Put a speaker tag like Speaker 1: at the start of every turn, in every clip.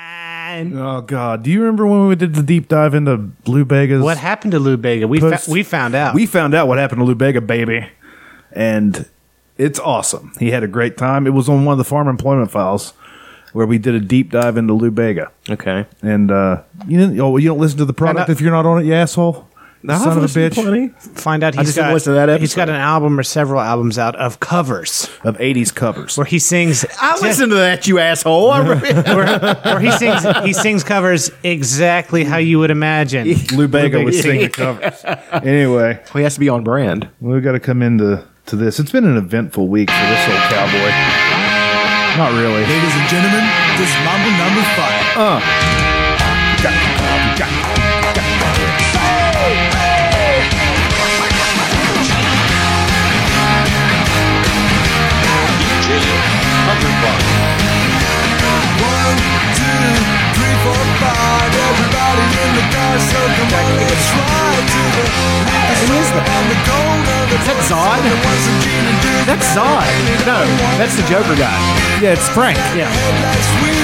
Speaker 1: mine.
Speaker 2: Oh God! Do you remember when we did the deep dive into Blue Bega's?
Speaker 1: What happened to Lou Bega? We fa-
Speaker 2: Post-
Speaker 1: we found out.
Speaker 2: We found out what happened to Lou Bega, baby, and it's awesome. He had a great time. It was on one of the farm employment files where we did a deep dive into Lou Bega.
Speaker 1: okay.
Speaker 2: And uh, you didn't. Oh, you don't listen to the product
Speaker 1: I-
Speaker 2: if you're not on it, you asshole. Son of a bitch
Speaker 1: Find out he's
Speaker 3: just didn't
Speaker 1: got
Speaker 3: listen to that
Speaker 1: he's got an album or several albums out of covers
Speaker 2: of '80s covers.
Speaker 1: where he sings.
Speaker 3: I listened to that, you asshole. I re-
Speaker 1: where, where he sings he sings covers exactly how you would imagine.
Speaker 2: Lou Bega was singing the covers. Anyway,
Speaker 3: he has to be on brand.
Speaker 2: we got to come into to this. It's been an eventful week for this old cowboy. Not really.
Speaker 4: Ladies and gentlemen, this is Mambo number five.
Speaker 3: Oh,
Speaker 4: One, two, three, four, five. Everybody in the car, so come on, let's ride to the. Who is that? The cold of the
Speaker 3: that Zod? That's Zod. No, that's the Joker guy.
Speaker 2: Yeah, it's Frank.
Speaker 3: Yeah.
Speaker 4: Last week,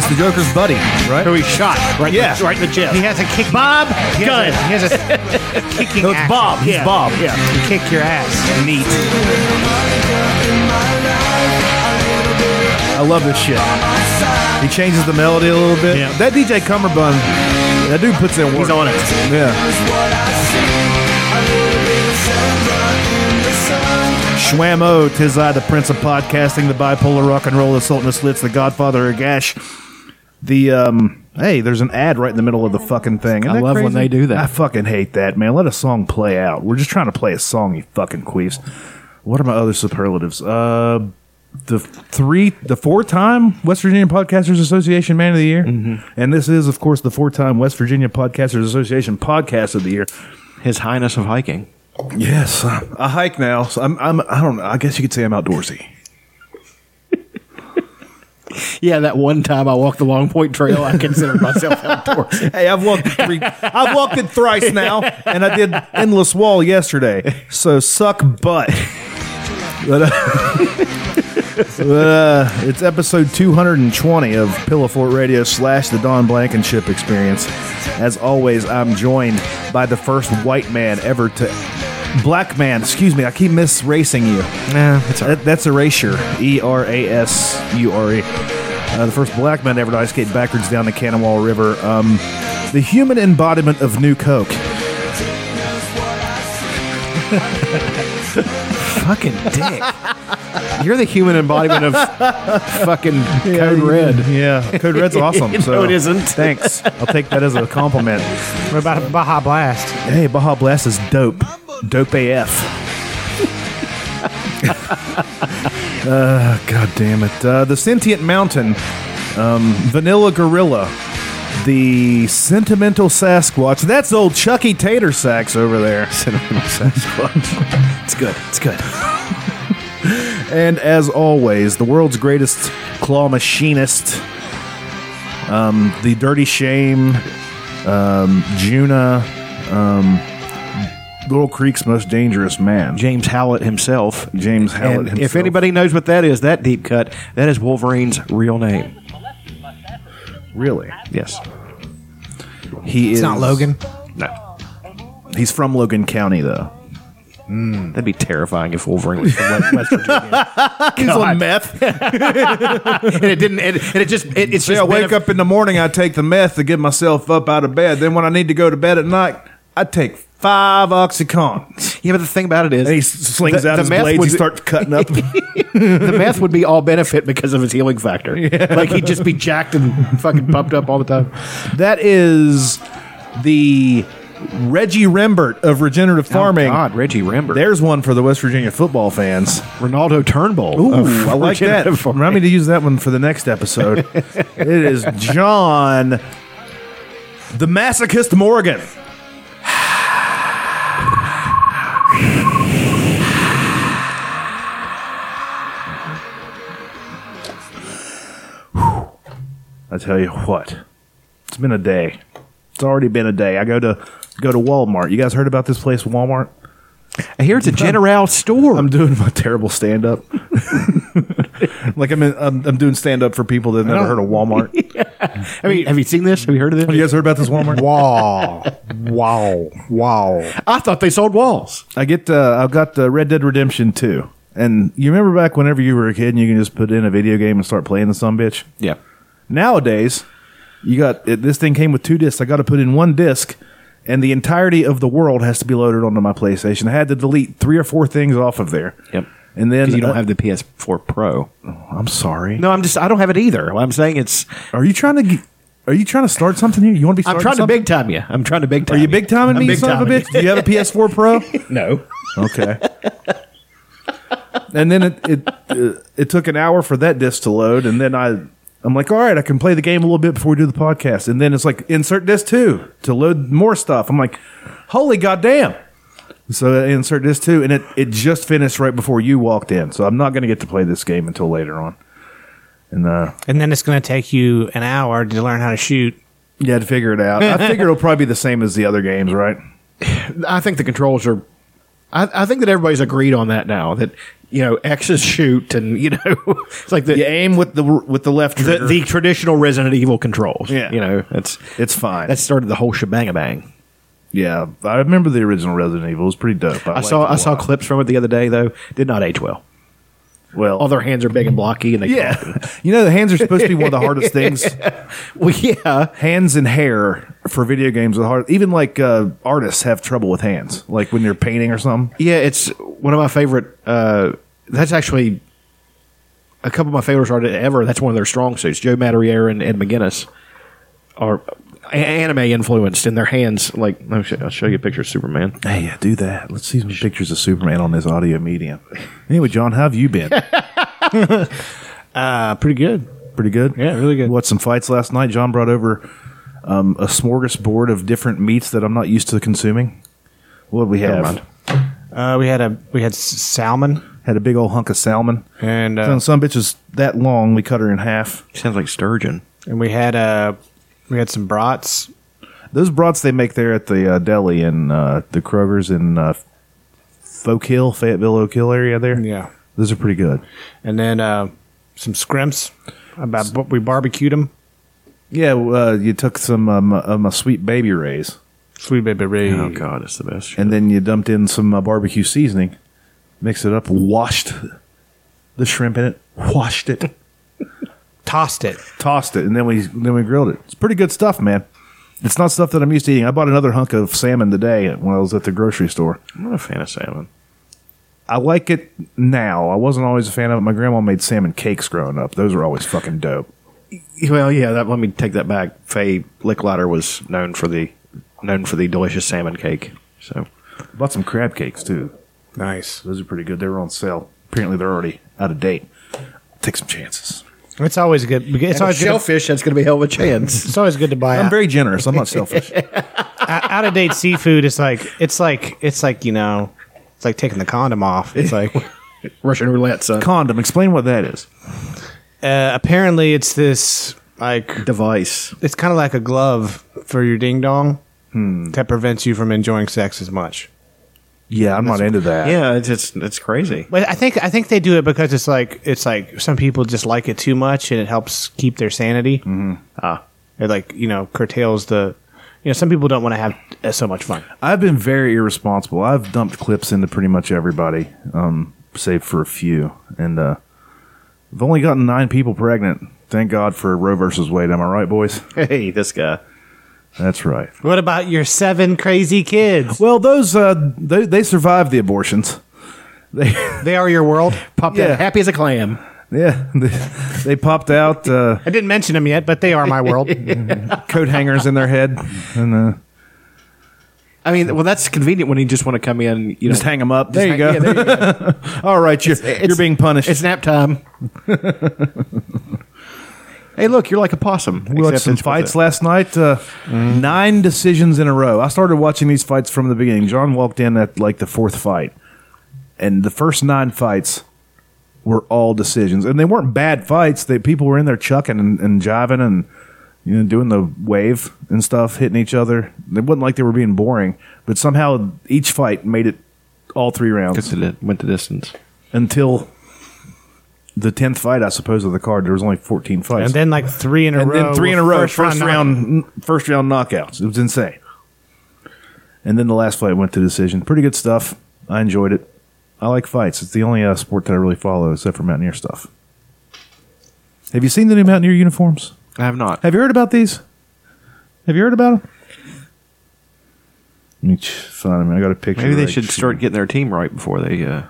Speaker 2: It's the Joker's buddy, right?
Speaker 3: Who he shot right,
Speaker 2: Yeah.
Speaker 3: in, the, right in the chest.
Speaker 1: He has a kick.
Speaker 3: Bob
Speaker 1: he
Speaker 3: Gunn.
Speaker 1: has a, he has a kicking.
Speaker 3: No, it's
Speaker 1: action.
Speaker 3: Bob. He's
Speaker 1: Yeah.
Speaker 3: Bob. Yeah.
Speaker 1: Kick your ass.
Speaker 2: Neat. I love this shit. He changes the melody a little bit.
Speaker 3: Yeah.
Speaker 2: That DJ Cummerbund, that dude puts in work.
Speaker 3: He's on it.
Speaker 2: Yeah.
Speaker 4: is what I see. A little bit of Sandra in the sun.
Speaker 2: Schwammo, tis I, the prince of podcasting, the bipolar rock and roll, the sultan of slits, the godfather of gash. The, um, hey, there's an ad right in the middle of the fucking thing. Isn't
Speaker 3: I
Speaker 2: that
Speaker 3: love when
Speaker 2: crazy?
Speaker 3: they do that.
Speaker 2: I fucking hate that, man. Let a song play out. We're just trying to play a song, you fucking queefs. What are my other superlatives? Uh, the three, the four-time West Virginia Podcasters Association Man of the Year, and this is, of course, the four-time West Virginia Podcasters Association Podcast of the Year.
Speaker 3: His Highness of Hiking.
Speaker 2: Yes, I hike now. So I'm, I'm, I don't know. I guess you could say I'm outdoorsy.
Speaker 3: Yeah, that one time I walked the Long Point Trail, I considered myself outdoors.
Speaker 2: Hey, I've walked it three, I've walked it thrice now, and I did endless wall yesterday. So suck butt. But, uh, but, uh, it's episode 220 of Pillow Fort Radio slash the Don Blankenship Experience. As always, I'm joined by the first white man ever to black man. Excuse me, I keep misracing you.
Speaker 3: Nah, it's
Speaker 2: That, that's erasure. E R A S U R E. Uh, the first black man ever to ice skate backwards down the Cannonwall River. Um, the human embodiment of New Coke.
Speaker 3: fucking dick. You're the human embodiment of fucking Code Red.
Speaker 2: Yeah, Code Red's awesome.
Speaker 3: No,
Speaker 2: so
Speaker 3: it isn't.
Speaker 2: Thanks. I'll take that as a compliment.
Speaker 1: What about Baja Blast?
Speaker 2: Hey, Baja Blast is dope. Dope AF. uh, God damn it. Uh, the Sentient Mountain, um, Vanilla Gorilla, the Sentimental Sasquatch. That's old Chucky Tater Sacks over there.
Speaker 3: Cinnamon Sasquatch. It's good. It's good.
Speaker 2: And as always, the world's greatest claw machinist, um, the Dirty Shame, um, Juna, um, Little Creek's most dangerous man.
Speaker 3: James Howlett himself.
Speaker 2: James Howlett
Speaker 3: And
Speaker 2: himself.
Speaker 3: if anybody knows what that is, that deep cut, that is Wolverine's real name.
Speaker 2: really,
Speaker 3: Yes.
Speaker 2: he
Speaker 1: It's
Speaker 2: is
Speaker 1: not Logan.
Speaker 3: No.
Speaker 2: He's from Logan County, though.
Speaker 3: That'd be terrifying if Wolverine was from West- West Virginia.
Speaker 2: He's on meth.
Speaker 3: and it didn't. And, and it just. It, it's
Speaker 2: See,
Speaker 3: just.
Speaker 2: I wake up in the morning, I take the meth to get myself up out of bed. Then when I need to go to bed at night, I take five oxycons.
Speaker 3: Yeah, but the thing about it is,
Speaker 2: And he s- slings
Speaker 3: The-
Speaker 2: out
Speaker 3: the
Speaker 2: his
Speaker 3: meth
Speaker 2: blades.
Speaker 3: was-
Speaker 2: he starts cutting up.
Speaker 3: the meth would be all benefit because of his healing factor. Like he'd just be jacked and fucking pumped up all the time.
Speaker 2: That is the Reggie Rembert of regenerative farming.
Speaker 3: Oh, God, Reggie Rembert.
Speaker 2: There's one for the West Virginia football fans.
Speaker 3: Ronaldo Turnbull.
Speaker 2: Ooh,
Speaker 3: of
Speaker 2: I like that.
Speaker 3: regenerative farming.
Speaker 2: Remind me to use that one for the next episode. it is John, the masochist Morgan. I tell you what, it's been a day. It's already been a day. I go to go to Walmart. You guys heard about this place, Walmart?
Speaker 3: I hear it's a General store.
Speaker 2: I'm doing my terrible stand up. like I'm, in, I'm I'm doing stand up for people that have never heard of Walmart.
Speaker 3: I mean, have you seen this? Have you heard of this?
Speaker 2: You guys heard about this Walmart?
Speaker 5: Wow. wow. Wow.
Speaker 3: I thought they sold walls.
Speaker 2: I get uh, I've got the Red Dead Redemption 2. And you remember back whenever you were a kid and you can just put in a video game and start playing the some bitch?
Speaker 3: Yeah.
Speaker 2: Nowadays, you got it, this thing came with two discs. I got to put in one disc and the entirety of the world has to be loaded onto my PlayStation. I had to delete three or four things off of there.
Speaker 3: Yep.
Speaker 2: And then
Speaker 3: Because you don't
Speaker 2: uh,
Speaker 3: have the PS4 Pro.
Speaker 2: I'm sorry.
Speaker 3: No, I'm just. I don't have it either. What I'm saying it's.
Speaker 2: Are you trying to g- Are you trying to start something here? You want to be
Speaker 3: I'm
Speaker 2: starting
Speaker 3: trying to
Speaker 2: something?
Speaker 3: big time you. I'm trying to big time.
Speaker 2: Are you big timing
Speaker 3: I'm
Speaker 2: me, you
Speaker 3: big
Speaker 2: son of a
Speaker 3: timing
Speaker 2: bitch? Do you have a PS4 Pro?
Speaker 3: No.
Speaker 2: Okay. and then it it, uh, it took an hour for that disc to load, and then I I'm like, all right, I can play the game a little bit before we do the podcast, and then it's like insert disc two to load more stuff. I'm like, holy goddamn! So I insert disc two, and it it just finished right before you walked in, so I'm not going to get to play this game until later on. And uh,
Speaker 1: And then it's going to take you an hour to learn how to shoot.
Speaker 2: you had to figure it out. I figure it'll probably be the same as the other games, right?
Speaker 3: I think the controls are. I, I think that everybody's agreed on that now. That you know, X's shoot, and you know, it's like the
Speaker 2: You aim with the with the left
Speaker 3: the,
Speaker 2: trigger.
Speaker 3: the traditional Resident Evil controls.
Speaker 2: Yeah.
Speaker 3: You know, that's
Speaker 2: it's fine.
Speaker 3: that started the whole shebang bang.
Speaker 2: Yeah, I remember the original Resident Evil. It was pretty dope.
Speaker 3: I saw I saw clips from it the other day though. Did not age well.
Speaker 2: Well,
Speaker 3: All their hands are big and blocky, and they
Speaker 2: yeah, you know the hands are supposed to be one of the hardest things.
Speaker 3: well, yeah.
Speaker 2: Hands and hair for video games are hard. Even like uh, artists have trouble with hands, like when you're painting or something.
Speaker 3: Yeah, it's one of my favorite. Uh, that's actually a couple of my favorites are ever. That's one of their strong suits. Joe Madureira and Ed McGuinness are a- anime influenced in their hands. Like, oh shit, I'll show you a picture of Superman.
Speaker 2: Hey, yeah, do that. Let's see some pictures of Superman on this audio medium. Anyway, John, how have you been?
Speaker 3: Uh, pretty good.
Speaker 2: Pretty good.
Speaker 3: Yeah, really good.
Speaker 2: Watched some fights last night. John brought over um, a smorgasbord of different meats that I'm not used to consuming. What did we
Speaker 3: Never
Speaker 2: have?
Speaker 3: mind.
Speaker 1: Uh, we had a we had s- salmon
Speaker 2: Had a big old hunk of salmon.
Speaker 1: and uh,
Speaker 2: Found some bitches that long. We cut her in half.
Speaker 3: Sounds like sturgeon.
Speaker 1: and we had uh we had some brats.
Speaker 2: Those brats they make there at the uh, deli in uh, the Kroger's in uh, Folk Hill, Fayetteville, Oak Hill area there.
Speaker 1: Yeah.
Speaker 2: Those are pretty good.
Speaker 1: And then uh some scrimps. About but we barbecued them.
Speaker 2: Yeah, uh, you took some um, of my sweet baby rays,
Speaker 1: Sweet baby Ray.
Speaker 3: Oh god, it's the best.
Speaker 2: and then you dumped in some uh, barbecue seasoning, mixed it up, washed the shrimp in it, washed it,
Speaker 1: Tossed it.
Speaker 2: tossed it, and then we then we grilled it. It's pretty good stuff, man. It's not stuff that I'm used to eating. I bought another hunk of salmon today when I was at the grocery store.
Speaker 3: I'm not a fan of salmon.
Speaker 2: I like it now. I wasn't always a fan of it. My grandma made salmon cakes growing up. Those were always fucking dope.
Speaker 3: Well, yeah. That, let me take that back. Faye Licklider was known for the known for the delicious salmon cake. So
Speaker 2: Bought some crab cakes too.
Speaker 1: Nice.
Speaker 2: Those are pretty good. They were on sale. Apparently, they're already out of date. Take some chances.
Speaker 1: It's always good. It's always good. To,
Speaker 3: shellfish. That's going to be a hell of a chance.
Speaker 1: it's always good to buy
Speaker 2: I'm
Speaker 1: out,
Speaker 2: very generous. I'm not selfish.
Speaker 1: out of date seafood. It's like it's like it's like you know, it's like taking the condom off. It's like uh,
Speaker 3: Russian roulette, son.
Speaker 2: Condom. Explain what that is.
Speaker 1: uh, apparently it's this like
Speaker 3: device.
Speaker 1: it's kind of like a glove for your ding dong that prevents you from enjoying sex as much.
Speaker 2: Yeah, I'm not into that.
Speaker 3: Yeah, it's it's, it's crazy.
Speaker 1: But I think I think they do it because it's like it's like some people just like it too much and it helps keep their sanity. Mm-hmm. it like you know curtails the. You know, some people don't want to have uh, so much fun.
Speaker 2: I've been very irresponsible. I've dumped clips into pretty much everybody, um, save for a few, and uh, I've only gotten nine people pregnant. Thank God for Roe versus Wade. Am I right, boys?
Speaker 3: Hey, this guy.
Speaker 2: That's right.
Speaker 1: What about your seven crazy kids?
Speaker 2: Well, those uh, they, they survived the abortions. They
Speaker 1: They are your world.
Speaker 3: Popped
Speaker 2: Yeah.
Speaker 3: out happy as a clam.
Speaker 2: yeah they, they popped out uh,
Speaker 1: I didn't mention them yet, but they are my world.
Speaker 2: coat hangers in their head and uh,
Speaker 3: I mean, well, that's convenient when you just want to come in. You
Speaker 2: just
Speaker 3: know,
Speaker 2: hang them up. There you
Speaker 3: hang- yeah,
Speaker 2: go.
Speaker 3: there you go.
Speaker 2: All right, you're you're being punished.
Speaker 3: it's nap time. hey, look, you're like a possum.
Speaker 2: we watched
Speaker 3: except
Speaker 2: some
Speaker 3: it's with
Speaker 2: fights
Speaker 3: a-
Speaker 2: last night. Uh, Nine decisions in a row. I started watching these fights from the beginning. John walked in at like the fourth fight, and the first nine fights were all decisions, and they weren't bad fights. They people were in there chucking and, and jiving and you know doing the wave and stuff, hitting each other. It wasn't like they were being boring, but somehow each fight made it all three rounds
Speaker 3: Went the distance.
Speaker 2: until the tenth fight, I suppose, of the card. There was only fourteen fights,
Speaker 1: And then like three in a
Speaker 2: and
Speaker 1: row.
Speaker 2: then three in a row, first,
Speaker 1: knock-
Speaker 2: round, first round knockouts. It was insane. And then the last fight went to decision. Pretty good stuff. I enjoyed it. I like fights. It's the only uh, sport that I really follow, except for mountaineer stuff. Have you seen the new mountaineer uniforms?
Speaker 3: I have not.
Speaker 2: Have you heard about these? Have you heard about them? Let me ch- find them. I got a picture.
Speaker 3: Maybe they
Speaker 2: right
Speaker 3: should
Speaker 2: here.
Speaker 3: start getting their team right before they. Uh,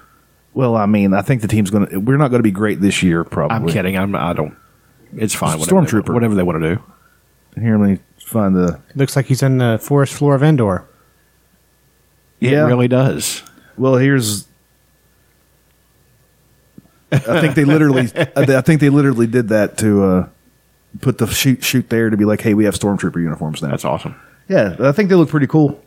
Speaker 2: Well, I mean, I think the team's going to. We're not going to be great this year, probably.
Speaker 3: I'm kidding. I'm. I don't. It's fine. whatever they-
Speaker 2: Stormtrooper.
Speaker 3: Whatever they want to do.
Speaker 2: Here, let me find the.
Speaker 1: Looks like he's in the forest floor of Endor.
Speaker 2: Yeah.
Speaker 3: It really does.
Speaker 2: Well, here's. I think they literally. I think they literally did that to uh, put the shoot shoot there to be like, hey, we have stormtrooper uniforms now.
Speaker 3: That's awesome.
Speaker 2: Yeah, I think they look pretty cool.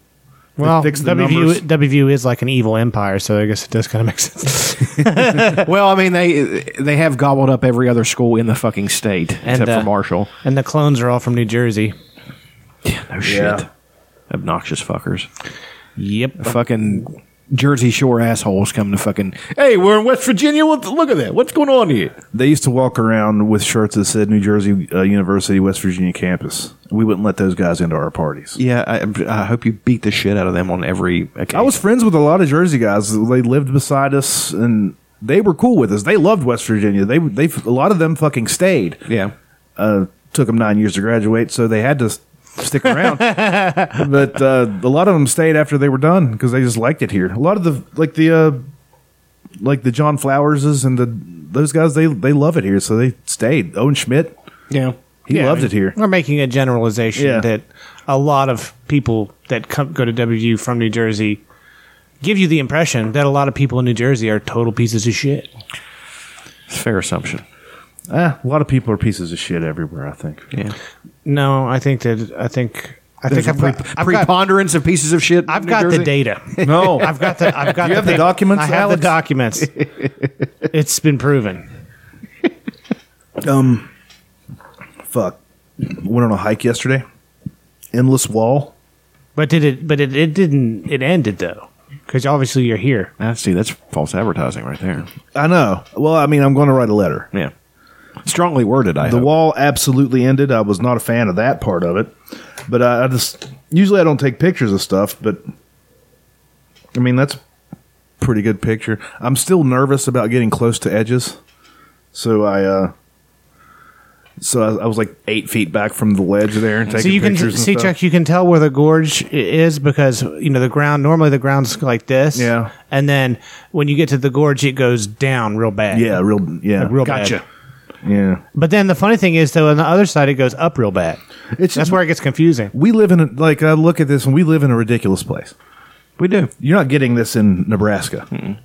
Speaker 1: Well,
Speaker 2: fixed the
Speaker 1: WVU,
Speaker 2: numbers.
Speaker 1: WVU is like an evil empire, so I guess it does kind of make sense.
Speaker 3: Well, I mean they they have gobbled up every other school in the fucking state except
Speaker 1: uh,
Speaker 3: for Marshall.
Speaker 1: And the clones are all from New Jersey.
Speaker 3: No shit. Obnoxious fuckers.
Speaker 1: Yep.
Speaker 3: Fucking Jersey Shore assholes come to fucking. Hey, we're in West Virginia. What, look at that. What's going on here?
Speaker 2: They used to walk around with shirts that said New Jersey uh, University, West Virginia campus. We wouldn't let those guys into our parties.
Speaker 3: Yeah, I, I hope you beat the shit out of them on every occasion.
Speaker 2: I was friends with a lot of Jersey guys. They lived beside us, and they were cool with us. They loved West Virginia. They they a lot of them fucking stayed.
Speaker 3: yeah.
Speaker 2: uh, took them nine years to graduate, so they had to s- stick around. but uh, a lot of them stayed after they were done because they just liked it here. A lot of the like the uh, like the John Flowerses and the those guys they they love it here, so they stayed. Owen Schmidt,
Speaker 3: Yeah.
Speaker 2: he
Speaker 1: Yeah,
Speaker 2: loved
Speaker 1: I mean,
Speaker 2: it here.
Speaker 1: We're making a generalization
Speaker 2: Yeah.
Speaker 1: that a lot of people that come, go to WVU from New Jersey give you the impression that a lot of people in New Jersey are total pieces of shit.
Speaker 3: Fair assumption.
Speaker 2: Eh, a lot of people are pieces of shit everywhere. I think.
Speaker 3: Yeah.
Speaker 1: No, I think that I think I
Speaker 3: There's a
Speaker 1: think I've,
Speaker 3: pre-
Speaker 1: got, I've got
Speaker 3: preponderance of pieces of shit.
Speaker 1: I've
Speaker 3: in New
Speaker 1: got the
Speaker 3: Jersey?
Speaker 1: data.
Speaker 2: No,
Speaker 1: I've got the I've got
Speaker 2: you have the documents,
Speaker 1: I have
Speaker 2: Alex?
Speaker 1: the documents. it's been proven.
Speaker 2: um, fuck. Went on a hike yesterday. Endless wall.
Speaker 1: But did it? But it, it didn't. It ended though, because obviously you're here.
Speaker 3: Ah, see, that's false advertising right there.
Speaker 2: I know. Well, I mean, I'm going to write a letter.
Speaker 3: Yeah. Strongly worded, I
Speaker 2: the
Speaker 3: hope.
Speaker 2: wall absolutely ended. I was not a fan of that part of it, but I, I just usually I don't take pictures of stuff. But I mean that's a pretty good picture. I'm still nervous about getting close to edges, so I uh, so I, I was like eight feet back from the ledge there and taking
Speaker 1: So you can
Speaker 2: pictures. and
Speaker 1: see,
Speaker 2: stuff.
Speaker 1: Chuck. You can tell where the gorge i- is because you know the ground. Normally the ground's like this.
Speaker 2: Yeah.
Speaker 1: And then when you get to the gorge, it goes down real bad.
Speaker 2: Yeah, real. Yeah,
Speaker 1: Real
Speaker 3: Gotcha.
Speaker 2: bad. Yeah,
Speaker 1: But then the funny thing is, though, on the other side, it goes up real bad.
Speaker 2: it's
Speaker 1: That's
Speaker 2: just,
Speaker 1: where it gets confusing.
Speaker 2: we live in. A, like I look at this and we live in a ridiculous place.
Speaker 3: We do.
Speaker 2: You're not getting this in Nebraska.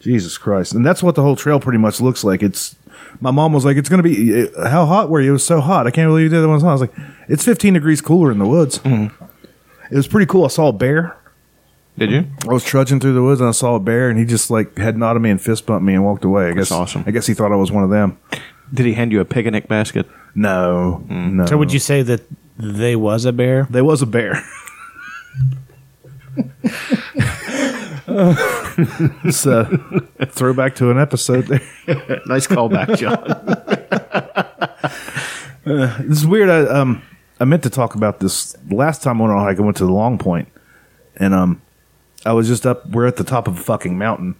Speaker 2: Jesus Christ. And that's what the whole trail pretty much looks like. It's my mom was like, "It's going to be uh, how hot were you? It was so hot. I can't believe you did that one hot." I was like, "It's 15 degrees cooler in the woods."
Speaker 3: Mm-hmm.
Speaker 2: It was pretty cool. I saw a bear.
Speaker 3: Did you?
Speaker 2: I was trudging through the woods and I saw a bear, and he just like head nodded me and fist bumped me and walked away. I guess
Speaker 3: awesome.
Speaker 2: I guess he thought I was one of them.
Speaker 3: Did he hand you a picnic basket?
Speaker 2: No,
Speaker 3: Mm.
Speaker 2: no.
Speaker 1: So would you say that they was a bear?
Speaker 2: There was a bear. it's a throwback to an episode there.
Speaker 3: nice callback, John.
Speaker 2: This is weird. I, um, I meant to talk about this last time I went on a hike. I went to the Long Point, and um, I was just up. We're at the top of a fucking mountain.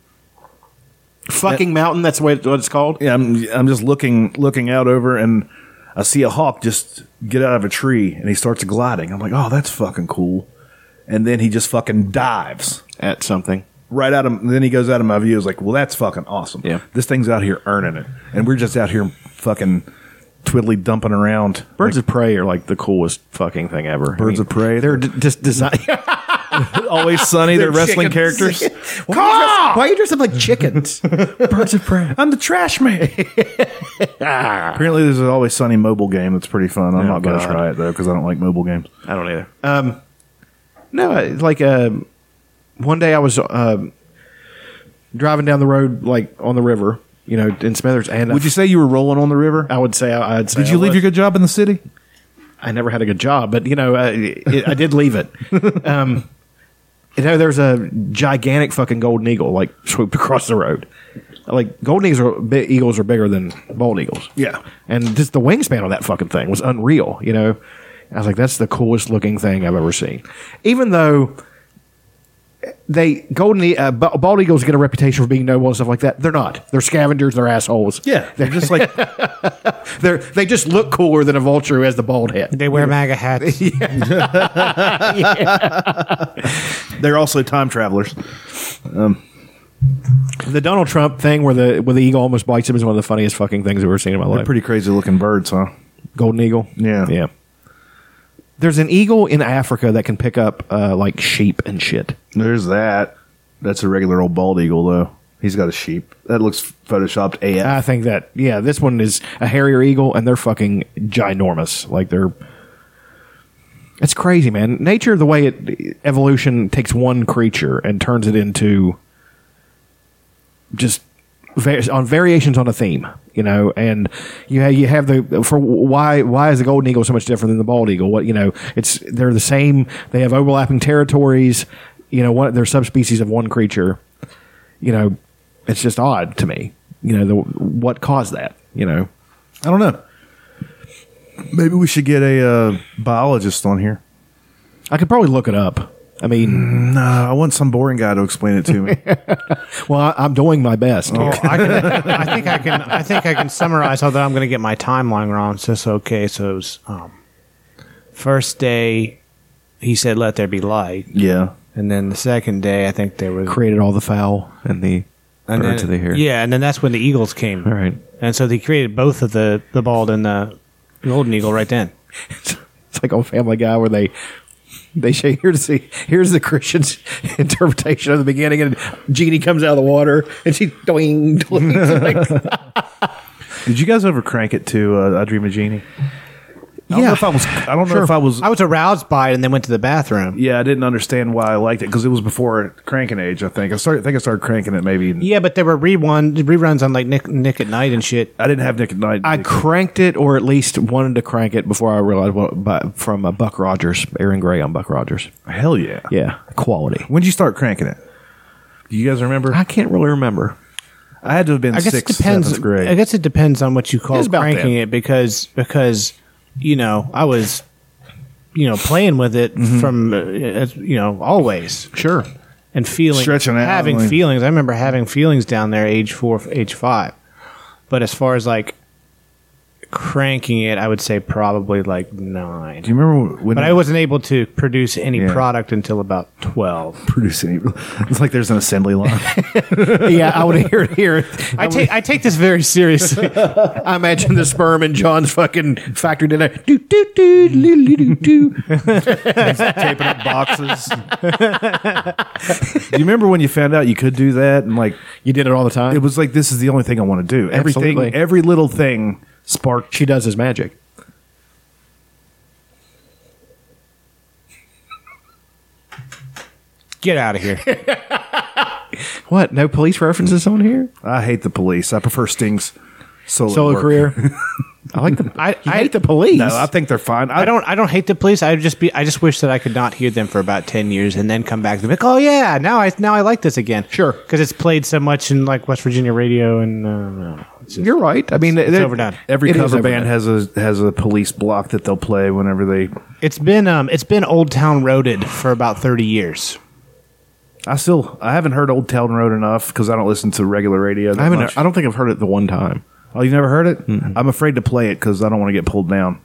Speaker 3: Fucking mountain. That's what what it's called.
Speaker 2: Yeah, I'm. I'm just looking looking out over, and I see a hawk just get out of a tree, and he starts gliding. I'm like, oh, that's fucking cool. And then he just fucking dives
Speaker 3: At something.
Speaker 2: right out of. and Then he goes out of my view. I was like, well, that's fucking awesome.
Speaker 3: Yeah.
Speaker 2: this thing's out here earning it, and we're just out here fucking twiddly dumping around.
Speaker 3: Birds of prey are like the coolest fucking thing ever.
Speaker 2: Birds of prey.
Speaker 3: They're d- just designed.
Speaker 2: Always sunny. They're wrestling
Speaker 3: chickens.
Speaker 2: characters.
Speaker 3: Why are you dressed- why are you dressed up like chickens? Birds of prey.
Speaker 2: I'm the trash man.
Speaker 3: Ah.
Speaker 2: Apparently, there's an always sunny mobile game that's pretty fun. I'm
Speaker 3: Oh,
Speaker 2: not going to
Speaker 3: God.
Speaker 2: try it though because I don't like mobile games.
Speaker 3: I don't either. Um, no, I- like um one day I was um driving down the road, like on the river, you know, in Smithers, and
Speaker 2: Would
Speaker 3: I,
Speaker 2: you say you were rolling on the river?
Speaker 3: I would say I, I'd say
Speaker 2: Did you
Speaker 3: I
Speaker 2: leave
Speaker 3: was.
Speaker 2: your good job in the city?
Speaker 3: I never had a good job, but you know, I, it, I did leave it. Um, you know, there's a gigantic fucking golden eagle like swooped across the road. like golden eagles are, bi- eagles are bigger than bald eagles.
Speaker 2: Yeah.
Speaker 3: and just the wingspan on that fucking thing was unreal. You know, I was like, that's the coolest looking thing I've ever seen. Even though they golden e- uh, ba- bald eagles get a reputation for being noble and stuff like that, they're not. They're scavengers. They're assholes.
Speaker 2: Yeah, they're just like
Speaker 3: They're they just look cooler than a vulture who has the bald head.
Speaker 1: They wear MAGA hats.
Speaker 2: they're also time travelers.
Speaker 3: The Donald Trump thing where the where the eagle almost bites him is one of the funniest fucking things I've ever seen in my
Speaker 2: They're
Speaker 3: life.
Speaker 2: pretty crazy looking birds, huh?
Speaker 3: Golden eagle.
Speaker 2: Yeah.
Speaker 3: yeah. There's an eagle in Africa that can pick up uh, like sheep and shit.
Speaker 2: There's that. That's a regular old bald eagle though. He's got a sheep. That looks photoshopped AF.
Speaker 3: I think that yeah, this one is a harrier eagle, and they're fucking ginormous. Like they're. It's crazy, man. Nature, the way it evolution takes one creature and turns it into just va- on variations on a theme, you know. And you have, you have the for why why is the golden eagle so much different than the bald eagle? What you know, it's they're the same. They have overlapping territories. You know, one, they're subspecies of one creature. You know, it's just odd to me. You know, the, what caused that? You know,
Speaker 2: Ah, I don't know. Maybe we should get a uh, biologist on here.
Speaker 3: I could probably look it up. I mean,
Speaker 2: No, I want some boring guy to explain it to me.
Speaker 3: well, I, I'm doing my best.
Speaker 1: Oh,
Speaker 3: here.
Speaker 1: I, can, I think I can. I think I can summarize. Although I'm going to get my timeline wrong, so it's okay. So it was um, first day, he said, "Let there be light,"
Speaker 2: yeah.
Speaker 1: and then the second day, I think there was
Speaker 3: Created all the fowl and the
Speaker 1: and
Speaker 3: birds
Speaker 1: then-
Speaker 3: of the air.
Speaker 1: Yeah, and then that's when the eagles came.
Speaker 3: All right.
Speaker 1: and so they created both of the the bald and the golden eagle right then.
Speaker 3: it's like on Family Guy where they they say here's the here's the Christian's interpretation of the beginning, and Jeannie comes out of the water and she doing doing. It's like-
Speaker 2: Did you guys ever crank it to uh, I Dream of Genie? I don't know
Speaker 3: Yeah.
Speaker 2: if I was. I don't know if I was.
Speaker 1: I was aroused by it, and then went to the bathroom.
Speaker 2: yeah, I didn't understand why I liked it because it was before cranking age. I think I started. I think I started cranking it maybe. in-
Speaker 1: Yeah, but there were rerun reruns on like Nick Nick at Night and shit.
Speaker 2: I didn't have Nick at Night.
Speaker 3: I cranked it, or at least wanted to crank it before I realized what. But from uh, Buck Rogers, Aaron Gray on Buck Rogers.
Speaker 2: Hell yeah.
Speaker 3: Yeah, quality.
Speaker 2: When'd you start cranking it? Do you guys remember?
Speaker 3: I can't really remember.
Speaker 2: I had to have been
Speaker 1: I guess
Speaker 2: sixth,
Speaker 1: it depends.
Speaker 2: seventh grade.
Speaker 1: I guess it depends on what you call
Speaker 3: It's about
Speaker 1: cranking
Speaker 3: that.
Speaker 1: it because because you know I was you know playing with it
Speaker 2: Mm-hmm.
Speaker 1: from uh, as- you know always
Speaker 3: Sure.
Speaker 1: and feeling
Speaker 2: Stretching out,
Speaker 1: having
Speaker 2: like-
Speaker 1: feelings. I remember having feelings down there, age four, age five. But as far as like cranking it, I would say probably like nine.
Speaker 2: Do you remember when?
Speaker 1: But I wasn't able to produce any
Speaker 2: Yeah.
Speaker 1: product until about twelve.
Speaker 2: producing. It's like there's an assembly line.
Speaker 3: Yeah, I would hear it here.
Speaker 1: I take I take this very seriously.
Speaker 3: I imagine the sperm in John's fucking factory dinner. Do do do do do do.
Speaker 2: taping up boxes. do you remember when you found out you could do that? And like,
Speaker 3: You did it all the time.
Speaker 2: it was like, this is the only thing I want to do. Everything,
Speaker 3: Absolutely.
Speaker 2: every little thing sparked.
Speaker 3: She does his magic.
Speaker 1: Get out of here.
Speaker 3: What? No police references on here?
Speaker 2: I hate the police. I prefer Sting's solo,
Speaker 3: Solo
Speaker 2: work.
Speaker 3: career. I like the.
Speaker 1: I,
Speaker 3: you
Speaker 1: I
Speaker 3: hate the police.
Speaker 2: No, I think they're fine. I,
Speaker 1: I don't. I don't hate the police. I just be. I just wish that I could not hear them for about ten years and then come back to be like, oh yeah, now I now I like this again.
Speaker 3: Sure.
Speaker 1: because it's played so much in like West Virginia radio and. Uh, no, it's just-
Speaker 3: You're right. I mean, it's
Speaker 1: overdone.
Speaker 2: Every cover band has a has a police block that they'll play whenever they.
Speaker 1: it's been um it's been Old Town Roaded for about thirty years.
Speaker 2: I still I haven't heard Old Town Road enough because I don't listen to regular radio. That
Speaker 3: I haven't.
Speaker 2: much.
Speaker 3: I don't think I've heard it the one time.
Speaker 2: Oh, you never heard it? I'm afraid to play it because I don't want to get pulled down.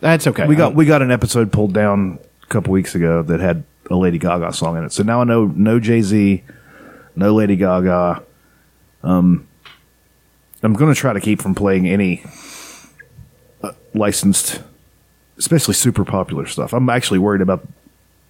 Speaker 3: That's okay.
Speaker 2: We got we got an episode pulled down a couple weeks ago that had a Lady Gaga song in it. So now I know no Jay Z, no Lady Gaga. Um, I'm going to try to keep from playing any uh, licensed, especially super popular stuff. I'm actually worried about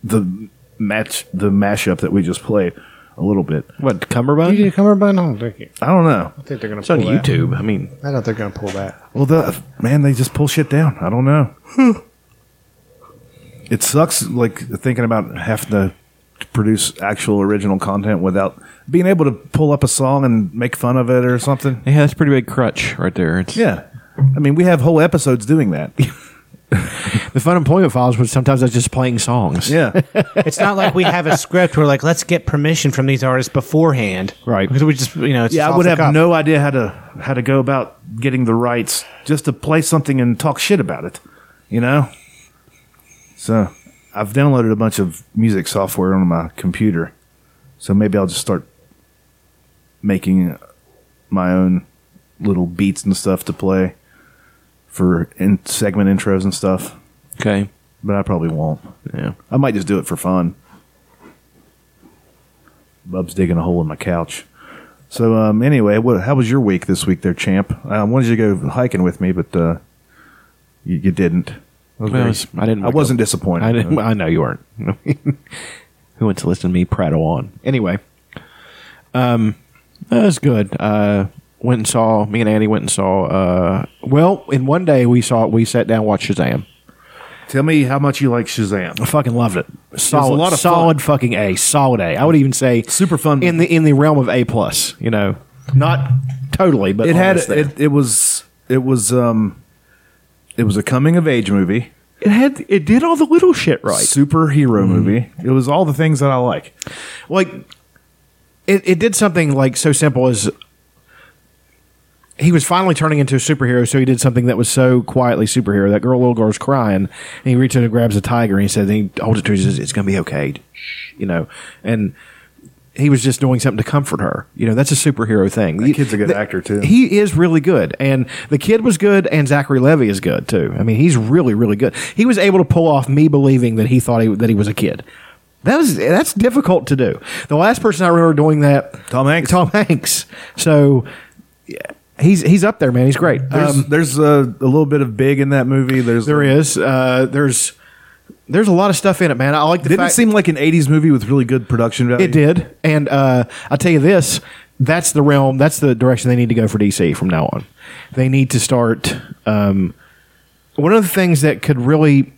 Speaker 2: the match the mashup that we just played a little bit.
Speaker 3: what Cumberbund?
Speaker 1: come over by now. Thank you.
Speaker 2: I don't know.
Speaker 1: I think they're gonna.
Speaker 3: It's on YouTube. I mean,
Speaker 1: I don't think they're gonna pull that.
Speaker 2: Well, the man, they just pull shit down. I don't know. it sucks, like thinking about having to produce actual original content without being able to pull up a song and make fun of it or something.
Speaker 3: yeah, that's a pretty big crutch right there. It's,
Speaker 2: Yeah, I mean, we have whole episodes doing that.
Speaker 3: The The Fun Employment Files was sometimes I was just playing songs.
Speaker 2: Yeah.
Speaker 1: It's not like we have a script. We're like, let's get permission from these artists beforehand,
Speaker 3: Right.
Speaker 1: Because we just, you know, it's
Speaker 2: yeah,
Speaker 1: just
Speaker 2: I
Speaker 1: off
Speaker 2: would
Speaker 1: the
Speaker 2: have
Speaker 1: cuff.
Speaker 2: no idea how to how to go about getting the rights just to play something and talk shit about it, you know. So I've downloaded a bunch of music software on my computer, so maybe I'll just start making my own little beats and stuff to play for in segment intros and stuff.
Speaker 3: Okay.
Speaker 2: But I probably won't.
Speaker 3: Yeah.
Speaker 2: I might just do it for fun. Bub's digging a hole in my couch. So um, anyway, what, how was your week this week, there, champ? I wanted you to go hiking with me, but uh, you, you didn't.
Speaker 3: Well, I was- I didn't.
Speaker 2: I
Speaker 3: wake
Speaker 2: wasn't
Speaker 3: up-
Speaker 2: disappointed.
Speaker 3: I, didn't, I know you weren't. Who wants to listen to me prattle on? Anyway, um, that was good. Uh, went and saw me and Annie went and saw. Uh, well, in one day we saw we sat down and watched Shazam.
Speaker 2: Tell me how much you like Shazam.
Speaker 3: I fucking loved it. Solid,
Speaker 2: lot of
Speaker 3: solid fucking A, solid A. I would even say
Speaker 2: Super fun.
Speaker 3: in the in the realm of A plus. You know, not totally, but
Speaker 2: It had
Speaker 3: almost there.
Speaker 2: it, it was it was um it was a coming of age movie,
Speaker 3: it had it did all the little shit right. Mm-hmm.
Speaker 2: superhero movie. It was all the things that I like.
Speaker 3: like it, it did something like so simple as he was finally turning into a superhero so he did something that was so quietly superhero that girl little girl's crying and he reaches in and grabs a tiger and he says and he holds it to her and says it's going to be okay Shh," you know and he was just doing something to comfort her you know that's a superhero thing the
Speaker 2: kid's a good actor, too.
Speaker 3: he is really good and the kid was good and zachary levy is good too i mean he's really really good he was able to pull off me believing that he thought he, that he was a kid that was that's difficult to do the last person i remember doing that
Speaker 2: Tom Hanks.
Speaker 3: tom hanks so yeah, he's he's up there man he's great
Speaker 2: There's,
Speaker 3: um,
Speaker 2: there's a, a little bit of big in that movie. There's
Speaker 3: there is uh there's there's a lot of stuff in it man i like the
Speaker 2: Didn't it
Speaker 3: fact-
Speaker 2: seem like an '80s movie with really good production value?
Speaker 3: It did, and uh, I tell you this: that's the realm, that's the direction they need to go for DC from now on. They need to start. Um, one of the things that could really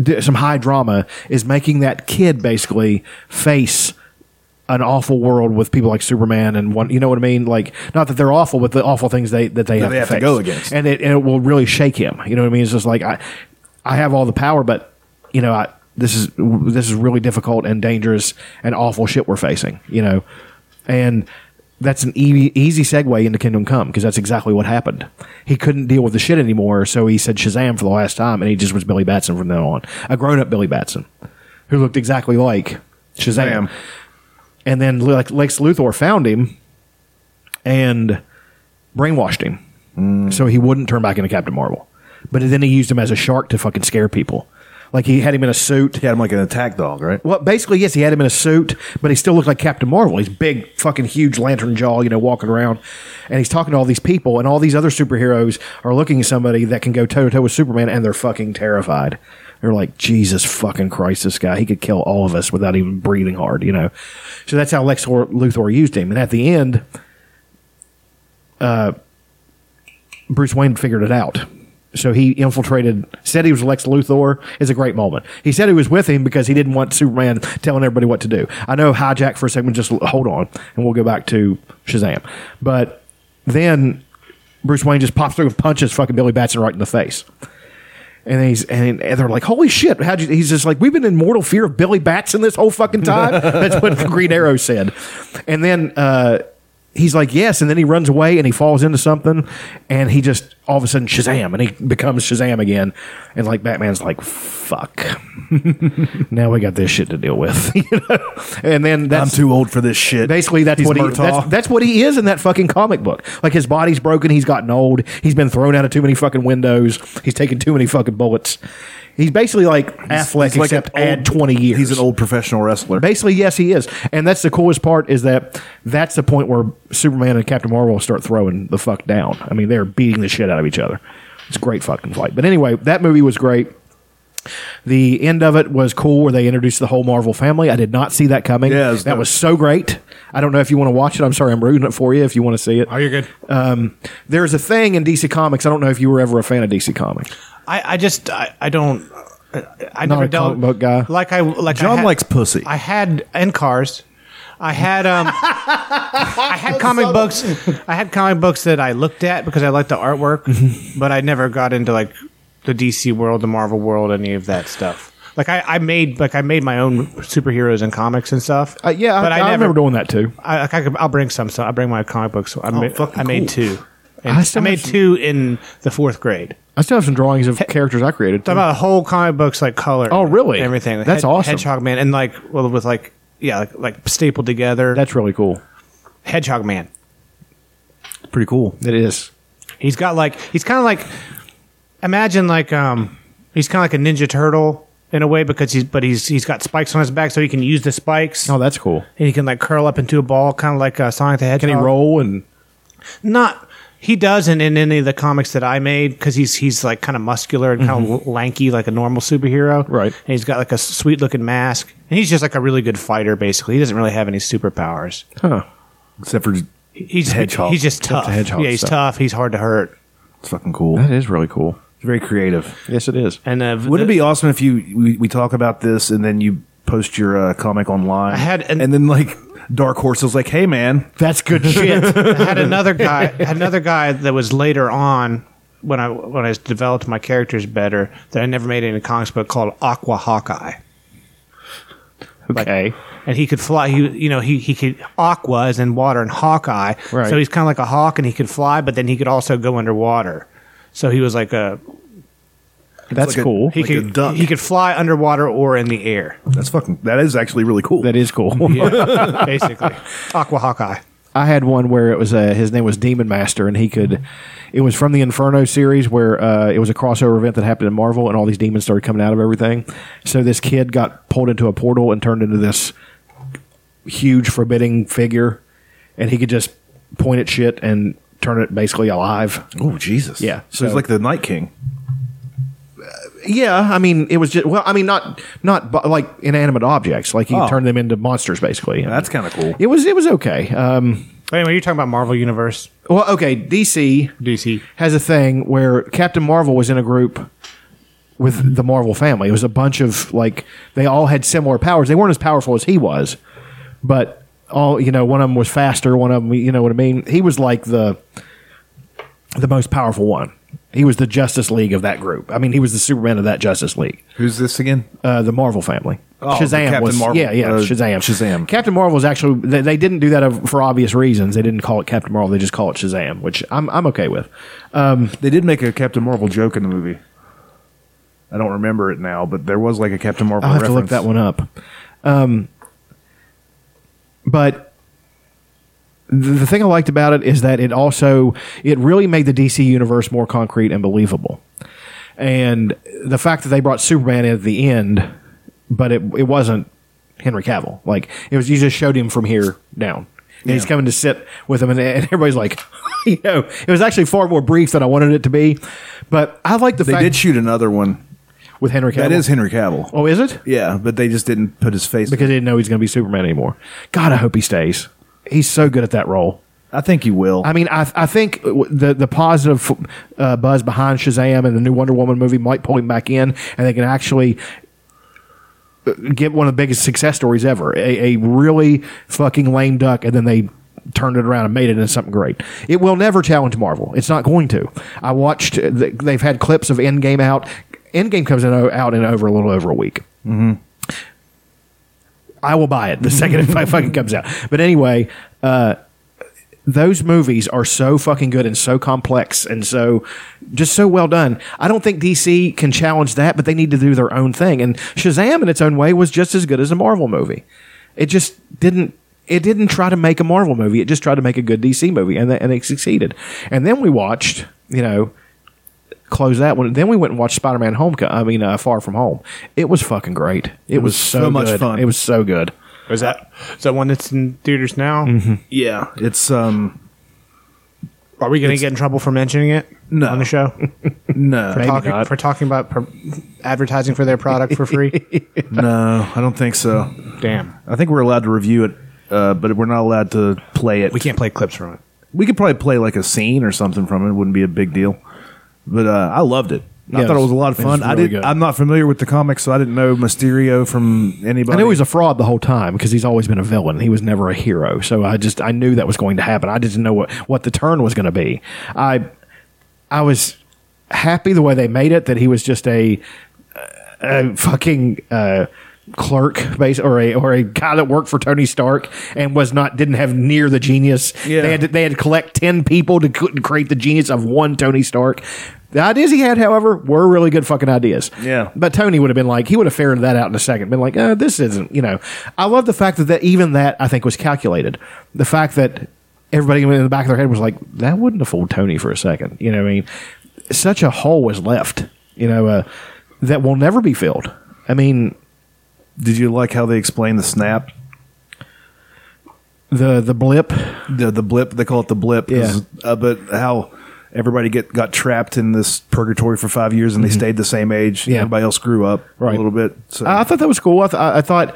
Speaker 3: do some high drama is making that kid basically face an awful world with people like Superman and one, you know what I mean? Like, not that they're awful, but the awful things they that they have,
Speaker 2: they have to
Speaker 3: face.
Speaker 2: go against.
Speaker 3: and it and it will really shake him. You know what I mean? It's just like I, I have all the power, but you know, I this is this is really difficult and dangerous and awful shit we're facing. You know, and that's an easy, easy segue into Kingdom Come because that's exactly what happened. He couldn't deal with the shit anymore, so he said Shazam for the last time, and he just was Billy Batson from then on, a grown up Billy Batson who looked exactly like Shazam.
Speaker 2: Shazam.
Speaker 3: And then like Lex Luthor found him and brainwashed him so he wouldn't turn back into Captain Marvel. But then he used him as a shark to fucking scare people. Like he had him in a suit.
Speaker 2: He had him like an attack dog, right?
Speaker 3: Well, basically, yes, he had him in a suit, but he still looked like Captain Marvel. He's big, fucking huge lantern jaw, you know, walking around. And he's talking to all these people, and all these other superheroes are looking at somebody that can go toe to toe with Superman, and they're fucking terrified. They're like, Jesus fucking Christ, this guy, he could kill all of us without even breathing hard, you know? So that's how Lex Hor- Luthor used him. And at the end, Bruce Wayne figured it out. So he infiltrated, said he was Lex Luthor. It's a great moment. He said he was with him because he didn't want Superman telling everybody what to do. I know hijack for a second, just l- hold on, and we'll go back to Shazam. But then Bruce Wayne just pops through and punches fucking Billy Batson right in the face. And he's and and they're like, holy shit! How would you? He's just like, we've been in mortal fear of Billy Batson this whole fucking time. That's what Green Arrow said. And then uh, he's like, yes. And then he runs away and he falls into something, and he just all of a sudden Shazam, and he becomes Shazam again. And like Batman's like, fuck. now we got this shit to deal with. you know? And then
Speaker 2: I'm
Speaker 3: that's
Speaker 2: too old for this shit.
Speaker 3: Basically, that's
Speaker 2: He's
Speaker 3: what he
Speaker 2: Murtaugh.
Speaker 3: that's, that's what he is in that fucking comic book. Like his body's broken, he's gotten old, he's been thrown out of too many fucking windows, he's taken too many fucking bullets. He's basically like Affleck,
Speaker 2: He's like
Speaker 3: except
Speaker 2: an old-
Speaker 3: add twenty years.
Speaker 2: He's an old professional wrestler.
Speaker 3: Basically, yes, he is, and that's the coolest part is that that's the point where Superman and Captain Marvel start throwing the fuck down. I mean, they're beating the shit out of each other. It's a great fucking fight. But anyway, that movie was great. The end of it was cool, where they introduced the whole Marvel family. I did not see that coming.
Speaker 2: Yeah, it was
Speaker 3: that
Speaker 2: dope.
Speaker 3: was so great. I don't know if you want to watch it. I'm sorry, I'm ruining it for you. If you want to see it,
Speaker 1: Oh,
Speaker 5: Are you good?
Speaker 3: Um, there's a thing in DC Comics. I don't know if you were ever a fan of DC Comics.
Speaker 1: I, I just, I, I don't. I I
Speaker 3: Not
Speaker 1: never
Speaker 3: a
Speaker 1: dealt-
Speaker 3: comic book guy.
Speaker 1: Like I, like I
Speaker 2: John
Speaker 1: had-
Speaker 2: likes pussy.
Speaker 1: I had and cars. I had um, I had comic books. I had comic books that I looked at because I liked the artwork,
Speaker 3: Mm-hmm.
Speaker 1: but I never got into like the DC world, the Marvel world, any of that stuff. Like I, I made like I made my own superheroes and comics and stuff.
Speaker 3: Uh, yeah,
Speaker 1: but I, never.
Speaker 3: remember doing that too.
Speaker 1: I, like, I could, I'll bring some. So I bring my comic books. I, made,
Speaker 3: fucking
Speaker 1: I made
Speaker 3: cool.
Speaker 1: two. And
Speaker 3: I
Speaker 1: I,
Speaker 3: still
Speaker 1: made
Speaker 3: have some-
Speaker 1: two in the fourth grade.
Speaker 3: I still have some drawings of characters I created.
Speaker 1: Talking about whole comic books like color.
Speaker 3: Oh, really?
Speaker 1: and Everything. Like,
Speaker 3: That's awesome.
Speaker 1: Hedgehog Man and like well with like yeah like, like stapled together.
Speaker 3: That's really cool.
Speaker 1: Hedgehog Man.
Speaker 3: Pretty cool. It is.
Speaker 1: He's got like he's kind of like imagine like um he's kind of like a ninja turtle in a way because he's but he's he's got spikes on his back so he can use the spikes
Speaker 3: Oh, that's cool.
Speaker 1: and he can like curl up into a ball kind of like uh, Sonic the Hedgehog.
Speaker 3: Can he roll and
Speaker 1: Not he doesn't in any of the comics that I made because he's he's like kind of muscular and kind of lanky like a normal superhero.
Speaker 3: Right.
Speaker 1: And he's got like a sweet looking mask and he's just like a really good fighter basically. He doesn't really have any superpowers.
Speaker 3: huh?
Speaker 2: Except for
Speaker 1: He's
Speaker 2: Hedgehog.
Speaker 1: He's just
Speaker 2: Except
Speaker 1: tough.
Speaker 2: the hedgehog
Speaker 1: yeah, he's
Speaker 2: stuff.
Speaker 1: tough. He's hard to hurt.
Speaker 2: it's fucking cool.
Speaker 3: That is really cool.
Speaker 2: It's very creative.
Speaker 3: Yes, it is.
Speaker 1: And uh,
Speaker 2: Wouldn't
Speaker 1: the-
Speaker 2: it be awesome if you we, we talk about this and then you post your uh, comic online?
Speaker 1: I had an-
Speaker 2: and then like Dark Horse was like, "Hey man,
Speaker 3: That's good shit.
Speaker 1: I had another guy had another guy that was later on when I when I developed my characters better that I never made any comics but called Aqua Hawkeye.
Speaker 3: okay.
Speaker 1: And he could fly. He, you know, he, he could aqua as in water and Hawkeye.
Speaker 3: Right.
Speaker 1: So he's kind of like a hawk, and he could fly, but then he could also go underwater. So he was like a
Speaker 3: That's
Speaker 2: like a-
Speaker 3: cool.
Speaker 1: he
Speaker 2: Like
Speaker 1: could
Speaker 2: a duck.
Speaker 1: he could fly underwater or in the air,
Speaker 2: that's fucking that is actually really cool."
Speaker 3: that is cool.
Speaker 1: yeah, basically. Aqua Hawkeye.
Speaker 3: I had one where it was uh, his name was Demon Master, and he could. It was from the Inferno series where uh, it was a crossover event that happened in Marvel, and all these demons started coming out of everything. So this kid got pulled into a portal and turned into this huge forbidding figure, and he could just point at shit and turn it basically alive.
Speaker 2: oh Jesus,
Speaker 3: Yeah,
Speaker 2: So, he's
Speaker 3: so-
Speaker 2: like the Night King.
Speaker 3: Yeah, I mean it was just well, I mean not not bu- like inanimate objects, like he
Speaker 2: Oh.
Speaker 3: could turn them into monsters basically.
Speaker 2: That's kind of cool.
Speaker 3: It was it was okay. Um,
Speaker 1: But anyway, you're talking about Marvel Universe,
Speaker 3: well, okay, DC
Speaker 1: DC.
Speaker 3: has a thing where Captain Marvel was in a group with the Marvel family. It was a bunch of like they all had similar powers. They weren't as powerful as he was, but all you know, one of them was faster. One of them, you know what I mean. He was like the the most powerful one. He was the Justice League of that group. I mean, he was the Superman of that Justice League.
Speaker 2: Who's this again?
Speaker 3: Uh, the Marvel family.
Speaker 2: Oh, the
Speaker 3: Shazam
Speaker 2: Captain
Speaker 3: was
Speaker 2: Marvel,
Speaker 3: yeah yeah
Speaker 2: uh,
Speaker 3: Shazam
Speaker 2: Shazam.
Speaker 3: Captain Marvel is actually they, they didn't do that of- for obvious reasons. They didn't call it Captain Marvel. They just call it Shazam, which I'm I'm okay with.
Speaker 2: They did make a Captain Marvel joke in the movie. I don't remember it now, but there was like a Captain Marvel.
Speaker 3: I'll have
Speaker 2: reference.
Speaker 3: to look that one up. Um, but the, the thing I liked about it is that it also it really made the DC universe more concrete and believable. And the fact that they brought Superman in at the end, but it it wasn't Henry Cavill. Like it was, you just showed him from here down. And He's coming to sit with him, and, and everybody's like, you know, it was actually far more brief than I wanted it to be. But I like the
Speaker 2: They
Speaker 3: fact
Speaker 2: did shoot another one.
Speaker 3: with Henry Cavill.
Speaker 2: That is Henry Cavill.
Speaker 3: Oh, is it?
Speaker 2: Yeah, but they just didn't put his face.
Speaker 3: because they didn't know he's going to be Superman anymore. God, I hope he stays. He's so good at that role.
Speaker 2: I think he will.
Speaker 3: I mean, I, I think the the positive uh, buzz behind Shazam and the new Wonder Woman movie might pull him back in, and they can actually uh, get one of the biggest success stories ever. A, a really fucking lame duck, and then they turned it around and made it into something great. It will never challenge Marvel. It's not going to. I watched. uh, th- They've had clips of Endgame out. Endgame comes in, o- out in over a little over a week. I will buy it the second it fucking comes out. But anyway, uh, those movies are so fucking good and so complex and so just so well done. I don't think DC can challenge that, but they need to do their own thing. And Shazam, in its own way, was just as good as a Marvel movie. It just didn't. It didn't try to make a Marvel movie. It just tried to make a good DC movie, and they, and they succeeded. And then we watched, you know, close that one. Then we went and watched Spider Man Homecoming. I mean, uh, Far From Home. It was fucking great. It, was, so,
Speaker 2: much
Speaker 3: good.
Speaker 2: fun.
Speaker 3: It was so good.
Speaker 1: Is that is that one that's in theaters now?
Speaker 2: yeah, it's um
Speaker 1: Are we going to get in trouble for mentioning it
Speaker 2: No.
Speaker 1: on the show?
Speaker 2: no
Speaker 1: talking, For talking about per- advertising for their product for free?
Speaker 2: no. I don't think so.
Speaker 1: Damn.
Speaker 2: I think we're allowed to review it, uh, but we're not allowed to play it.
Speaker 1: We can't play clips from it.
Speaker 2: We could probably play like a scene or something from it. Wouldn't be a big deal. But uh, I loved it. I
Speaker 3: Yeah,
Speaker 2: thought it
Speaker 3: it
Speaker 2: was
Speaker 3: was-
Speaker 2: a lot of
Speaker 3: it was
Speaker 2: fun. I
Speaker 3: really
Speaker 2: did.
Speaker 3: good.
Speaker 2: I'm not familiar with the comics, so I didn't know Mysterio from anybody.
Speaker 3: I knew he was a fraud the whole time because he's always been a villain. He was never a hero. So I just I knew that was going to happen. I didn't know what what the turn was going to be. I I was happy the way they made it that he was just a a fucking uh, clerk base or a or a guy that worked for Tony Stark and was not didn't have near the genius.
Speaker 2: Yeah.
Speaker 3: They had to, they had to collect ten people to co- create the genius of one Tony Stark. The ideas he had, however, were really good fucking ideas.
Speaker 2: Yeah.
Speaker 3: But Tony would have been like, he would have ferreted that out in a second, been like, uh, this isn't, you know. I love the fact that, that even that, I think, was calculated. The fact that everybody in the back of their head was like, that wouldn't have fooled Tony for a second. You know what I mean? Such a hole was left, you know, uh, that will never be filled. I mean,
Speaker 2: Did you like how they explained the snap?
Speaker 3: the the blip,
Speaker 2: the the blip they call it the blip 'cause, uh, but how everybody get got trapped in this purgatory for five years and they stayed the same age
Speaker 3: Mm-hmm. Yeah.
Speaker 2: everybody else grew up a
Speaker 3: Right.
Speaker 2: little bit so
Speaker 3: I I thought that was cool. I, th- I I thought,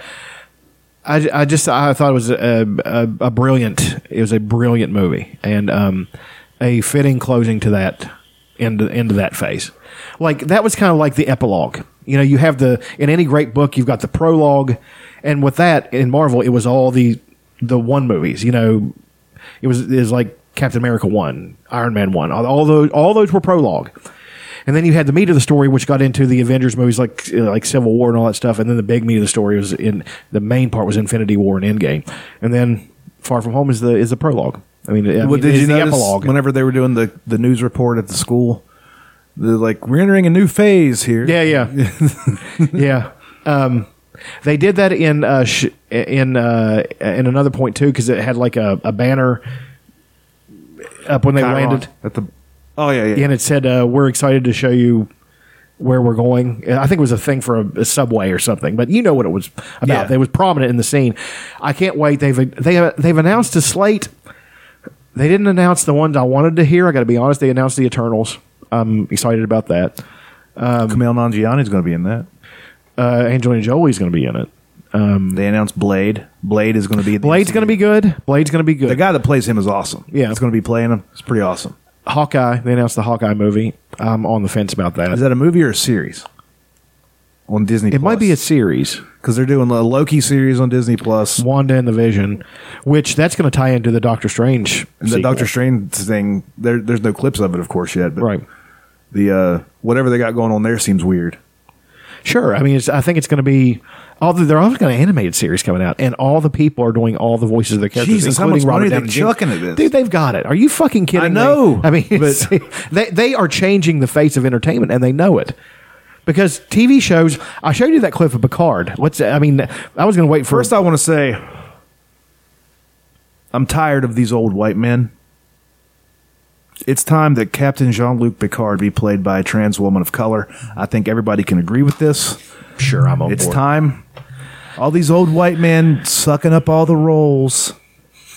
Speaker 3: I, I just I thought it was a, a, a brilliant. It was a brilliant movie and um, a fitting closing to that end end of that phase. Like that was kind of like the epilogue. You know, you have the in any great book, you've got the prologue, and with that in Marvel, it was all the the one movies. You know, it was it was like Captain America one, Iron Man one. All, all those all those were prologue. And then you had the meat of the story, which got into the Avengers movies like like Civil War and all that stuff. And then the big meat of the story was in the main part was Infinity War and Endgame. And then Far From Home is the is the prologue. I mean, I
Speaker 2: well,
Speaker 3: mean,
Speaker 2: did
Speaker 3: it's
Speaker 2: you
Speaker 3: the
Speaker 2: notice
Speaker 3: epilogue?
Speaker 2: whenever they were doing the the news report at the school they're like we're entering a new phase here
Speaker 3: yeah, yeah, yeah. Um, they did that in uh, sh- in uh, in another point too because it had like a, a banner up when they
Speaker 2: Chiron
Speaker 3: landed.
Speaker 2: at the oh yeah yeah,
Speaker 3: and it said uh, we're excited to show you where we're going And i think it was a thing for a, a subway or something but you know what it was about
Speaker 2: Yeah.
Speaker 3: they was prominent in the scene i can't wait they've they, have they've announced a slate they didn't announce the ones i wanted to hear i gotta be honest they announced the eternals i'm excited about that
Speaker 2: Kumail Nanjiani's going to be in that
Speaker 3: uh, angelina jolie's gonna be in it
Speaker 2: they announced Blade Blade is going to be in the
Speaker 3: blade's
Speaker 2: MCU.
Speaker 3: gonna be good blade's gonna be
Speaker 2: the
Speaker 3: good
Speaker 2: guy that plays him is awesome
Speaker 3: Yeah.
Speaker 2: it's going to be playing him it's pretty awesome
Speaker 3: hawkeye they announced the hawkeye movie i'm on the fence about that
Speaker 2: is that a movie or a series on Disney
Speaker 3: it might be a series
Speaker 2: because they're doing a Loki series on Disney Plus.
Speaker 3: wanda and the vision which that's gonna tie into the doctor strange
Speaker 2: The
Speaker 3: sequel.
Speaker 2: Doctor Strange thing, there, there's no clips of it, of course, yet. But
Speaker 3: right
Speaker 2: the uh, whatever they got going on there seems weird.
Speaker 3: Sure. I mean, it's, I think it's going to be. Although they're also got an animated series coming out, and all the people are doing all the voices of the characters,
Speaker 2: Jesus, how
Speaker 3: including
Speaker 2: much money
Speaker 3: Robert
Speaker 2: they
Speaker 3: Downey Jr.
Speaker 2: chucking at this?
Speaker 3: Dude, they've got it. Are you fucking kidding
Speaker 2: I
Speaker 3: me?
Speaker 2: know,
Speaker 3: I mean, it's- they they are changing the face of entertainment, and they know it. Because TV shows, I showed you that clip of Picard. What's I mean? I was going to wait for
Speaker 2: First, I want to say, I'm tired of these old white men. It's time that Captain Jean Luc Picard be played by a trans woman of color. I think everybody can agree with this.
Speaker 3: sure I'm on
Speaker 2: It's
Speaker 3: board.
Speaker 2: time. All these old white men sucking up all the roles.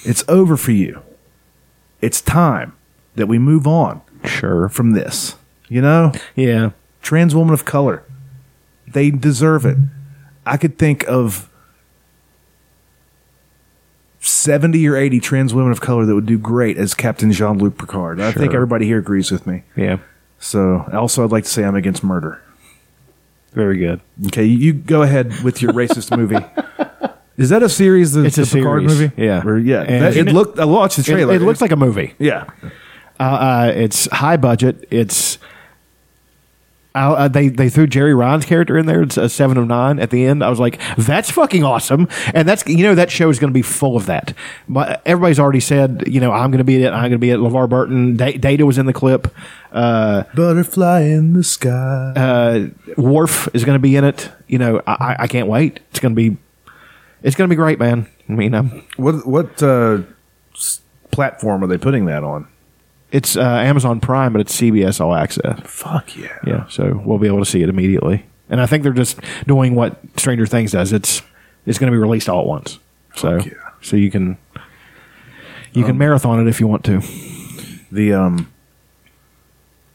Speaker 2: It's over for you. It's time that we move on
Speaker 3: Sure.
Speaker 2: from this. You know?
Speaker 3: Yeah.
Speaker 2: trans woman of color. They deserve it. I could think of 70 or 80 trans women of color that would do great as Captain Jean Luc Picard. I think
Speaker 3: Sure.
Speaker 2: everybody here agrees with me.
Speaker 3: Yeah.
Speaker 2: So, also, I'd like to say I'm against murder.
Speaker 3: Very good.
Speaker 2: Okay, you go ahead with your racist movie. Is that a series? The,
Speaker 3: It's a
Speaker 2: the Picard
Speaker 3: series,
Speaker 2: movie?
Speaker 3: yeah.
Speaker 2: Or- yeah.
Speaker 3: And-
Speaker 2: That- it looked, I watched the
Speaker 3: It,
Speaker 2: trailer.
Speaker 3: it looks like a movie.
Speaker 2: yeah.
Speaker 3: uh, uh, it's high budget. It's I, uh, they they threw Jerry Ryan's character in there. It's a seven of nine at the end. I was like, that's fucking awesome, and that's you know that show is going to be full of that. But everybody's already said, you know, I'm going to be it. I'm going to be it. LeVar Burton, da- Data was in the clip. Uh,
Speaker 2: Butterfly in the sky.
Speaker 3: uh, Worf is going to be in it. You know, I, I- I can't wait. It's going to be it's going to be great, man. I mean, um, I'm,
Speaker 2: what what uh, s- platform are they putting that on?
Speaker 3: it's uh, Amazon Prime, but it's CBS All Access.
Speaker 2: Fuck yeah.
Speaker 3: Yeah, so we'll be able to see it immediately. And I think they're just doing what Stranger Things does. It's it's going to be released all at once. So
Speaker 2: Fuck yeah. Um,
Speaker 3: so you can you can marathon it if you want to.
Speaker 2: the um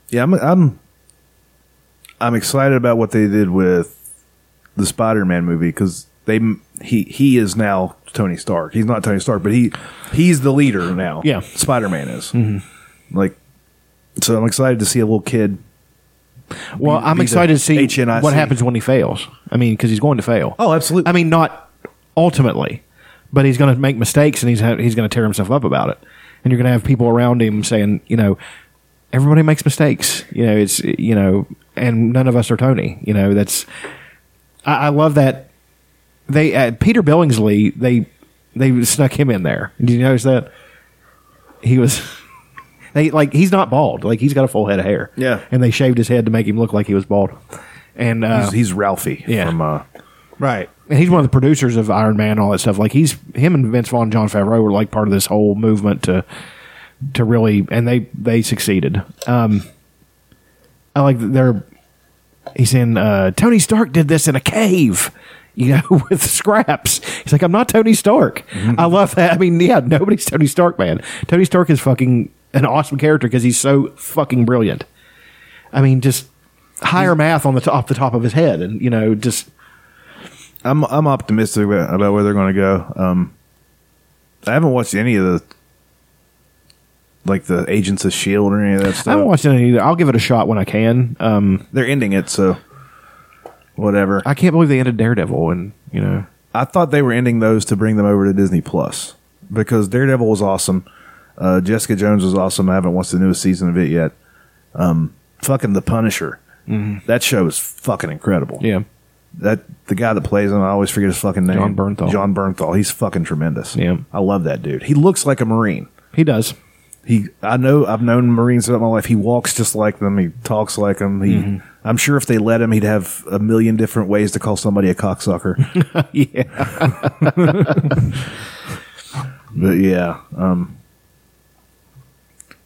Speaker 2: yeah i'm i'm i'm excited about what they did with the spider-man movie because they he he is now tony stark he's not tony stark but he he's the leader now
Speaker 3: Yeah. Mm-hmm.
Speaker 2: spider-man is like so i'm excited to see a little kid
Speaker 3: Well, I'm
Speaker 2: the
Speaker 3: excited to see
Speaker 2: HNIC.
Speaker 3: what happens when he fails. I mean, because he's going to fail.
Speaker 2: Oh, absolutely.
Speaker 3: I mean, not ultimately, but he's going to make mistakes and he's ha- he's going to tear himself up about it. And you're going to have people around him saying, you know, everybody makes mistakes. You know, it's you know, and none of us are Tony. You know, that's I, I love that they uh, Peter Billingsley they they snuck him in there. Did you notice that he was? They like he's not bald. Like he's got a full head of hair.
Speaker 2: Yeah.
Speaker 3: and they shaved his head to make him look like he was bald. And uh,
Speaker 2: he's, he's Ralphie
Speaker 3: yeah.
Speaker 2: from uh,
Speaker 1: Right.
Speaker 3: and he's one of the producers of Iron Man and all that stuff. Like he's him and Vince Vaughn, and John Favreau were like part of this whole movement to to really, and they they succeeded. Um, I like that they're he's in uh, Tony Stark did this in a cave. You know, with scraps. He's like, I'm not Tony Stark. I love that. I mean, yeah, nobody's Tony Stark, man. Tony Stark is fucking an awesome character because he's so fucking brilliant. I mean, just higher math on the top, off the top of his head, and you know, just
Speaker 2: I'm I'm optimistic about about where they're going to go. Um, I haven't watched any of the like the Agents of Shield E or any of that
Speaker 3: I haven't
Speaker 2: stuff.
Speaker 3: watched it either. I'll give it a shot when I can. Um,
Speaker 2: they're ending it, so whatever. I,
Speaker 3: I can't believe they ended Daredevil, and you know,
Speaker 2: thought they were ending those to bring them over to Disney Plus because Daredevil was awesome. Uh, Jessica Jones was awesome. I haven't watched the newest season of it yet. Um, fucking The Punisher. That show is fucking incredible.
Speaker 3: Mm-hmm. yeah,
Speaker 2: that the guy that plays him, I always forget his fucking name.
Speaker 3: John Bernthal.
Speaker 2: John Bernthal. He's fucking tremendous.
Speaker 3: Yeah.
Speaker 2: I love that dude. He looks like a Marine.
Speaker 3: he does.
Speaker 2: He, I know, I've known Marines throughout my life. He walks just like them. He talks like them. He, I'm sure if they let him, he'd have a million different ways to call somebody a cocksucker.
Speaker 3: Yeah,
Speaker 2: but yeah, um,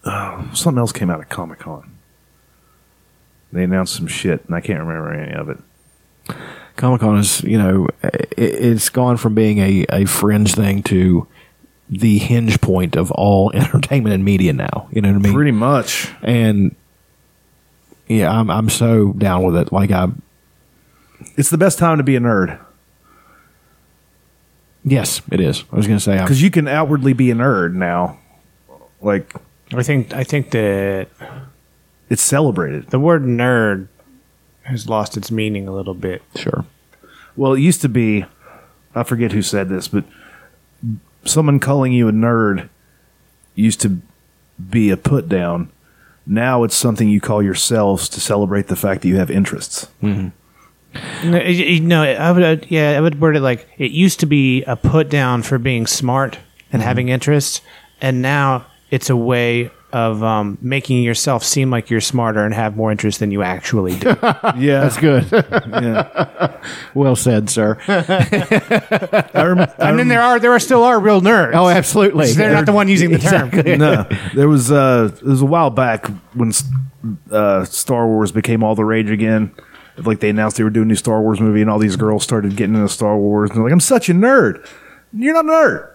Speaker 2: oh, something else came out of Comic Con. They announced some shit, and I can't remember any of it.
Speaker 3: Comic Con is you know, it, it's gone from being a a fringe thing to the hinge point of all entertainment and media now. You know what I mean?
Speaker 2: Pretty much.
Speaker 3: and yeah, I'm I'm so down with it. Like I
Speaker 2: It's the best time to be a nerd.
Speaker 3: yes, it is. I was gonna say I'm,
Speaker 2: because you can outwardly be a nerd now. Like
Speaker 1: I think I think that
Speaker 2: it's celebrated.
Speaker 1: the word nerd has lost its meaning a little bit.
Speaker 3: sure.
Speaker 2: Well, it used to be, I forget who said this, but someone calling you a nerd used to be a put down. Now it's something you call yourselves to celebrate the fact that you have interests.
Speaker 1: No, it- it- no, I would uh, yeah, I would word it like it used to be a put down for being smart and having interests, and now it's a way of um, making yourself seem like you're smarter and have more interest than you actually do.
Speaker 2: Yeah,
Speaker 3: That's good. Well said, sir.
Speaker 2: I rem- I
Speaker 1: and then there are there are still are real nerds.
Speaker 3: Oh, absolutely.
Speaker 1: They're not the one using the term.
Speaker 2: no, there was uh, it was a while back when uh, Star Wars became all the rage again. Like they announced they were doing a new Star Wars movie, and all these girls started getting into Star Wars. And they're like, "I'm such a nerd." You're not a nerd.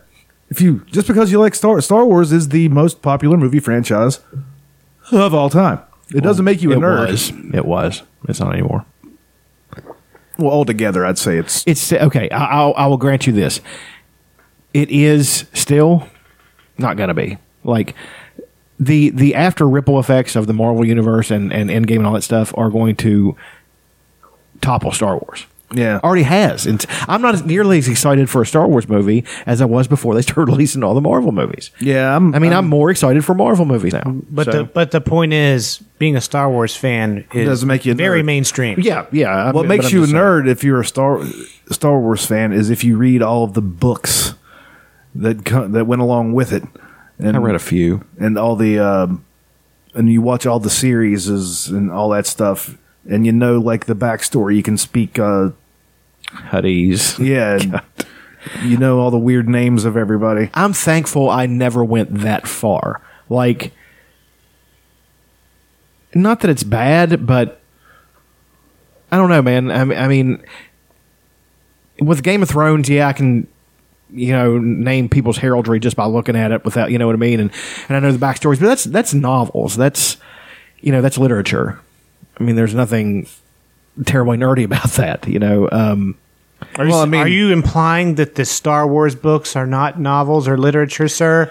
Speaker 2: If you just because you like Star Star Wars is the most popular movie franchise of all time. It doesn't make you a
Speaker 3: it
Speaker 2: nerd.
Speaker 3: was. It was. It's not anymore.
Speaker 2: Well, altogether, I'd say it's
Speaker 3: it's okay. I, I'll, I will grant you this. It is still not going to be like the the after ripple effects of the Marvel universe and and Endgame and all that stuff are going to topple Star Wars.
Speaker 2: Yeah.
Speaker 3: already has. And I'm not as nearly as excited for a Star Wars movie as I was before they started releasing all the Marvel movies.
Speaker 2: Yeah, Um, I'm-
Speaker 3: I mean, I'm,
Speaker 2: I'm-
Speaker 3: more excited for Marvel movies now.
Speaker 1: But
Speaker 2: So-
Speaker 1: the but the point is, being a Star Wars fan is
Speaker 2: Doesn't make you a
Speaker 1: very
Speaker 2: nerd.
Speaker 1: mainstream.
Speaker 3: yeah, yeah.
Speaker 2: what
Speaker 3: I mean, but
Speaker 2: makes
Speaker 3: I'm
Speaker 2: you a
Speaker 3: just saying.
Speaker 2: nerd if you're a Star Star Wars fan is if you read all of the books that co- that went along with it. And
Speaker 3: I read a few.
Speaker 2: and all the um, and you watch all the series and all that stuff and you know like the backstory you can speak uh
Speaker 3: Huddies.
Speaker 2: yeah and you know all the weird names of everybody
Speaker 3: I'm thankful I never went that far. Like, not that it's bad, but I don't know, man. I, mean- I mean, with Game of Thrones, yeah, I can, you know, name people's heraldry just by looking at it without, you know what I mean, and and I know the backstories, but that's that's novels. That's you know, that's literature. I mean, there's nothing terribly nerdy about that, you know. Um,
Speaker 1: Are, you,
Speaker 2: Well, I mean-
Speaker 1: are you implying that the Star Wars books are not novels or literature, sir?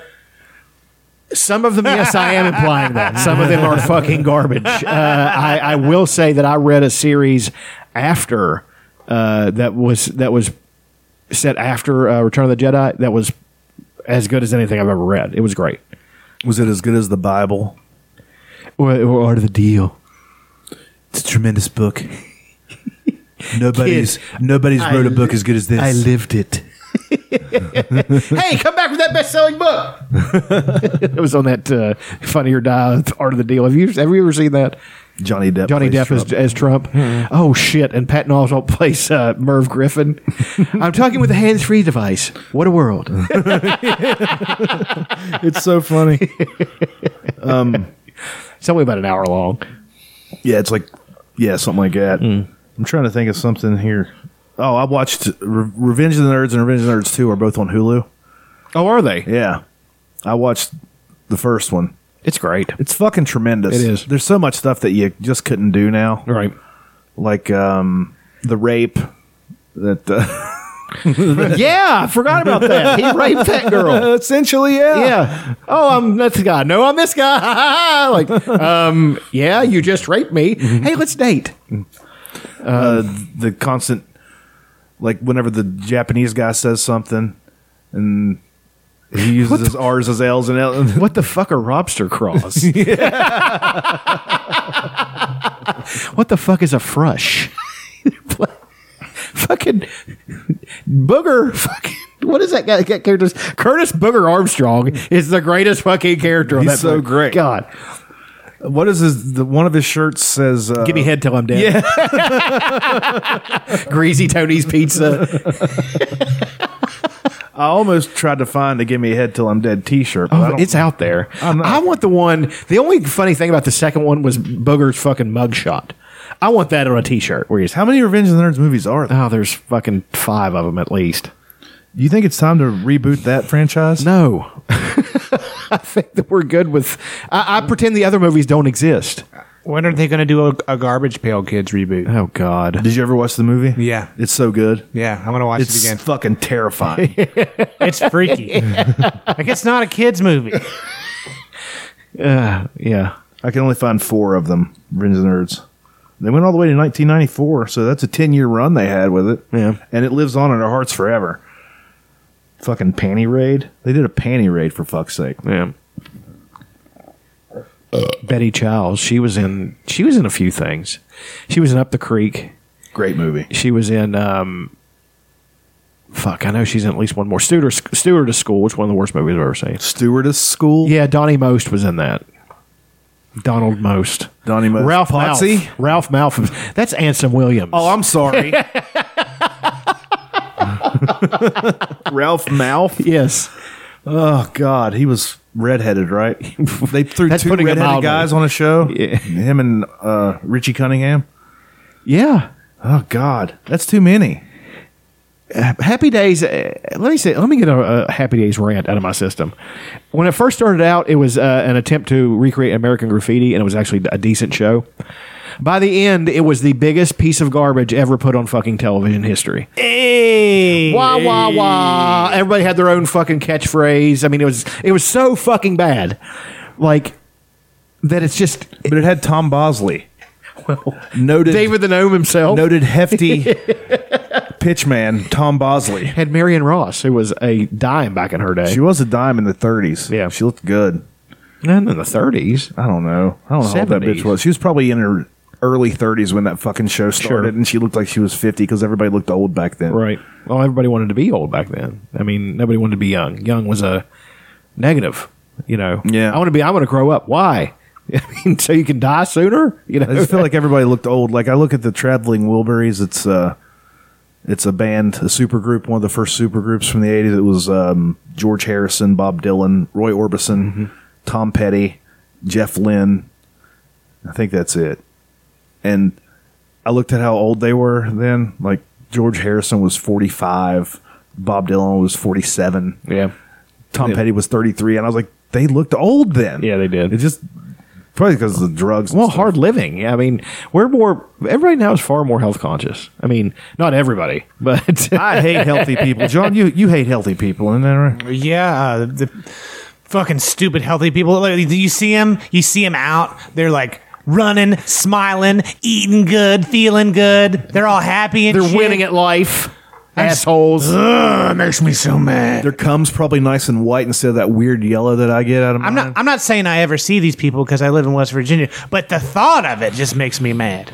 Speaker 3: Some of them, yes, I am implying that. Some of them are fucking garbage. Uh, I, I will say that I read a series after uh, that was that was set after uh, Return of the Jedi that was as good as anything I've ever read. It was great.
Speaker 2: Was it as good as the Bible?
Speaker 3: Or, or Art of the Deal.
Speaker 2: It's a tremendous book. Nobody's nobody's wrote a book as good as this.
Speaker 3: I lived it. hey, come back with that best-selling book. it was on that uh, Funny or Die Art of the Deal. Have you have you ever seen that?
Speaker 2: Johnny Depp.
Speaker 3: Johnny
Speaker 2: plays
Speaker 3: Depp as,
Speaker 2: Trump.
Speaker 3: as Trump. Oh shit! And Patton Oswalt plays uh, Merv Griffin. I'm talking with a hands-free device. What a world!
Speaker 2: It's so funny.
Speaker 3: it's only about an hour long.
Speaker 2: yeah, it's like yeah, something like that.
Speaker 3: Hmm.
Speaker 2: I'm trying to think of something here. Oh, I watched Re- Revenge of the Nerds and Revenge of the Nerds Two are both on Hulu.
Speaker 3: Oh, are they?
Speaker 2: Yeah, I watched the first one.
Speaker 3: It's great.
Speaker 2: It's fucking tremendous.
Speaker 3: It is.
Speaker 2: There's so much stuff that you just couldn't do now,
Speaker 3: Right.
Speaker 2: like um, the rape. That uh,
Speaker 3: yeah, I forgot about that. He raped that girl.
Speaker 2: essentially, yeah,
Speaker 3: Yeah. Oh, I'm that's the guy. No, I'm this guy. like, um, yeah, you just raped me. Hey, let's date.
Speaker 2: uh, the constant like whenever the Japanese guy says something and he uses his R's as L's and L's.
Speaker 3: What the fuck are lobster craws? what the fuck is a frush? fucking Booger. Fucking. What is that guy? That character's Curtis Booger Armstrong is the greatest fucking character. on
Speaker 2: He's
Speaker 3: that
Speaker 2: so
Speaker 3: movie.
Speaker 2: great.
Speaker 3: God,
Speaker 2: What is his? The, one of his shirts says, uh,
Speaker 3: give me head till I'm dead. Greasy Tony's Pizza.
Speaker 2: I almost tried to find a "Give me head till I'm dead" T-shirt. But I don't-
Speaker 3: Oh, It's out there.
Speaker 2: I'm not-
Speaker 3: I want the one. The only funny thing about the second one was Booger's fucking mugshot. I want that on a T-shirt. Where he's
Speaker 2: How many Revenge of the Nerds movies are there?
Speaker 3: Oh, there's fucking five of them at least.
Speaker 2: You think it's time to reboot that franchise?
Speaker 3: No. I think that we're good with. I, I pretend the other movies don't exist.
Speaker 1: When are they going to do a, a Garbage Pail Kids reboot?
Speaker 3: Oh, God.
Speaker 2: Did you ever watch the movie?
Speaker 1: Yeah.
Speaker 2: it's so good.
Speaker 1: Yeah, I'm going to watch
Speaker 2: It's
Speaker 1: it again.
Speaker 2: fucking terrifying.
Speaker 1: It's freaky. like it's not a kids movie.
Speaker 3: Yeah.
Speaker 2: I can only find four of them. Revenge of the Nerds. They went all the way to 1994, so that's a 10 year run they had with it.
Speaker 3: Yeah.
Speaker 2: and it lives on in our hearts forever. Fucking panty raid. They did a panty raid for fuck's sake.
Speaker 3: Yeah. Betty Childs, she was in she was in a few things. She was in Up the Creek.
Speaker 2: Great movie.
Speaker 3: She was in um fuck, I know she's in at least one more Steward Steward of School, which is one of the worst movies I've ever seen.
Speaker 2: Stewardess School.
Speaker 3: Yeah, Donnie Most was in that. Donald Most.
Speaker 2: Donnie Most.
Speaker 3: Ralph
Speaker 2: Potsy?
Speaker 3: Malf. Ralph Malf. That's Anson Williams.
Speaker 2: Oh, I'm sorry. Ralph Mouth.
Speaker 3: yes.
Speaker 2: Oh God, he was redheaded, right? They threw
Speaker 3: That's
Speaker 2: two
Speaker 3: putting it
Speaker 2: redheaded
Speaker 3: mildly.
Speaker 2: guys on a show.
Speaker 3: Yeah.
Speaker 2: Him and uh, Richie Cunningham.
Speaker 3: Yeah.
Speaker 2: Oh God, that's too many.
Speaker 3: Happy Days. Uh, let me say. Let me get a, a Happy Days rant out of my system. When it first started out, it was uh, an attempt to recreate American Graffiti, and it was actually a decent show. By the end, it was the biggest piece of garbage ever put on fucking television history.
Speaker 1: Hey,
Speaker 3: Wah wah wah! Everybody had their own fucking catchphrase. I mean, it was it was so fucking bad, like that. It's just
Speaker 2: But it had Tom Bosley. Well, noted
Speaker 3: David the Gnome himself
Speaker 2: noted hefty pitchman Tom Bosley.
Speaker 3: had Marion Ross, who was a dime back in her day,
Speaker 2: She was a dime in the 30s.
Speaker 3: Yeah.
Speaker 2: she looked good.
Speaker 3: and in the thirties.
Speaker 2: I don't know. I don't know how old that
Speaker 3: 70s.
Speaker 2: bitch was. She was probably in her early 30s when that fucking show started, and she looked like she was 50 because everybody looked old back then.
Speaker 3: Right. Well, everybody wanted to be old back then. I mean, nobody wanted to be young. Young was a negative, you know.
Speaker 2: Yeah.
Speaker 3: I want to be. I want to grow up. Why? I mean, so you can die sooner. You
Speaker 2: I
Speaker 3: know.
Speaker 2: just feel like everybody looked old. Like I look at the Traveling Wilburys. It's uh, it's a band, a supergroup, one of the first supergroups from the '80s. It was um, George Harrison, Bob Dylan, Roy Orbison,
Speaker 3: Mm-hmm.
Speaker 2: Tom Petty, Jeff Lynne. I think that's it. And I looked at how old they were then. Like George Harrison was 45, Bob Dylan was 47,
Speaker 3: yeah.
Speaker 2: Tom
Speaker 3: Yeah.
Speaker 2: Petty was 33, and I was like, they looked old then.
Speaker 3: Yeah, they did.
Speaker 2: It just probably because of the drugs. and
Speaker 3: Well,
Speaker 2: stuff.
Speaker 3: hard living. Yeah, I mean, we're more. Everybody now is far more health conscious. I mean, not everybody, but
Speaker 2: I hate healthy people. John, you, you hate healthy people, isn't that right?
Speaker 1: Yeah, uh, the fucking stupid healthy people. Like, do you see them? You see them out. They're like running, smiling, eating good, feeling good. They're all happy and
Speaker 3: They're
Speaker 1: shit.
Speaker 3: winning at life. Assholes.
Speaker 1: Ugh, it makes me so mad.
Speaker 2: Their cum's probably nice and white instead of that weird yellow that I get out of mine.
Speaker 1: I'm not. I'm not saying I ever see these people because I live in West Virginia, but the thought of it just makes me mad.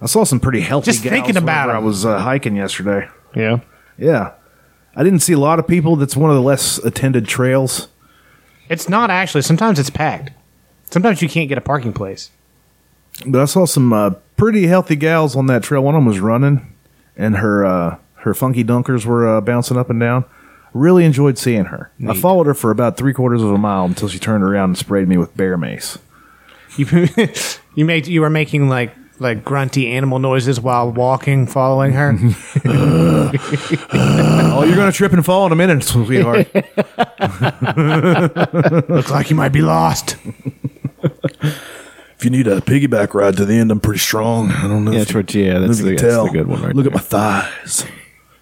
Speaker 2: I saw some pretty healthy.
Speaker 1: Just
Speaker 2: gals
Speaker 1: thinking about
Speaker 2: whenever I
Speaker 1: 'em.
Speaker 2: was uh, hiking yesterday.
Speaker 3: Yeah.
Speaker 2: Yeah, I didn't see a lot of people. That's one of the less attended trails.
Speaker 1: It's not actually. Sometimes it's packed. Sometimes you can't get a parking place.
Speaker 2: But I saw some uh, pretty healthy gals on that trail. One of them was running, and her uh, her funky dunkers were uh, bouncing up and down. Really enjoyed seeing her. I followed her for about three quarters of a mile until she turned around and sprayed me with bear mace.
Speaker 1: You you made you were making like like grunty animal noises while walking, following her.
Speaker 2: Oh, you're gonna trip and fall in a minute, sweetheart.
Speaker 1: Looks like you might be lost.
Speaker 2: if you need a piggyback ride to the end, I'm pretty strong. I don't know.
Speaker 3: Yeah,
Speaker 2: if
Speaker 3: that's
Speaker 2: you-
Speaker 3: what- yeah,
Speaker 2: I don't know
Speaker 3: that's
Speaker 2: if
Speaker 3: the-
Speaker 2: you can
Speaker 3: that's the good one right
Speaker 2: Look at my thighs.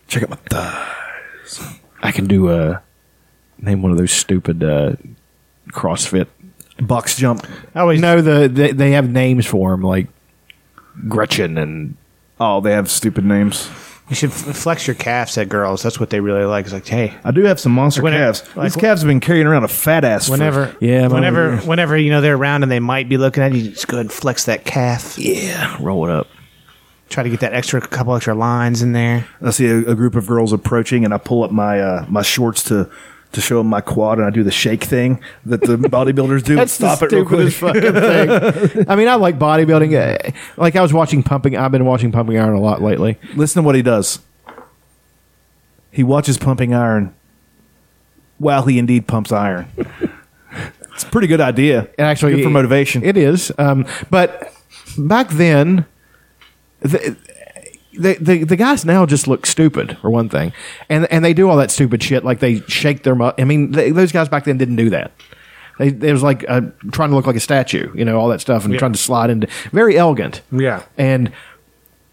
Speaker 2: Check out my thighs.
Speaker 3: I can do uh name one of those stupid uh CrossFit.
Speaker 2: Box jump.
Speaker 1: I always
Speaker 3: No, the they, they have names for them like Gretchen and
Speaker 2: Oh, they have stupid names.
Speaker 1: you should f- flex your calves at girls. That's what they really like. It's like, hey,
Speaker 2: I do have some monster
Speaker 1: When-
Speaker 2: calves.
Speaker 1: like-
Speaker 2: These calves have been carrying around a fat ass. for-
Speaker 1: whenever,
Speaker 3: Yeah, my-
Speaker 1: whenever, whenever you know they're around and they might be looking at you, just go ahead and flex that calf.
Speaker 3: yeah, roll it up.
Speaker 1: Try to get that extra couple extra lines in there.
Speaker 2: I see a, a group of girls approaching, and I pull up my uh, my shorts to to show them my quad, and I do the shake thing that the bodybuilders do. and stop it real quick.
Speaker 3: fucking thing. I mean, I like bodybuilding. Uh, Like I was watching pumping. I've been watching pumping iron a lot lately.
Speaker 2: Listen to what he does. He watches pumping iron while he indeed pumps iron. it's a pretty good idea.
Speaker 3: And actually,
Speaker 2: good for motivation.
Speaker 3: It is. Um, but back then, the, the the the guys now just look stupid for one thing, and and they do all that stupid shit like they shake their. Mu- I mean, they, those guys back then didn't do that. They, it was like uh, trying to look like a statue, you know, all that stuff, and trying to slide into very elegant.
Speaker 1: Yeah.
Speaker 3: and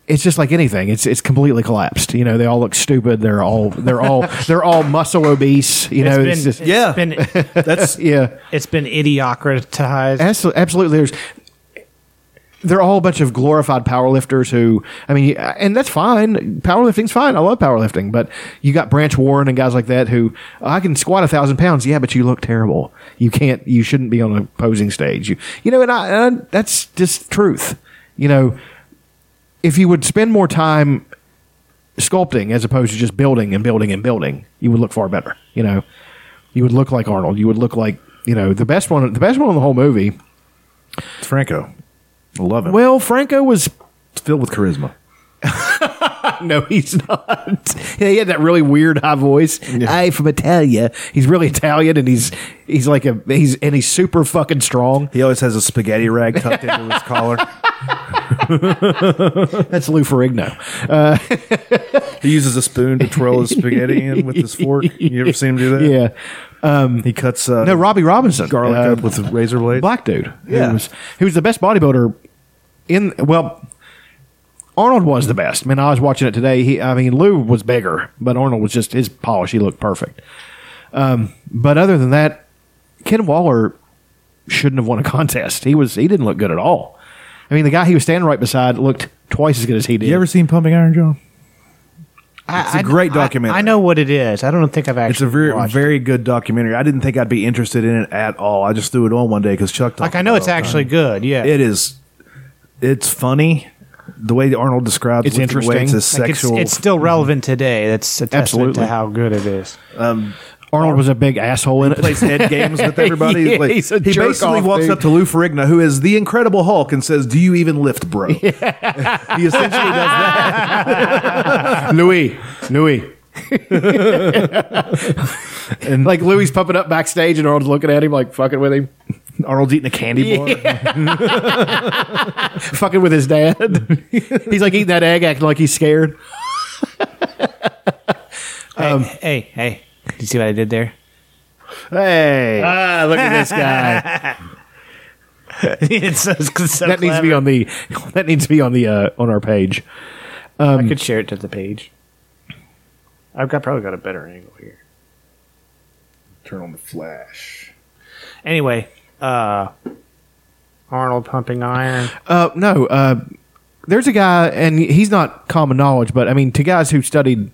Speaker 3: it's just like anything. It's it's completely collapsed. You know, they all look stupid. They're all they're all they're all muscle obese. You know, it's just,
Speaker 2: yeah.
Speaker 1: it's been
Speaker 2: That's
Speaker 3: yeah.
Speaker 1: it's been idiocratized.
Speaker 3: Absol- Absolutely, there's they're all a bunch of glorified powerlifters who, I mean, uh, and that's fine. Powerlifting's fine. I love powerlifting, but you got Branch Warren and guys like that who I can squat a thousand pounds, yeah, but you look terrible. You can't. You shouldn't be on a posing stage. You, you know, and, I, and I- that's just truth. You know, if you would spend more time sculpting as opposed to just building and building and building, you would look far better. You know, you would look like Arnold. You would look like you know the best one. The best one in the whole movie.
Speaker 2: Franco. I love him.
Speaker 3: Well, Franco was
Speaker 2: it's filled with charisma.
Speaker 3: no, he's not. Yeah, he had that really weird high voice. I from Italia. He's really Italian, and he's he's like a he's and he's super fucking strong.
Speaker 2: He always has a spaghetti rag tucked into his collar.
Speaker 3: That's Lou Ferrigno.
Speaker 2: He uses a spoon to twirl his spaghetti in with his fork. You ever seen him do that?
Speaker 3: Yeah,
Speaker 2: He cuts uh,
Speaker 3: no, Robbie Robinson,
Speaker 2: garlic
Speaker 3: uh,
Speaker 2: up with a razor blade.
Speaker 3: black dude.
Speaker 2: Yeah.
Speaker 3: who was, who was the best bodybuilder in well. Arnold was the best. Man, I was watching it today. He, I mean, Lou was bigger, but Arnold was just his polish. He looked perfect. Um, but other than that, Ken Waller shouldn't have won a contest. He was he didn't look good at all. I mean, the guy he was standing right beside looked twice as good as he did.
Speaker 2: You ever seen Pumping Iron, John?
Speaker 1: It's
Speaker 2: a great documentary.
Speaker 1: I, know what it is. I don't think I've actually.
Speaker 2: It's a very,
Speaker 1: watched it.
Speaker 2: very good documentary. I didn't think I'd be interested in it at all. I just threw it on one day because Chuck.
Speaker 1: like I know it's actually good. Yeah,
Speaker 2: It is. It's funny. The way that Arnold describes
Speaker 3: It's
Speaker 2: lifting
Speaker 3: interesting.
Speaker 2: weights is
Speaker 1: Like, it's,
Speaker 2: sexual.
Speaker 1: it's still relevant today. That's a testament
Speaker 3: Absolutely.
Speaker 1: to how good it is.
Speaker 3: Arnold was a big asshole in it.
Speaker 2: plays head games with everybody.
Speaker 3: Yeah,
Speaker 2: Like,
Speaker 3: he's a
Speaker 2: he
Speaker 3: jerk
Speaker 2: basically
Speaker 3: off,
Speaker 2: walks
Speaker 3: dude.
Speaker 2: up to Lou Ferrigno, who is the Incredible Hulk, and says, "Do you even lift, bro?" he essentially does that.
Speaker 3: Louis, Louis. and like Louis pumping up backstage, and Arnold's looking at him like fucking with him,
Speaker 2: Arnold's eating a candy bar.
Speaker 3: fucking with his dad. he's like eating that egg, acting like he's scared.
Speaker 1: hey, hey, did you see what I did there?
Speaker 3: Hey, ah, look at this guy.
Speaker 1: it's so, it's so
Speaker 3: that needs to be on the that needs to be on the uh, on our page.
Speaker 1: I could share it to the page. I've got probably got a better angle here.
Speaker 2: Turn on the flash.
Speaker 1: Anyway, uh, Arnold pumping iron.
Speaker 3: Uh, no, uh, there's a guy, and he's not common knowledge, but I mean, to guys who studied,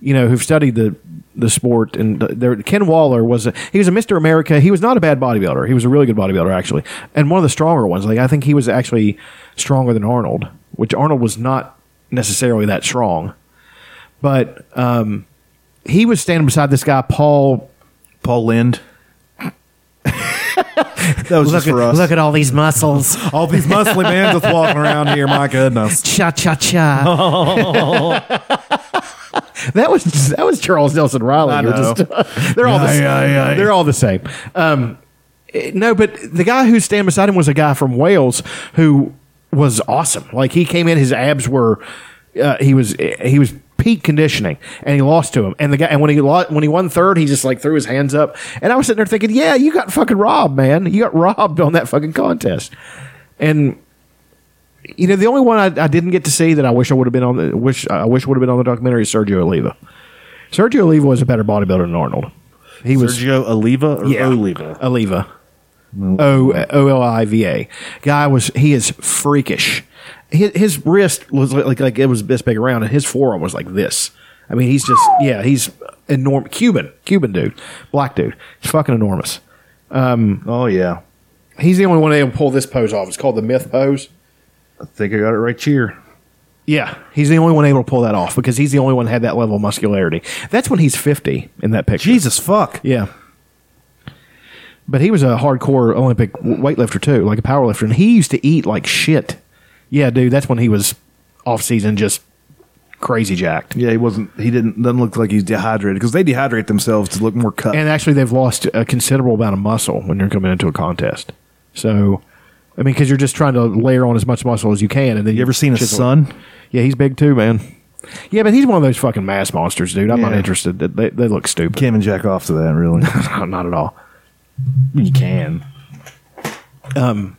Speaker 3: you know, who've studied the the sport, and the, there, Ken Waller was a, he was a Mister America. He was not a bad bodybuilder. He was a really good bodybuilder actually, and one of the stronger ones. Like I think he was actually stronger than Arnold, which Arnold was not necessarily that strong, but um, he was standing beside this guy Paul.
Speaker 2: Paul Lind. that was just for us.
Speaker 6: Look at all these muscles.
Speaker 2: All these muscly men just walking around here. My goodness.
Speaker 6: Cha cha cha.
Speaker 3: That was that was Charles Nelson Riley. You were
Speaker 2: know.
Speaker 3: just- they're all the
Speaker 2: Aye,
Speaker 3: same.
Speaker 2: aye, aye.
Speaker 3: They're all the same. Um, eh, no, but the guy who stand beside him was a guy from Wales who was awesome. Like he came in, his abs were uh, he was eh, he was peak conditioning, and he lost to him. And the guy, and when he lo- when he won third, he just like threw his hands up. And I was sitting there thinking, yeah, you got fucking robbed, man. You got robbed on that fucking contest. And you know, the only one I, I didn't get to see that I wish I would have been on the wish I wish would have been on the documentary is Sergio Oliva. Sergio Oliva was a better bodybuilder than Arnold. He was
Speaker 2: Sergio Oliva or
Speaker 3: Yeah.
Speaker 2: Oliva?
Speaker 3: Oliva. O O L I V A. Guy was he is freakish. His, his wrist was like, like like it was this big around, and his forearm was like this. I mean, he's just yeah, he's enormous. Cuban Cuban dude, black dude. He's fucking enormous.
Speaker 2: Oh, yeah.
Speaker 3: He's the only one able to pull this pose off. It's called the myth pose.
Speaker 2: I think I got it right here.
Speaker 3: Yeah, he's the only one able to pull that off because he's the only one that had that level of muscularity. That's when he's fifty in that picture.
Speaker 2: Jesus fuck.
Speaker 3: Yeah. But he was a hardcore Olympic w- weightlifter too, like a powerlifter, and he used to eat like shit. Yeah, dude, that's when he was off season, just crazy jacked.
Speaker 2: Yeah, he wasn't. He didn't. Doesn't look like he's dehydrated because they dehydrate themselves to look more cut.
Speaker 3: And actually, they've lost a considerable amount of muscle when you're coming into a contest. So, I mean, because you're just trying to layer on as much muscle as you can, and then
Speaker 2: you ever seen his
Speaker 3: chisel-
Speaker 2: son?
Speaker 3: Yeah, he's big too, man. Yeah, but he's one of those fucking mass monsters, dude. I'm not
Speaker 2: Yeah.
Speaker 3: interested. They- They, they look stupid.
Speaker 2: Can't even jack off to that, really.
Speaker 3: No, not at all. You can. Um,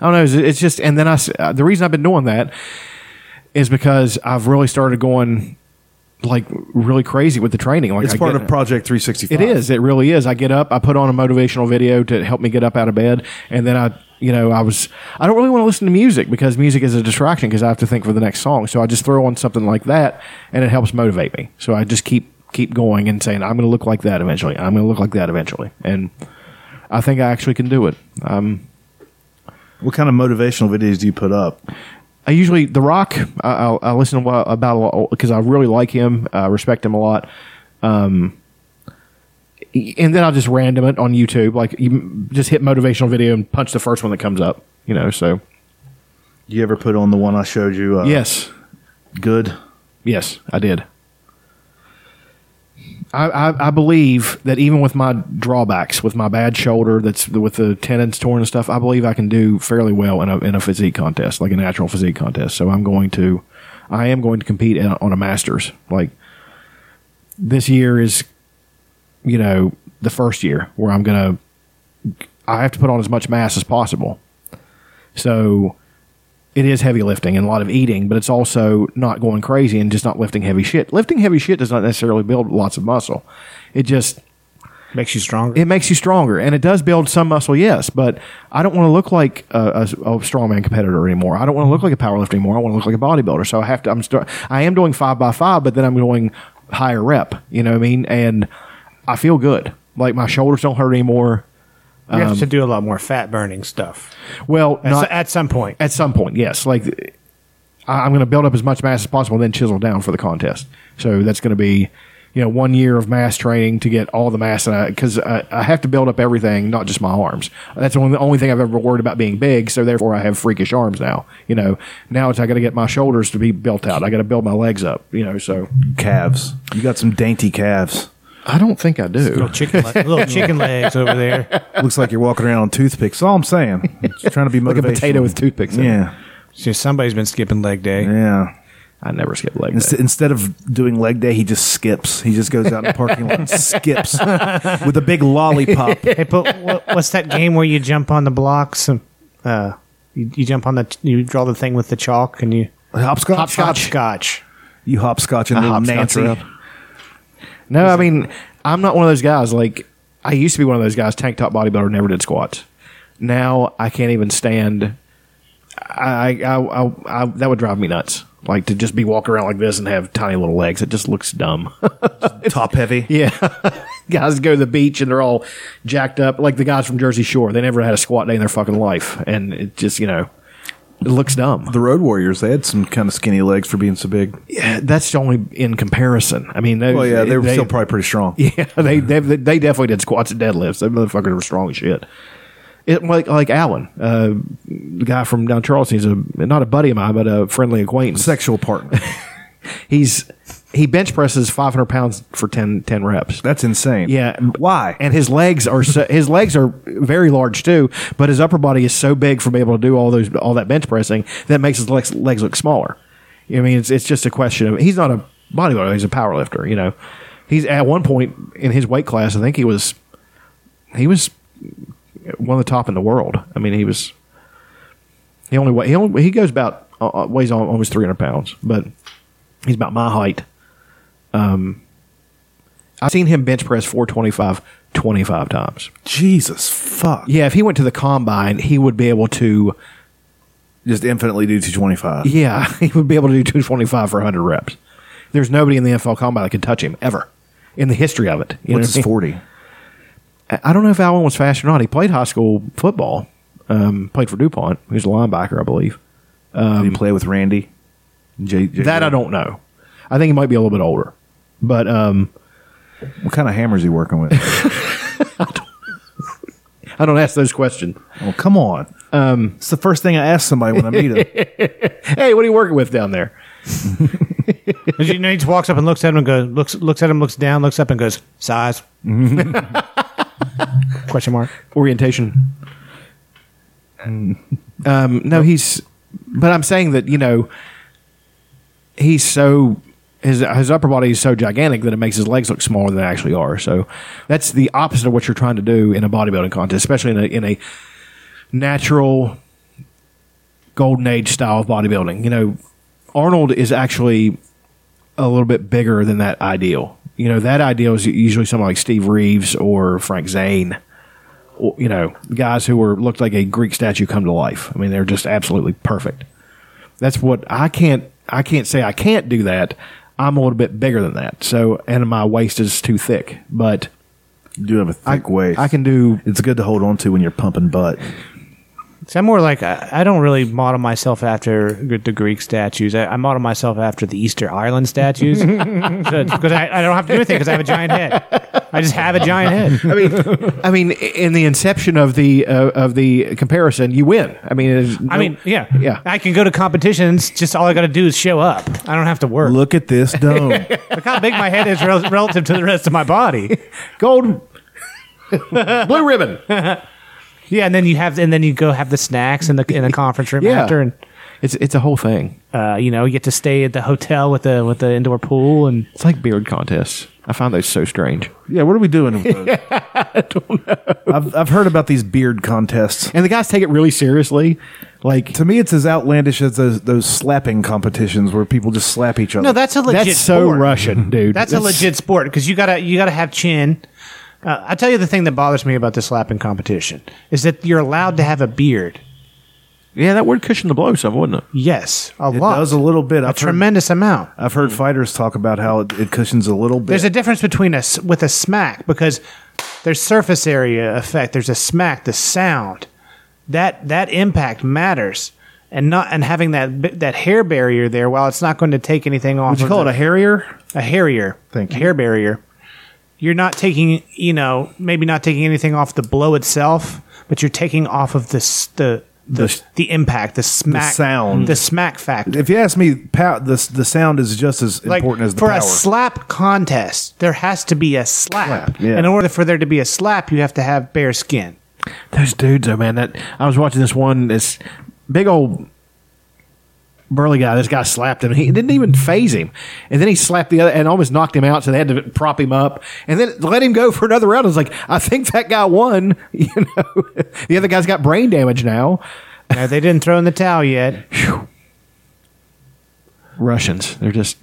Speaker 3: I don't know. It's, it's just, and then I, s- uh, the reason I've been doing that is because I've really started going like really crazy with the training. Like
Speaker 2: it's
Speaker 3: I
Speaker 2: part
Speaker 3: get-
Speaker 2: of Project 365.
Speaker 3: It is. It really is. I get up. I put on a motivational video to help me get up out of bed, and then I, you know, I was. I don't really want to listen to music because music is a distraction because I have to think for the next song. So I just throw on something like that, and it helps motivate me. So I just keep keep going and saying, "I'm going to look like that eventually. I'm going to look like that eventually." And I think I actually can do it. Um,
Speaker 2: What kind of motivational videos do you put up?
Speaker 3: I usually The Rock. I, I, I listen to a- about a lot because I really like him. I respect him a lot. Um, and then I'll just random it on YouTube. Like you m- just hit motivational video and punch the first one that comes up. You know. So
Speaker 2: You ever put on the one I showed you? Uh,
Speaker 3: yes,
Speaker 2: Good.
Speaker 3: yes, I did. I, I, I believe that even with my drawbacks, with my bad shoulder, that's with the tendons torn and stuff, I believe I can do fairly well in a, in a physique contest, like a natural physique contest. So I'm going to, I am going to compete in, on a masters. Like this year is, you know, the first year where I'm gonna, I have to put on as much mass as possible. So it is heavy lifting and a lot of eating, but it's also not going crazy and just not lifting heavy shit. Lifting heavy shit does not necessarily build lots of muscle. It just
Speaker 1: Makes you stronger.
Speaker 3: it makes you stronger and it does build some muscle, yes. But I don't want to look like a, a, a strongman competitor anymore. I don't want to look like a powerlifter anymore. I want to look like a bodybuilder. So I have to. I'm start. I am doing five by five, but then I'm going higher rep. You know what I mean? And I feel good. Like my shoulders don't hurt anymore.
Speaker 1: you have to do a lot more fat burning stuff
Speaker 3: Well,
Speaker 1: at,
Speaker 3: not,
Speaker 1: at some point.
Speaker 3: at some point, yes. Like I- I'm going to build up as much mass as possible, and then chisel down for the contest. So that's going to be, you know, one year of mass training to get all the mass, because I, I, have to build up everything, not just my arms. That's the only, the only thing I've ever worried about being big. So therefore, I have freakish arms now. You know, now it's I got to get my shoulders to be built out. I got to build my legs up. You know, so
Speaker 2: Calves. You got some dainty calves.
Speaker 3: I don't think I do.
Speaker 1: Little chicken, le- little chicken legs over there.
Speaker 2: Looks like you're walking around on toothpicks. That's all I'm saying. Just trying to be
Speaker 3: Like a
Speaker 2: motivational.
Speaker 3: potato with toothpicks. in it.
Speaker 2: Yeah.
Speaker 1: So somebody's been skipping leg day.
Speaker 2: Yeah.
Speaker 3: I never skip leg
Speaker 2: Inst-
Speaker 3: day.
Speaker 2: instead of doing leg day, he just skips. He just goes out in the parking lot and skips with a big lollipop.
Speaker 1: Hey, but what, what's that game where you jump on the blocks and uh, you, you jump on the you draw the thing with the chalk and you
Speaker 2: Hopscotch?
Speaker 1: hopscotch.
Speaker 2: You hopscotch and little
Speaker 3: hopscotch
Speaker 2: Nancy.
Speaker 3: around. No, I mean I'm not one of those guys. Like I used to be one of those guys, tank top bodybuilder, never did squats. Now I can't even stand. I, I, I, I, I that would drive me nuts. Like to just be walking around like this and have tiny little legs. It just looks dumb.
Speaker 2: Top heavy.
Speaker 3: Yeah. guys go to the beach and they're all jacked up. Like the guys from Jersey Shore. They never had a squat day in their fucking life. And it just, you know, it looks dumb.
Speaker 2: The Road Warriors, they had some kind of skinny legs for being so big.
Speaker 3: Yeah, that's only in comparison. I mean, those,
Speaker 2: Well, yeah, they were still probably pretty strong.
Speaker 3: Yeah, they, they they definitely did squats and deadlifts. Those motherfuckers were strong as shit. It, like like Alan, uh, the guy from down Charleston, he's a not a buddy of mine, but a friendly acquaintance.
Speaker 2: Sexual partner.
Speaker 3: He's he bench presses 500 pounds for 10, 10 reps.
Speaker 2: That's insane.
Speaker 3: Yeah.
Speaker 2: Why?
Speaker 3: And his legs are so, his legs are very large too, but his upper body is so big from being able to do all those all that bench pressing that makes his legs, legs look smaller. You know what I mean, it's it's just a question of he's not a bodybuilder; he's a power lifter. You know, he's at one point in his weight class, I think he was he was one of the top in the world. I mean, he was he only weigh, he only he goes about uh, uh, weighs al- almost 300 pounds, but he's about my height. I've seen him bench press 425 25 times.
Speaker 2: Jesus fuck.
Speaker 3: Yeah, if he went to the combine, he would be able to.
Speaker 2: Just infinitely do 225.
Speaker 3: Yeah, he would be able to do 225 for 100 reps. There's nobody in the NFL combine that can touch him ever in the history of it. You know
Speaker 2: What's
Speaker 3: what I mean?
Speaker 2: his 40?
Speaker 3: I- I don't know if Allen was fast or not. He played high school football, um, played for DuPont. He was a linebacker, I believe.
Speaker 2: Did he play with Randy? J- J-
Speaker 3: Um, That I don't know. I think he might be a little bit older. But um,
Speaker 2: What kind of hammers he working with?
Speaker 3: I don't ask those questions.
Speaker 2: oh, come on. Um, it's the first thing I ask somebody when I meet him.
Speaker 3: Hey, what are you working with down there?
Speaker 1: Because you know, he just walks up and looks at him and goes, looks, looks at him, looks down, looks up and goes, size. Question mark.
Speaker 3: orientation. Um, no, he's. But I'm saying that you know, he's so his his upper body is so gigantic that it makes his legs look smaller than they actually are. So that's the opposite of what you're trying to do in a bodybuilding contest, especially in a in a natural golden age style of bodybuilding. You know, Arnold is actually a little bit bigger than that ideal. You know, that ideal is usually someone like Steve Reeves or Frank Zane or, you know, guys who were looked like a Greek statue come to life. I mean, they're just absolutely perfect. That's what I can't. I can't say I can't do that. I'm a little bit bigger than that. So, and my waist is too thick, but
Speaker 2: You do have a
Speaker 3: I,
Speaker 2: thick waist.
Speaker 3: I can do.
Speaker 2: It's good to hold on to when you're pumping butt.
Speaker 1: So I'm more like I, I don't really model myself after g- the Greek statues. I, I model myself after the Easter Island statues because I, I don't have to do anything because I have a giant head. I just have a giant head.
Speaker 3: I mean, I mean, in the inception of the uh, of the comparison, you win. I mean, it's
Speaker 1: I mean, yeah,
Speaker 3: yeah.
Speaker 1: I can go to competitions. Just all I got to do is show up. I don't have to work. Look,
Speaker 2: Look at this dome.
Speaker 1: how big my head is rel- relative to the rest of my body.
Speaker 3: gold, blue ribbon.
Speaker 1: Yeah, and then you have, and then you go have the snacks in the in the conference room
Speaker 3: Yeah.
Speaker 1: after, and
Speaker 3: It's it's a whole thing.
Speaker 1: uh, you know you get to stay at the hotel with the with the indoor pool and
Speaker 3: It's like beard contests. I find those so strange.
Speaker 2: yeah, what are we doing with those? I don't know. I've, I've heard about these beard contests.
Speaker 3: And the guys take it really seriously. Like
Speaker 2: To me, it's as outlandish as those, those slapping competitions where people just slap each other.
Speaker 1: no, that's a legit.
Speaker 3: That's so
Speaker 1: sport.
Speaker 3: Russian, dude.
Speaker 1: That's a legit sport because you gotta you gotta have chin. Uh, I tell you the thing that bothers me about the slapping competition is that you're allowed to have a beard.
Speaker 3: Yeah, that would cushion the blow some, wouldn't it?
Speaker 1: Yes, a
Speaker 2: it
Speaker 1: lot,
Speaker 2: does a little bit.
Speaker 1: a
Speaker 2: I've heard,
Speaker 1: tremendous amount.
Speaker 2: I've heard fighters talk about how it, it cushions a little bit.
Speaker 1: There's a difference between a s- with a smack because there's surface area effect. There's a smack, the sound that that impact matters, and not and having that bi- that hair barrier there. While it's not going to take anything off,
Speaker 2: Would you
Speaker 1: of
Speaker 2: call it
Speaker 1: the-
Speaker 2: a hairier?
Speaker 1: a hairier,
Speaker 2: Thank you.
Speaker 1: hair barrier. You're not taking, you know, maybe not taking anything off the blow itself, but you're taking off of this the the,
Speaker 2: The
Speaker 1: the,
Speaker 2: s-
Speaker 1: impact, the smack,
Speaker 2: sound.
Speaker 1: the smack factor.
Speaker 2: If you ask me, pow, the the sound is just as
Speaker 1: Like
Speaker 2: important as the
Speaker 1: for
Speaker 2: power.
Speaker 1: a slap contest, there has to be a slap.
Speaker 2: Slap, yeah.
Speaker 1: In order for there to be a slap, you have to have bare skin.
Speaker 3: Those dudes, though, man. That I was watching this one, this big old burly guy. This guy slapped him. He didn't even phase him, and then he slapped the other and almost knocked him out. So they had to prop him up and then let him go for another round. I was like, I think that guy won. You know, the other guy's got brain damage now.
Speaker 1: Now they didn't throw in the towel yet.
Speaker 3: Russians, they're just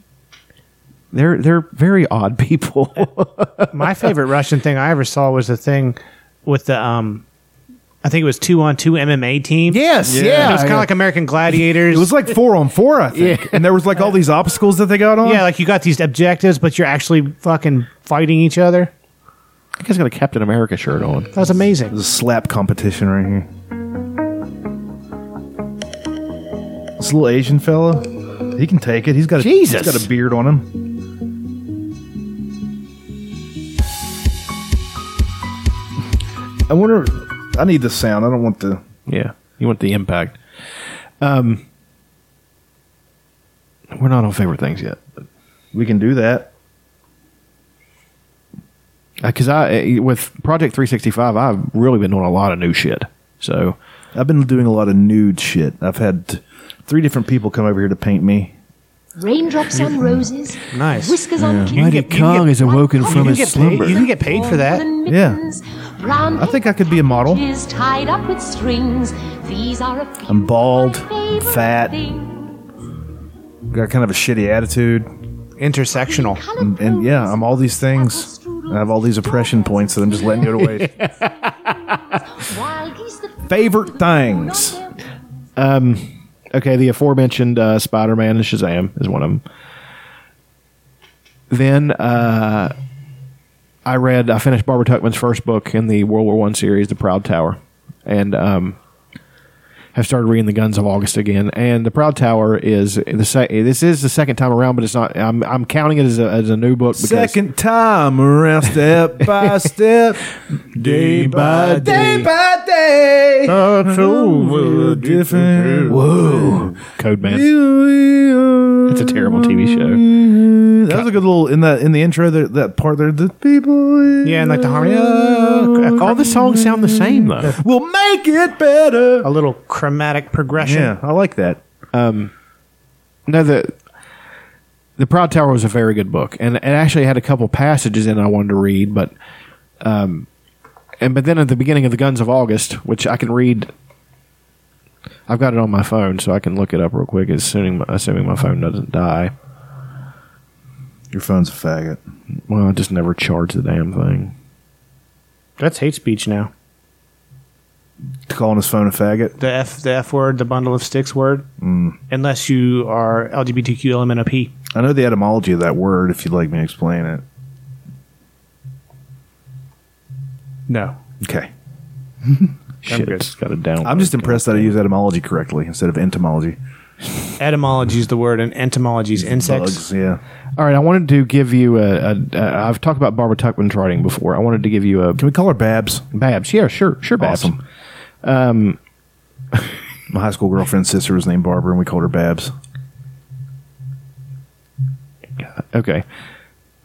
Speaker 3: They're they're very odd people.
Speaker 1: My favorite Russian thing I ever saw was the thing with the um, I think it was two on two MMA team.
Speaker 2: Yes, yeah.
Speaker 1: it was kind of like American Gladiators.
Speaker 2: It was like four on four, I think. And there was like all these obstacles that they got on.
Speaker 1: yeah, like you got these objectives, but you're actually fucking fighting each other.
Speaker 3: that guy's got a Captain America shirt on.
Speaker 1: That was amazing.
Speaker 2: There's a slap competition right here. This little Asian fella, he can take it. He's got a,
Speaker 3: Jesus.
Speaker 2: He's got a beard on him. I wonder. I need the sound. I don't want the.
Speaker 3: Yeah, you want the impact. Um, we're not on favorite things yet,
Speaker 2: We can do that.
Speaker 3: because I eh, with Project 365, I've really been doing a lot of new shit. So
Speaker 2: I've been doing a lot of nude shit. I've had three different people come over here to paint me.
Speaker 7: Raindrops on roses.
Speaker 1: Nice.
Speaker 7: Whiskers on
Speaker 1: You can
Speaker 7: kittens.
Speaker 1: get- you can get-
Speaker 6: is awoken
Speaker 1: you can get Paid, you can get paid for that.
Speaker 7: Woven
Speaker 2: Yeah.
Speaker 7: mittens, Brown
Speaker 2: I think I could be a model.
Speaker 7: Is tied up with strings. These are a few
Speaker 2: I'm bald,
Speaker 7: of my favorite
Speaker 2: fat.
Speaker 7: things.
Speaker 2: Got kind of a shitty attitude.
Speaker 1: Intersectional.
Speaker 7: Colored
Speaker 2: and yeah, I'm all these things.
Speaker 7: Apple
Speaker 2: I have all these oppression points that I'm just letting go to waste.
Speaker 7: roses, wild geese that flew
Speaker 2: Favorite things.
Speaker 7: on their-
Speaker 3: okay, the aforementioned uh, Spider Man and Shazam is one of them. Then uh, I read, I finished Barbara Tuckman's first book in the World War One series, The Proud Tower, and um, have started reading The Guns of August again. And The Proud Tower is the se- this is the second time around, but it's not. I'm, I'm counting it as a, as a new book. Because
Speaker 2: Second time around, step by step, day by day, day by day. That's over different.
Speaker 3: Whoa, Code Man.
Speaker 2: It's
Speaker 3: It's a terrible TV show.
Speaker 2: That was a good little in that in the intro there, that part there. The people,
Speaker 1: Yeah, and like the harmony. Uh,
Speaker 3: All the songs sound the same though.
Speaker 2: will make it better.
Speaker 1: a little chromatic progression.
Speaker 2: Yeah, I like that.
Speaker 3: No, the the Proud Tower was a very good book, and it actually had a couple passages in it I wanted to read, but um, and but then at the beginning of the Guns of August, which I can read, I've got it on my phone, so I can look it up real quick, assuming assuming my phone doesn't die.
Speaker 2: Your phone's a faggot.
Speaker 3: Well, I just never charge the damn thing.
Speaker 1: That's hate speech now.
Speaker 2: Calling his phone a faggot.
Speaker 1: The F, the F word, the bundle of sticks word.
Speaker 2: Mm.
Speaker 1: Unless you are LGBTQ LMNOP.
Speaker 2: I know the etymology of that word. If you'd like me to explain it.
Speaker 1: No.
Speaker 2: Okay.
Speaker 3: Shit,
Speaker 1: good.
Speaker 3: it's got a down.
Speaker 2: I'm just impressed that I use etymology correctly instead of entomology.
Speaker 1: Etymology is the word, and entomology is insects.
Speaker 2: Bugs, yeah.
Speaker 3: All right, I wanted to give you a. a, a I've talked about Barbara Tuckman's writing before. I wanted to give you a
Speaker 2: Can we call her Babs?
Speaker 3: Babs. Yeah, sure, sure, Babs.
Speaker 2: Awesome. Um, my high school girlfriend's sister was named Barbara, and we called her Babs.
Speaker 3: Okay.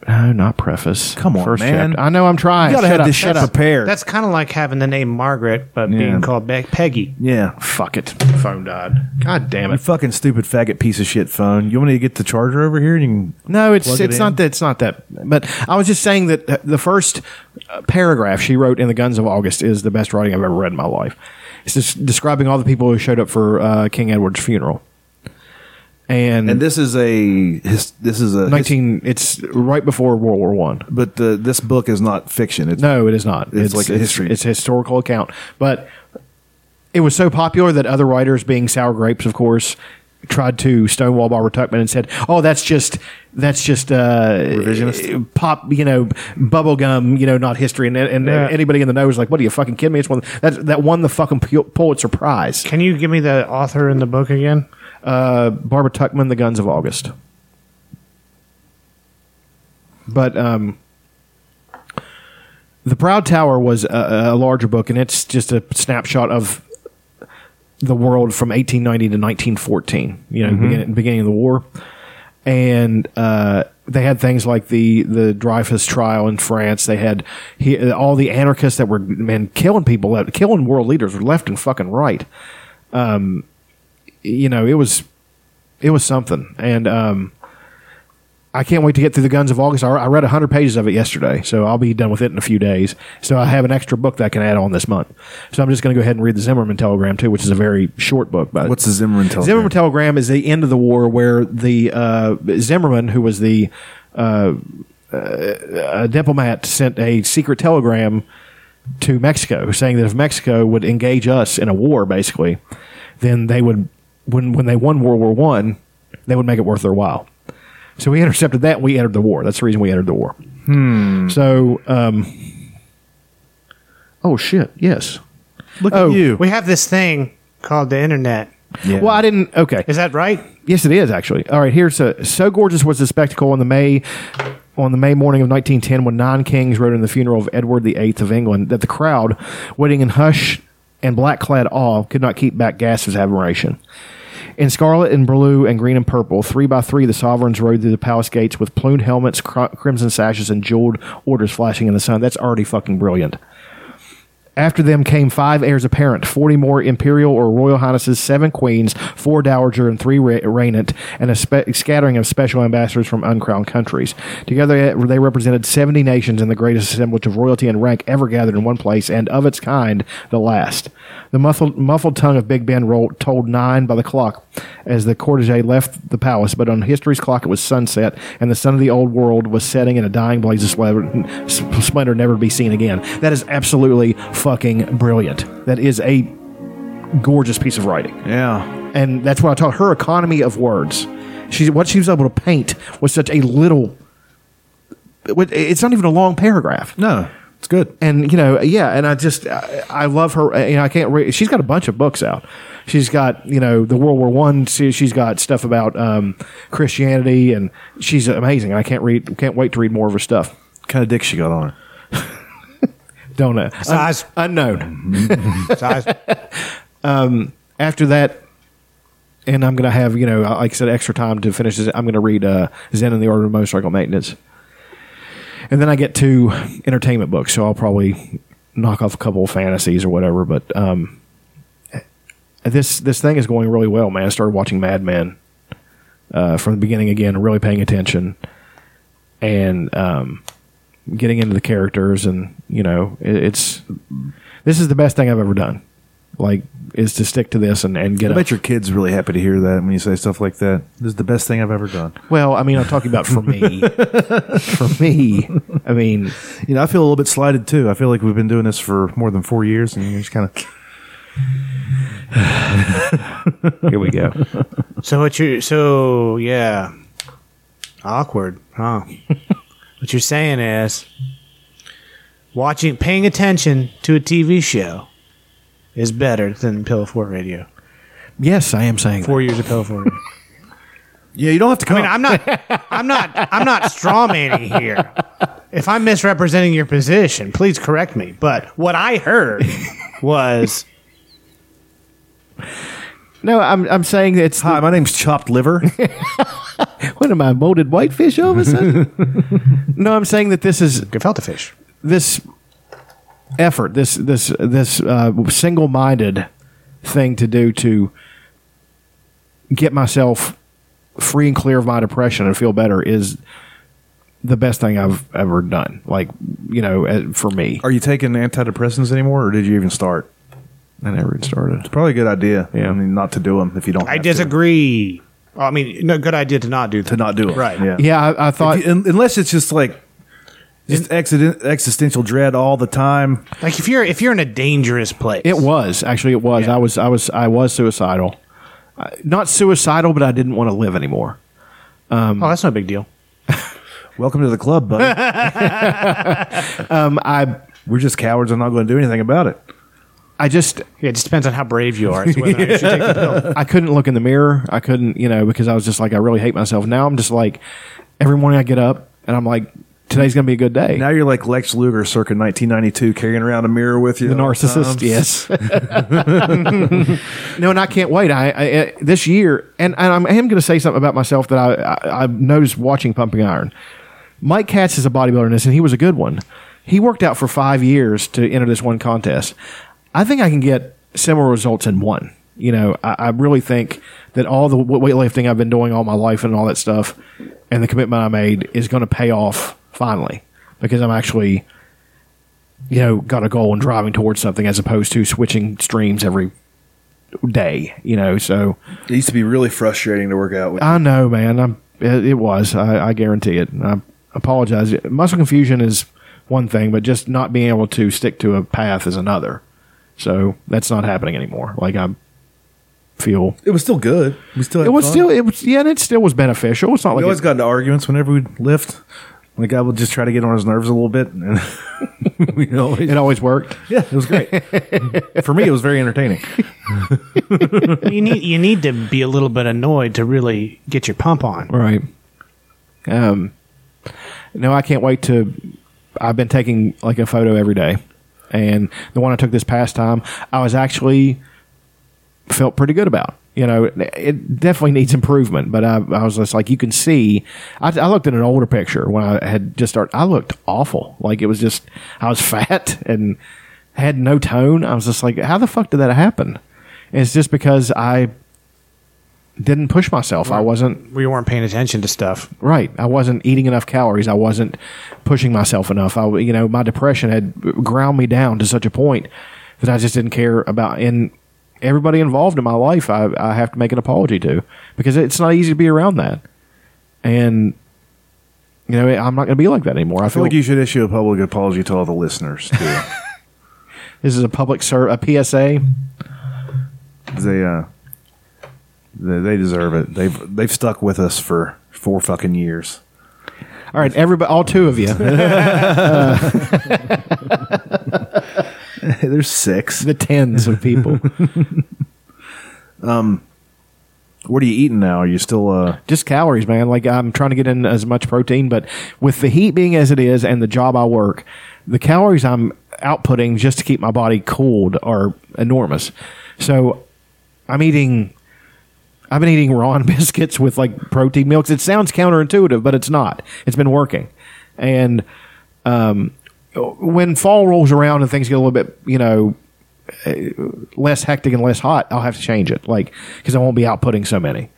Speaker 3: No, not preface.
Speaker 2: Come on,
Speaker 3: First
Speaker 2: man.
Speaker 3: Chapter. I know I'm trying.
Speaker 2: You gotta
Speaker 3: Shut
Speaker 2: have
Speaker 3: up,
Speaker 2: this
Speaker 3: shut
Speaker 2: shit
Speaker 3: up.
Speaker 2: prepared.
Speaker 1: That's kind of like having the name Margaret, but
Speaker 2: Yeah.
Speaker 1: being called Be- Peggy.
Speaker 2: yeah.
Speaker 3: Fuck it. Phone died. God damn
Speaker 2: You
Speaker 3: it.
Speaker 2: fucking stupid faggot piece of shit phone. You want me to get the charger over here? And you can
Speaker 3: No, it's
Speaker 2: Plug it
Speaker 3: it's
Speaker 2: in.
Speaker 3: not that it's not that. But I was just saying that uh, the first uh, paragraph she wrote in the Guns of August is the best writing I've ever read in my life. It's just describing all the people who showed up for uh, King Edward's funeral. And,
Speaker 2: And this is a his, this is a his-
Speaker 3: nineteen, it's right before World War One.
Speaker 2: but the, this book is not fiction. It's
Speaker 3: No, it is not.
Speaker 2: It's like a history.
Speaker 3: It's a historical account, but it was so popular that other writers, being sour grapes, of course, tried to stonewall Barbara Tuckman and said, "Oh, that's just that's just uh,
Speaker 2: Revisionist?
Speaker 3: pop, you know, bubblegum, you know, not history." And, and anybody in the know is like, "What are you fucking kidding me?" It's one that that won the fucking Pu- Pulitzer Prize.
Speaker 1: Can you give me the author in the book again?
Speaker 3: Uh, Barbara Tuckman, The Guns of August. But um, The Proud Tower was a, a larger book, and it's just a snapshot of the world from 1890 to 1914, you know, beginning, beginning of the war. And uh, they had things like the, the Dreyfus trial in France. They had he, all the anarchists that were, man, killing people, left- killing world leaders left and fucking right you know it was it was something and um i can't wait to get through the guns of august i, I read 100 pages of it yesterday so i'll be done with it in a few days so i have an extra book that i can add on this month so i'm just going to go ahead and read the zimmerman telegram too which is a very short book but
Speaker 2: What's the Zimmerman telegram?
Speaker 3: Zimmerman telegram is the end of the war where the uh, Zimmerman, who was the a diplomat sent a secret telegram to Mexico saying that if Mexico would engage us in a war, basically, then they would when when they won World War One, they would make it worth their while. So we intercepted that. and We entered the war. That's the reason we entered the war. So, um, oh shit, yes.
Speaker 2: Look
Speaker 3: Oh,
Speaker 2: at you.
Speaker 1: We have this thing called the internet.
Speaker 3: Well, I didn't. Okay,
Speaker 1: Is that right?
Speaker 3: Yes, it is actually. All right, here's a so gorgeous was the spectacle on the May on the May morning of 1910 when nine kings rode in the funeral of Edward VIII of England that the crowd, waiting in hush and black clad awe, could not keep back gasps of admiration. In scarlet and blue and green and purple, three by three, the sovereigns rode through the palace gates with plumed helmets, cr- crimson sashes, and jeweled orders flashing in the sun. That's already fucking brilliant. After them came five heirs apparent, 40 more imperial or royal highnesses, seven queens, four dowager, and three re- regnant, and a spe- scattering of special ambassadors from uncrowned countries. Together, eh, they represented 70 nations in the greatest assemblage of royalty and rank ever gathered in one place, and of its kind, the last. The muffled, muffled tongue of Big Ben rolled, told nine by the clock as the cortege left the palace, but on history's clock it was sunset, and the sun of the old world was setting in a dying blaze of splendor, s- splendor never to be seen again. That is absolutely fucking brilliant. That is a gorgeous piece of writing.
Speaker 2: yeah.
Speaker 3: And that's what I taught her economy of words. She, what she was able to paint was such a little. it- It's not even a long paragraph
Speaker 2: No, it's good.
Speaker 3: and you know, yeah, and I just I, I love her. uh, You know, I can't. Re- she's got a bunch of books out. She's got you know the World War One. She, she's got stuff about um, Christianity, and she's amazing. I can't read. Can't wait to read more of her stuff.
Speaker 2: What kind of dick she got on it?
Speaker 3: Don't know. Un-
Speaker 1: Size.
Speaker 3: unknown.
Speaker 1: Size.
Speaker 3: After that, and I'm gonna have you know, like I said, extra time to finish. This. I'm gonna read uh, Zen and the Order of Motorcycle Maintenance, and then I get to entertainment books. So I'll probably knock off a couple of fantasies or whatever. But um, this this thing is going really well, man. I started watching Mad Men uh, from the beginning again, really paying attention and um, getting into the characters, and you know, it, it's this is the best thing I've ever done. Like, is to stick to this and and get.
Speaker 2: I
Speaker 3: a-
Speaker 2: bet your kid's really happy to hear that when you say stuff like that. This is the best thing I've ever done.
Speaker 3: well, I mean, I'm talking about for me. for me, I mean,
Speaker 2: You know, I feel a little bit slighted too. I feel like we've been doing this for more than four years, and you're just kind of
Speaker 3: here we go.
Speaker 1: So what you so yeah. Awkward, huh? what you're saying is watching paying attention to a TV show is better than Pillow Fort Radio.
Speaker 3: Yes, I am saying.
Speaker 1: Four years of Pillow Fort Radio.
Speaker 2: yeah. You don't have to come.
Speaker 1: I mean, I'm not I'm not I'm not strawmanning here. If I'm misrepresenting your position, please correct me. But what I heard was
Speaker 3: no, I'm I'm saying it's.
Speaker 2: Hi, my name's Chopped Liver.
Speaker 3: What am I, molded whitefish all of a sudden? no, I'm saying that this is
Speaker 1: Gefilte fish.
Speaker 3: this effort, this this this uh, single-minded thing to do to get myself free and clear of my depression and feel better is the best thing I've ever done. Like you know, uh, for me,
Speaker 2: Are you taking antidepressants anymore, or did you even start?
Speaker 3: I never even started.
Speaker 2: Probably a good idea.
Speaker 3: Yeah.
Speaker 2: I mean, not to do them if you don't.
Speaker 1: I
Speaker 2: have to.
Speaker 1: disagree. Oh, I mean, no good idea to not do that.
Speaker 2: to not do it.
Speaker 1: Right.
Speaker 2: Yeah.
Speaker 3: Yeah, I, I thought
Speaker 2: If you- un- unless it's just like just exiden- existential dread all the time.
Speaker 1: Like if you're if you're in a dangerous place.
Speaker 3: It was actually it was. I was I was I was suicidal. I- Not suicidal, but I didn't want to live anymore.
Speaker 1: Oh, that's no big deal.
Speaker 2: Welcome to the club, buddy.
Speaker 3: Um, I
Speaker 2: We're just cowards. I'm not going to do anything about it.
Speaker 3: I just
Speaker 1: Yeah, it just depends on how brave you are. as to whether or not you should take the pill.
Speaker 3: I couldn't look in the mirror. I couldn't, you know, because I was just like I really hate myself. Now I'm just like every morning I get up and I'm like today's going to be a good day.
Speaker 2: Now you're like Lex Luger, circa 1992, carrying around a mirror with you.
Speaker 3: the
Speaker 2: all
Speaker 3: narcissist,
Speaker 2: time.
Speaker 3: yes. no, and I can't wait. I, I uh, this year, and, and I'm, I am going to say something about myself that I, I I noticed watching Pumping Iron. Mike Katz is a bodybuilder in this, and he was a good one. He worked out for five years to enter this one contest. I think I can get similar results in one. You know, I, I really think that all the w- weightlifting I've been doing all my life and all that stuff, and the commitment I made is going to pay off finally because I'm actually you know, got a goal and driving towards something as opposed to switching streams every day, you know. So
Speaker 2: It used to be really frustrating to work out with.
Speaker 3: I know, man, I'm It, it was. I, I guarantee it. I apologize. Muscle confusion is one thing, but just not being able to stick to a path is another. So that's not happening anymore. Like I feel
Speaker 2: It was still good. We still had
Speaker 3: it was
Speaker 2: fun.
Speaker 3: still it was yeah, and it still was beneficial. It's not
Speaker 2: We
Speaker 3: like
Speaker 2: always
Speaker 3: it,
Speaker 2: got into arguments whenever we lift. Like I would just try to get on his nerves a little bit, and we always
Speaker 3: it always worked.
Speaker 2: yeah, it was great. For me, it was very entertaining.
Speaker 1: you need you need to be a little bit annoyed to really get your pump on.
Speaker 3: Right. Um, no, I can't wait to. I've been taking like a photo every day, and the one I took this past time, I was actually felt pretty good about. You know, it definitely needs improvement, but I, I was just like, you can see. I, I looked at an older picture when I had just started. I looked awful. Like it was just, I was fat and had no tone. I was just like, how the fuck did that happen? And it's just because I didn't push myself. I wasn't
Speaker 1: We weren't paying attention to stuff.
Speaker 3: Right. I wasn't eating enough calories. I wasn't pushing myself enough. I, you know, my depression had ground me down to such a point that I just didn't care about. And everybody involved in my life, I, I have to make an apology to because it's not easy to be around that. And you know, I'm not going to be like that anymore. I
Speaker 2: I feel
Speaker 3: feel
Speaker 2: like you should issue a public apology to all the listeners. Too.
Speaker 3: this is a public ser- a PSA.
Speaker 2: they uh, they, they deserve it. They've they've stuck with us for four fucking years.
Speaker 3: All right, everybody, all two of you.
Speaker 2: There's six.
Speaker 3: the tens of people.
Speaker 2: What are you eating now? Are you still uh?
Speaker 3: just calories, man. Like I'm trying to get in as much protein, but with the heat being as it is and the job I work, the calories I'm outputting just to keep my body cooled are enormous. So I'm eating. I've been eating raw biscuits with like protein milks. It sounds counterintuitive, but it's not. It's been working, and um, when fall rolls around and things get a little bit, you know, eh, less hectic and less hot, I'll have to change it, like because I won't be outputting so many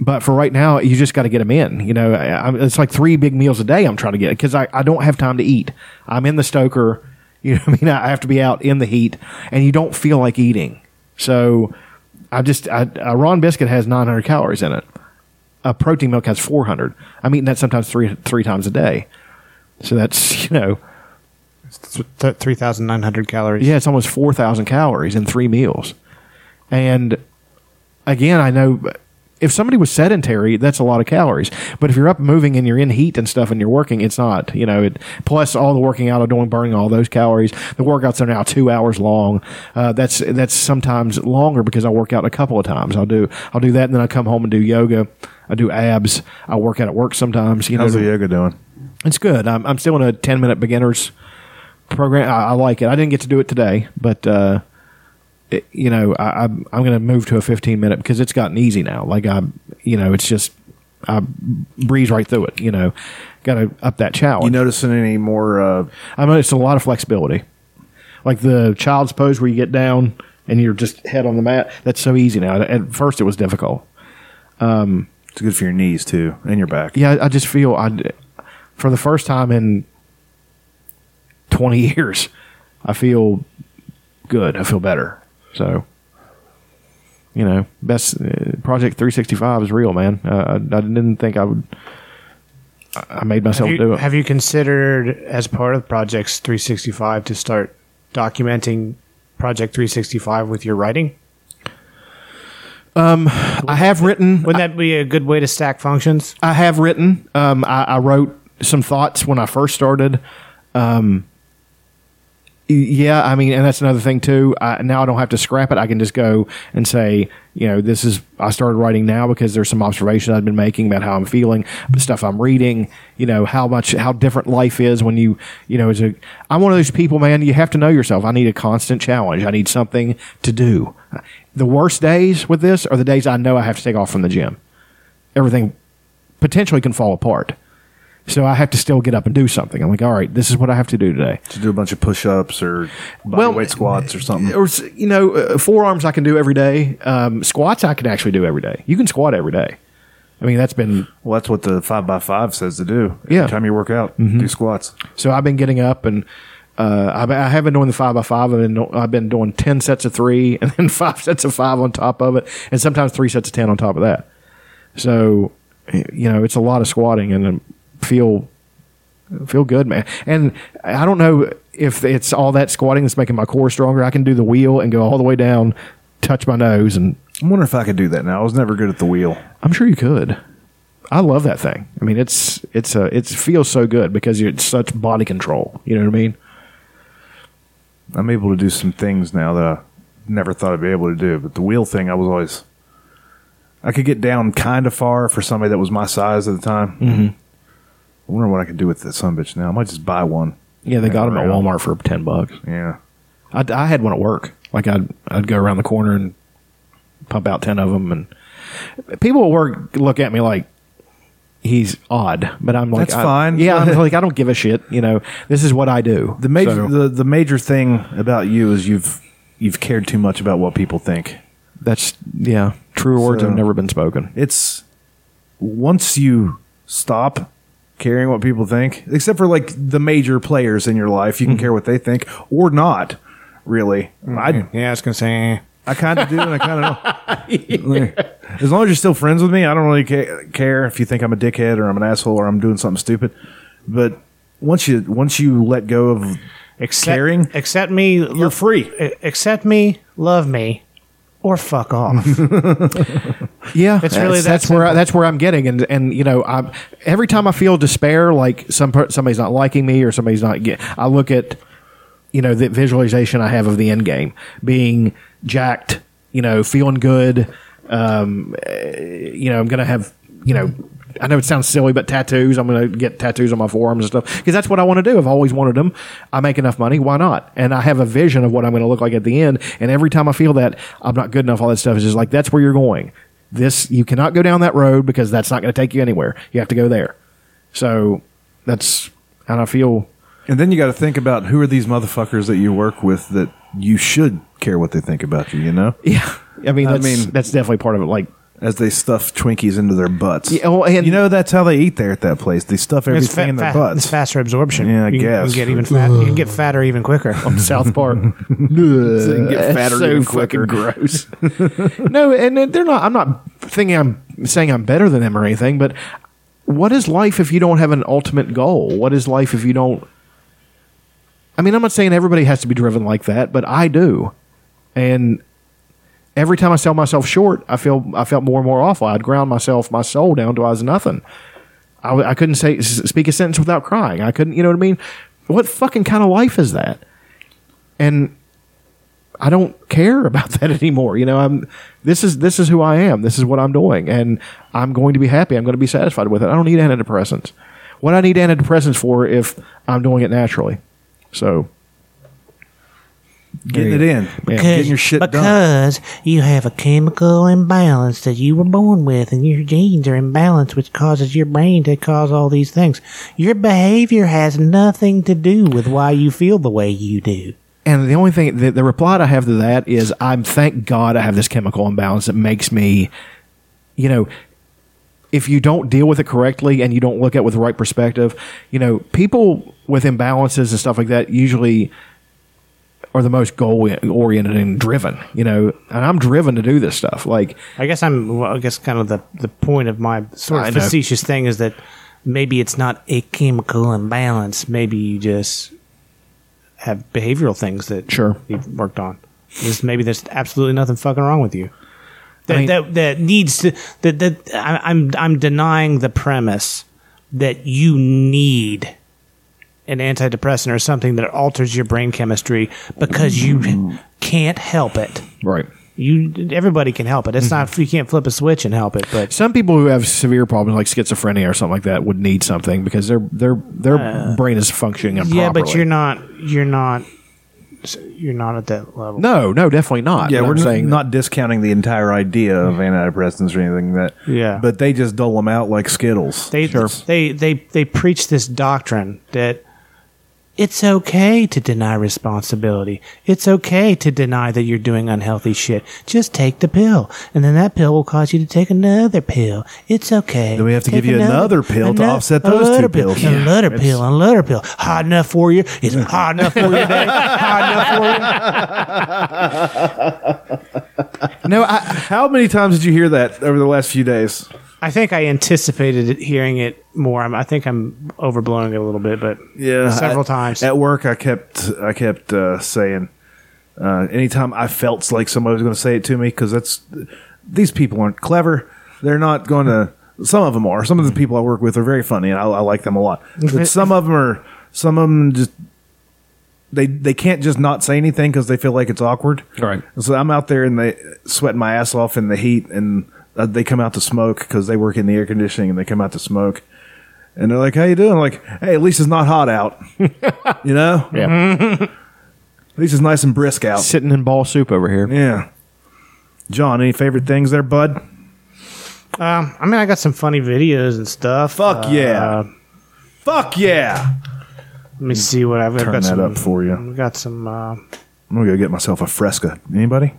Speaker 3: but for right now, you just got to get them in. You know, I, I, it's like three big meals a day I'm trying to get because I, I don't have time to eat. I'm in the stoker. You know what I mean? I have to be out in the heat, and you don't feel like eating. So I just, I, a Ron biscuit has 900 calories in it. A protein milk has 400. I'm eating that sometimes three three times a day. So that's, you know,
Speaker 1: Th- Three thousand nine hundred calories.
Speaker 3: yeah, it's almost 4,000 calories in three meals. And again, I know if somebody was sedentary, that's a lot of calories. But if you're up moving and you're in heat and stuff and you're working, it's not, you know, it plus all the working out I'm doing, burning all those calories. The workouts are now two hours long. Uh, that's, that's sometimes longer because I work out a couple of times. I'll do, I'll do that and then I come home and do yoga. I do abs. I work out at work sometimes, you know,
Speaker 2: How's the yoga doing?
Speaker 3: it's good. I'm, I'm still in a 10 minute beginners program. I, I like it. I didn't get to do it today, but, uh, it, you know, I, I'm, I'm going to move to a 15 minute because it's gotten easy now. Like I, you know, it's just, I breeze right through it, you know, got to up that challenge.
Speaker 2: You noticing any more? Uh,
Speaker 3: I mean, it's a lot of flexibility. Like the child's pose where you get down and you're just head on the mat. That's so easy now. At first it was difficult.
Speaker 2: it's good for your knees too and your back.
Speaker 3: yeah, I just feel I, for the first time in twenty years, I feel good. I feel better. So, you know, best uh, Project Three Sixty Five is real, man. Uh, I, I didn't think I would. I I made myself
Speaker 1: Have you,
Speaker 3: do it.
Speaker 1: have you considered, as part of Projects 365, to start documenting Project 365 with your writing?
Speaker 3: I have written.
Speaker 1: Wouldn't that be a good way to stack functions?
Speaker 3: I have written. Um, I, I wrote some thoughts when I first started. Um, y- yeah, I mean, and that's another thing too. I, now I don't have to scrap it. I can just go and say, you know, this is. I started writing now because there's some observations I've been making about how I'm feeling, the stuff I'm reading. You know, how much how different life is when you, you know, as a. I'm one of those people, man. You have to know yourself. I need a constant challenge. I need something to do. The worst days with this are the days I know I have to take off from the gym. Everything potentially can fall apart. So I have to still get up and do something. I'm like, all right, this is what I have to do today.
Speaker 2: To do a bunch of push-ups or body
Speaker 3: Well,
Speaker 2: weight squats or something.
Speaker 3: Or s- you know, uh, forearms I can do every day. Um, squats I can actually do every day. You can squat every day. I mean, that's been
Speaker 2: Well, that's what the five by five says to do.
Speaker 3: Yeah.
Speaker 2: Every time you work out, do squats.
Speaker 3: so. I've been getting up and uh, I've, I have been doing the five by five. I've been do- I've been doing ten sets of three and then five sets of five on top of it, and sometimes three sets of ten on top of that. So you know, it's a lot of squatting and I feel feel good, man. And I don't know if it's all that squatting that's making my core stronger. I can do the wheel and go all the way down, touch my nose, and
Speaker 2: I wonder if I could do that now. I was never good at the wheel.
Speaker 3: I'm sure you could. I love that thing. I mean, it's it's a it feels so good because it's such body control. You know what I mean?
Speaker 2: I'm able to do some things now that I never thought I'd be able to do. But the wheel thing, I was always, I could get down kind of far for somebody that was my size at the time. Mm-hmm. I wonder what I could do with that son bitch now. I might just buy one.
Speaker 3: Yeah, they got them at
Speaker 2: Yeah.
Speaker 3: Walmart for ten bucks.
Speaker 2: Yeah,
Speaker 3: I, I had one at work. Like I'd I'd go around the corner and pump out ten of them, and people at work look at me like he's odd. But I'm like,
Speaker 2: That's
Speaker 3: I-
Speaker 2: fine.
Speaker 3: Yeah, I'm like I don't give a shit. You know, this is what I do.
Speaker 2: the major
Speaker 3: So,
Speaker 2: the, the major thing about you is you've you've cared too much about what people think.
Speaker 3: that's yeah. True words
Speaker 2: So-
Speaker 3: have never been spoken.
Speaker 2: it's once you stop caring what people think, except for like the major players in your life, you can care what they think or not. Really, I
Speaker 1: Yeah, I was gonna say. eh.
Speaker 2: I kind of do and I kind of don't. As long as you're still friends with me, I don't really ca- care if you think I'm a dickhead or I'm an asshole or I'm doing something stupid. But once you once you let go of
Speaker 1: Accept,
Speaker 2: Caring?
Speaker 1: accept me. You're
Speaker 2: free.
Speaker 1: Accept me, love me, or fuck off.
Speaker 3: Yeah,
Speaker 1: It's really that
Speaker 3: that's where I, that's where I'm getting, and and you know, I every time I feel despair, like some per- somebody's not liking me or somebody's not get, I look at you know the visualization I have of the end game being jacked, you know, feeling good. Um, eh, you know, I'm gonna have you know. I know it sounds silly, but tattoos. I'm going to get tattoos on my forearms and stuff because that's what I want to do. I've always wanted them. I make enough money. Why not? And I have a vision of what I'm going to look like at the end. And every time I feel that I'm not good enough, all that stuff is just like, that's where you're going this you cannot go down that road because that's not going to take you anywhere you have to go there so that's and i feel
Speaker 2: And then you got to think about who are these motherfuckers that you work with that you should care what they think about you. You know,
Speaker 3: yeah i mean
Speaker 2: I
Speaker 3: that's,
Speaker 2: mean-
Speaker 3: that's definitely part of it like
Speaker 2: as they stuff Twinkies into their butts.
Speaker 3: Yeah, well, and-
Speaker 2: you know that's how they eat there at that place. They stuff everything
Speaker 1: fa-
Speaker 2: in their
Speaker 1: fa-
Speaker 2: butts.
Speaker 1: it's faster absorption.
Speaker 2: Yeah, I
Speaker 1: you, can-
Speaker 2: guess.
Speaker 1: You can get even fat. You can get fatter even quicker.
Speaker 3: south park
Speaker 2: get fatter
Speaker 3: so
Speaker 2: even
Speaker 3: fucking gross no and they're not i'm not thinking i'm saying i'm better than them or anything but what is life if you don't have an ultimate goal what is life if you don't i mean i'm not saying everybody has to be driven like that but i do and every time I sell myself short, I feel I felt more and more awful. I'd ground myself, my soul down to I was nothing. I, w- I couldn't say s- speak a sentence without crying. I couldn't, you know what I mean? What fucking kind of life is that? And I don't care about that anymore. You know, I'm this is this is who I am. This is what I'm doing, and I'm going to be happy. I'm going to be satisfied with it. I don't need antidepressants. What I need antidepressants for if I'm doing it naturally. So
Speaker 2: getting it in, getting your shit done.
Speaker 8: because you have a chemical imbalance that you were born with, and your genes are imbalanced, which causes your brain to cause all these things. Your behavior has nothing to do with why you feel the way you do.
Speaker 3: And the only thing, the, the reply I have to that is, I'm thank God I have this chemical imbalance that makes me, you know, if you don't deal with it correctly and you don't look at it with the right perspective, you know, people with imbalances and stuff like that usually are the most goal oriented and driven, you know, and I'm driven to do this stuff. Like,
Speaker 1: I guess I'm. Well, I guess kind of the the point of my sort
Speaker 3: I
Speaker 1: of
Speaker 3: know.
Speaker 1: facetious thing is that maybe it's not a chemical imbalance. Maybe you just have behavioral things that
Speaker 3: Sure.
Speaker 1: you've worked on. Just maybe there's absolutely nothing fucking wrong with you. That
Speaker 3: mean-
Speaker 1: that, that needs to that that I, I'm I'm denying the premise that you need an antidepressant or something that alters your brain chemistry because
Speaker 3: Mm.
Speaker 1: you can't help it
Speaker 3: right.
Speaker 1: you everybody can help it. It's
Speaker 2: Mm-hmm.
Speaker 1: not you can't flip a switch and help it, but
Speaker 3: Some people who have severe problems like schizophrenia or something like that would need something because their their their brain is functioning improperly.
Speaker 1: Uh, yeah, but you're not you're not you're not at that level.
Speaker 3: No, no, definitely not.
Speaker 2: Yeah,
Speaker 3: But
Speaker 2: we're
Speaker 3: I'm
Speaker 2: n-
Speaker 3: saying Mm-hmm.
Speaker 2: not discounting the entire idea of antidepressants or anything like that.
Speaker 1: Yeah.
Speaker 2: but they just dole them out like Skittles.
Speaker 1: They they they they preach this doctrine that it's okay to deny responsibility. It's okay to deny that you're doing unhealthy shit. Just take the pill, and then that pill will cause you to take another pill. It's okay.
Speaker 2: Then we have to
Speaker 1: Take
Speaker 2: give you another pill to offset those two
Speaker 1: another pill,
Speaker 2: pills. Yeah,
Speaker 1: Another pill, another pill. Hot enough for you? Is it hot enough for you? Dave? Hot enough for you?
Speaker 2: no, I, how many times did you hear that over the last few days?
Speaker 1: I think I anticipated it- hearing it more. I'm, I think I'm overblowing it a little bit, but
Speaker 2: Yeah,
Speaker 1: several
Speaker 2: at-
Speaker 1: times.
Speaker 2: at work. I kept I kept uh, saying uh, anytime I felt like somebody was going to say it to me because that's these people aren't clever. They're not going to. Some of them are. Some of the people I work with are very funny, and I, I like them a lot. But some of them are. Some of them just they they can't just not say anything because they feel like it's awkward.
Speaker 3: Right.
Speaker 2: So I'm out there and they sweating my ass off in the heat, and uh, they come out to smoke because they work in the air conditioning, and they come out to smoke, and they're like, "How you doing?" I'm like, "Hey, at least it's not hot out, you know.
Speaker 3: Yeah.
Speaker 1: Mm-hmm.
Speaker 2: At least it's nice and brisk out."
Speaker 3: Sitting in ball soup over here.
Speaker 2: Yeah. John, any favorite things there, bud?
Speaker 1: um, I mean, I got some funny videos and stuff.
Speaker 2: Fuck
Speaker 1: Uh,
Speaker 2: yeah. Fuck yeah!
Speaker 1: Let me see what I've, I've
Speaker 2: Turn
Speaker 1: got.
Speaker 2: that
Speaker 1: some,
Speaker 2: up for you.
Speaker 1: I've got some. Uh,
Speaker 2: I'm gonna go get myself a fresca. Anybody?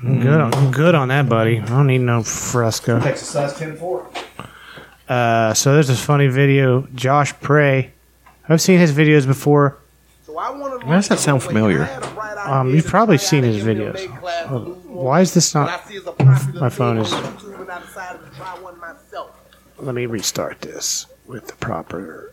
Speaker 1: I'm good. On, I'm good on that, buddy. I don't need no fresco.
Speaker 2: Exercise ten four.
Speaker 1: Uh, so there's this funny video. Josh Prey. I've seen his videos before.
Speaker 3: Why does that sound familiar?
Speaker 1: Um, you've probably seen his videos. Uh, Why is this not? My phone is. Let me restart this with the proper.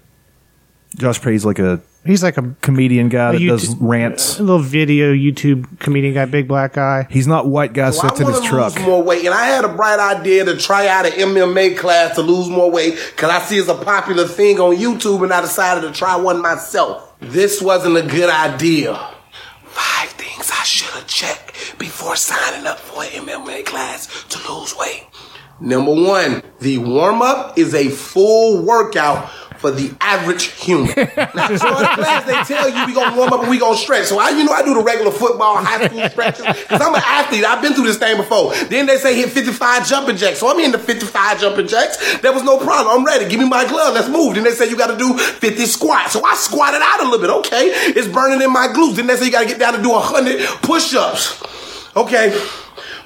Speaker 2: Josh Prey's like a
Speaker 1: He's like a
Speaker 2: comedian guy that
Speaker 1: You
Speaker 2: does
Speaker 1: d-
Speaker 2: rants.
Speaker 1: little video YouTube comedian guy, big black guy.
Speaker 2: He's not white guy sits in
Speaker 9: I
Speaker 2: his
Speaker 9: wanna
Speaker 2: truck.
Speaker 9: Lose more weight, and I had a bright idea to try out an MMA class to lose more weight because I see it's a popular thing on YouTube, and I decided to try one myself. This wasn't a good idea. Five things I should have checked before signing up for an MMA class to lose weight. Number one, the warm up is a full workout for the average human. now, in class, they tell you we gonna warm up and we gonna stretch. So I, you know, I do the regular football, high school stretches because I'm an athlete. I've been through this thing before. Then they say hit 55 jumping jacks. So I'm in the 55 jumping jacks. There was no problem. I'm ready. Give me my glove. Let's move. Then they say you got to do 50 squats. So I squatted out a little bit. Okay, it's burning in my glutes. Then they say you got to get down to do 100 push-ups. Okay.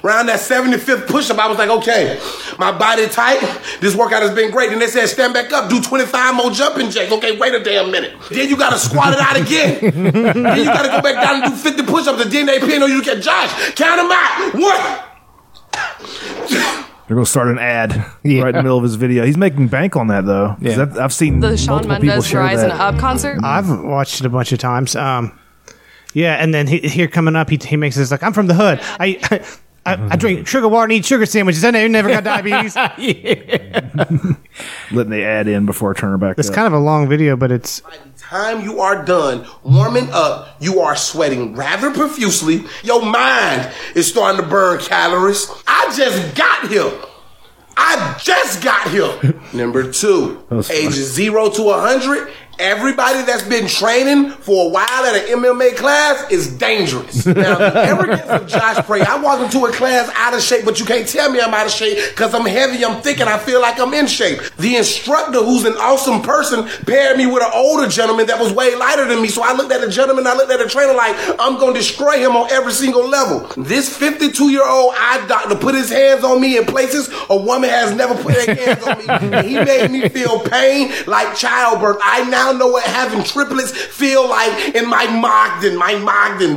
Speaker 9: Around that 75th push-up, I was like, okay, my body tight. This workout has been great. And they said, stand back up, do 25 more jumping jacks. Okay, wait a damn minute. Then you gotta squat it out again. then you gotta go back down and do 50 push-ups. And then they pin on you get Josh, count them out. One.
Speaker 2: They're gonna start an ad right in the middle of his video. He's making bank on that though. 'Cause
Speaker 3: Yeah.
Speaker 2: I've, I've seen
Speaker 10: The Sean
Speaker 2: multiple people
Speaker 10: Mendes
Speaker 2: share
Speaker 10: Rise and
Speaker 2: that.
Speaker 10: Up concert.
Speaker 11: Uh,
Speaker 1: I've watched it a bunch of times. Um, yeah, and then he, here coming up, he, he makes this like, I'm from the hood. I, I, I drink sugar water and eat sugar sandwiches. I never got diabetes.
Speaker 2: Letting the ad in before I turn her back.
Speaker 1: it's
Speaker 2: up.
Speaker 1: kind of a long video, but it's
Speaker 9: By the time you are done warming up, you are sweating rather profusely. Your mind is starting to burn calories. I just got here. I just got here. Number two, ages zero to 100. Everybody that's been training for a while at an MMA class is dangerous. Now, the arrogance of Josh Prey, I walk into a class out of shape, but you can't tell me I'm out of shape because I'm heavy, I'm thick, and I feel like I'm in shape. The instructor, who's an awesome person, paired me with an older gentleman that was way lighter than me. So I looked at the gentleman, I looked at the trainer like, I'm going to destroy him on every single level. This 52 year old eye doctor put his hands on me in places a woman has never put her hands on me. And he made me feel pain like childbirth. I now know what having triplets feel like in my Magden, my Magden.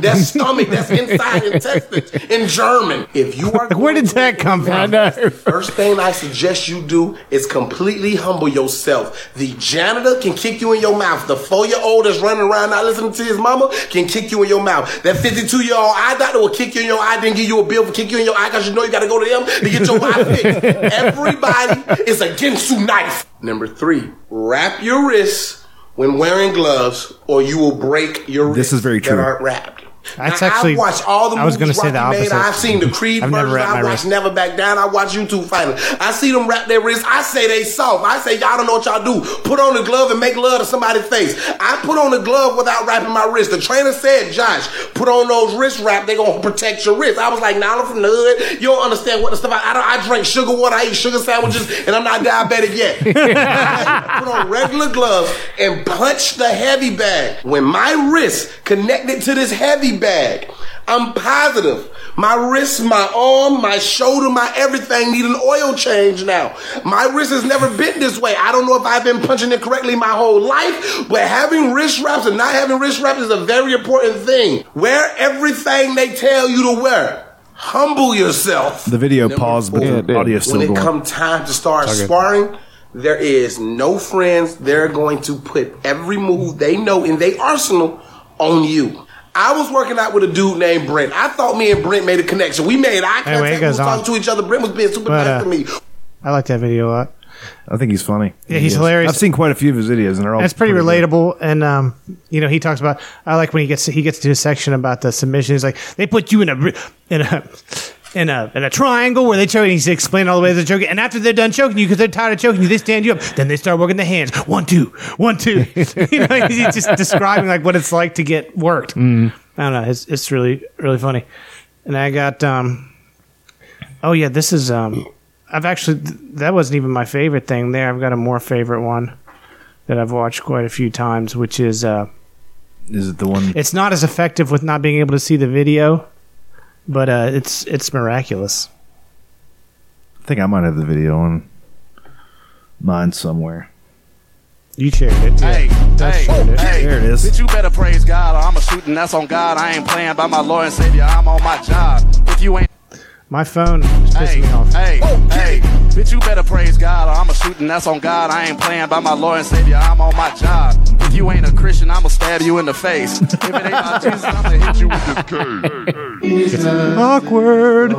Speaker 9: That's stomach, that's inside intestines in German. If you are
Speaker 1: where did that come from?
Speaker 9: First thing I suggest you do is completely humble yourself. The janitor can kick you in your mouth. The four-year-old that's running around not listening to his mama can kick you in your mouth. That 52-year-old eye doctor will kick you in your eye, then give you a bill for kick you in your eye because you know you got to go to them to get your eye fixed. Everybody is a Ginsu knife. Number three, wrap your wrists when wearing gloves or you will break your wrists
Speaker 2: This is very true.
Speaker 9: that aren't wrapped.
Speaker 1: That's
Speaker 9: Now,
Speaker 1: actually-
Speaker 9: I've watched all the
Speaker 1: I was
Speaker 9: movies
Speaker 1: gonna say the
Speaker 9: Rocky made.
Speaker 1: opposite.
Speaker 9: I've seen the Creed
Speaker 1: I've never
Speaker 9: versions.
Speaker 1: wrapped my
Speaker 9: I watched
Speaker 1: wrist.
Speaker 9: Never Back Down. I watch YouTube fighters. I see them wrap their wrists. I say they soft. I say y'all don't know what y'all do. Put on the glove and make love to somebody's face. I put on the glove without wrapping my wrist. The trainer said, Josh, put on those wrist wrap. They gonna protect your wrist. I was like, Nah, I'm from the hood. You don't understand what the stuff. I, I don't. I drink sugar water. I eat sugar sandwiches, and I'm not diabetic yet. put on regular gloves and punch the heavy bag. When my wrist connected to this heavy bag, I'm positive my wrist, my arm, my shoulder, my everything need an oil change now. My wrist has never been this way. I don't know if I've been punching it correctly my whole life, but having wrist wraps and not having wrist wraps is a very important thing. Wear everything they tell you to wear. Humble yourself.
Speaker 2: The video paused, but
Speaker 3: Yeah, it did.
Speaker 2: the audio still
Speaker 9: when it
Speaker 2: going.
Speaker 9: come time to start sparring, there is no friends. They're going to put every move they know in their arsenal on you. I was working out with a dude named Brent. I thought me and Brent made a connection. We made eye
Speaker 1: Anyway, it
Speaker 9: contact. we
Speaker 1: goes
Speaker 9: was talking
Speaker 1: on.
Speaker 9: to each other. Brent was being super
Speaker 1: But,
Speaker 9: nice
Speaker 1: uh,
Speaker 9: to me.
Speaker 1: I like that video a lot.
Speaker 2: I think he's funny.
Speaker 1: Yeah, he's hilarious.
Speaker 2: I've seen quite a few of his videos, and they're all.
Speaker 1: That's pretty,
Speaker 2: good.
Speaker 1: relatable, and um, you know he talks about. I like when he gets he gets to his section about the submission. He's like, they put you in a in a in a in a triangle where they choke, and he's explaining all the way they're choking. And after they're done choking you because they're tired of choking you, they stand you up. Then they start working the hands. One two, one two. you know, he's just describing like what it's like to get worked. I don't know. It's it's really really funny. And I got um, oh yeah, this is um, I've actually th- that wasn't even my favorite thing there. I've got a more favorite one that I've watched quite a few times, which is uh,
Speaker 2: Is it the one?
Speaker 1: it's not as effective with not being able to see the video, but uh, it's it's miraculous.
Speaker 2: I think I might have the video on mine somewhere.
Speaker 1: You shared it. Too.
Speaker 10: Hey, hey, hey.
Speaker 2: There it is.
Speaker 10: Bitch, you better praise God or I'm a shooting. That's on God. I ain't playing by my Lord and Savior. I'm on my job. If you ain't.
Speaker 1: My phone is pissing
Speaker 10: Hey,
Speaker 1: me off. Oh,
Speaker 10: hey, hey. Bitch, you better praise God or I'm a shooting. That's on God. I ain't playing by my Lord and Savior. I'm on my job. If you ain't a Christian, I'ma stab you in the face. If it ain't about Jesus, I'ma hit you with this cane.
Speaker 1: Awkward.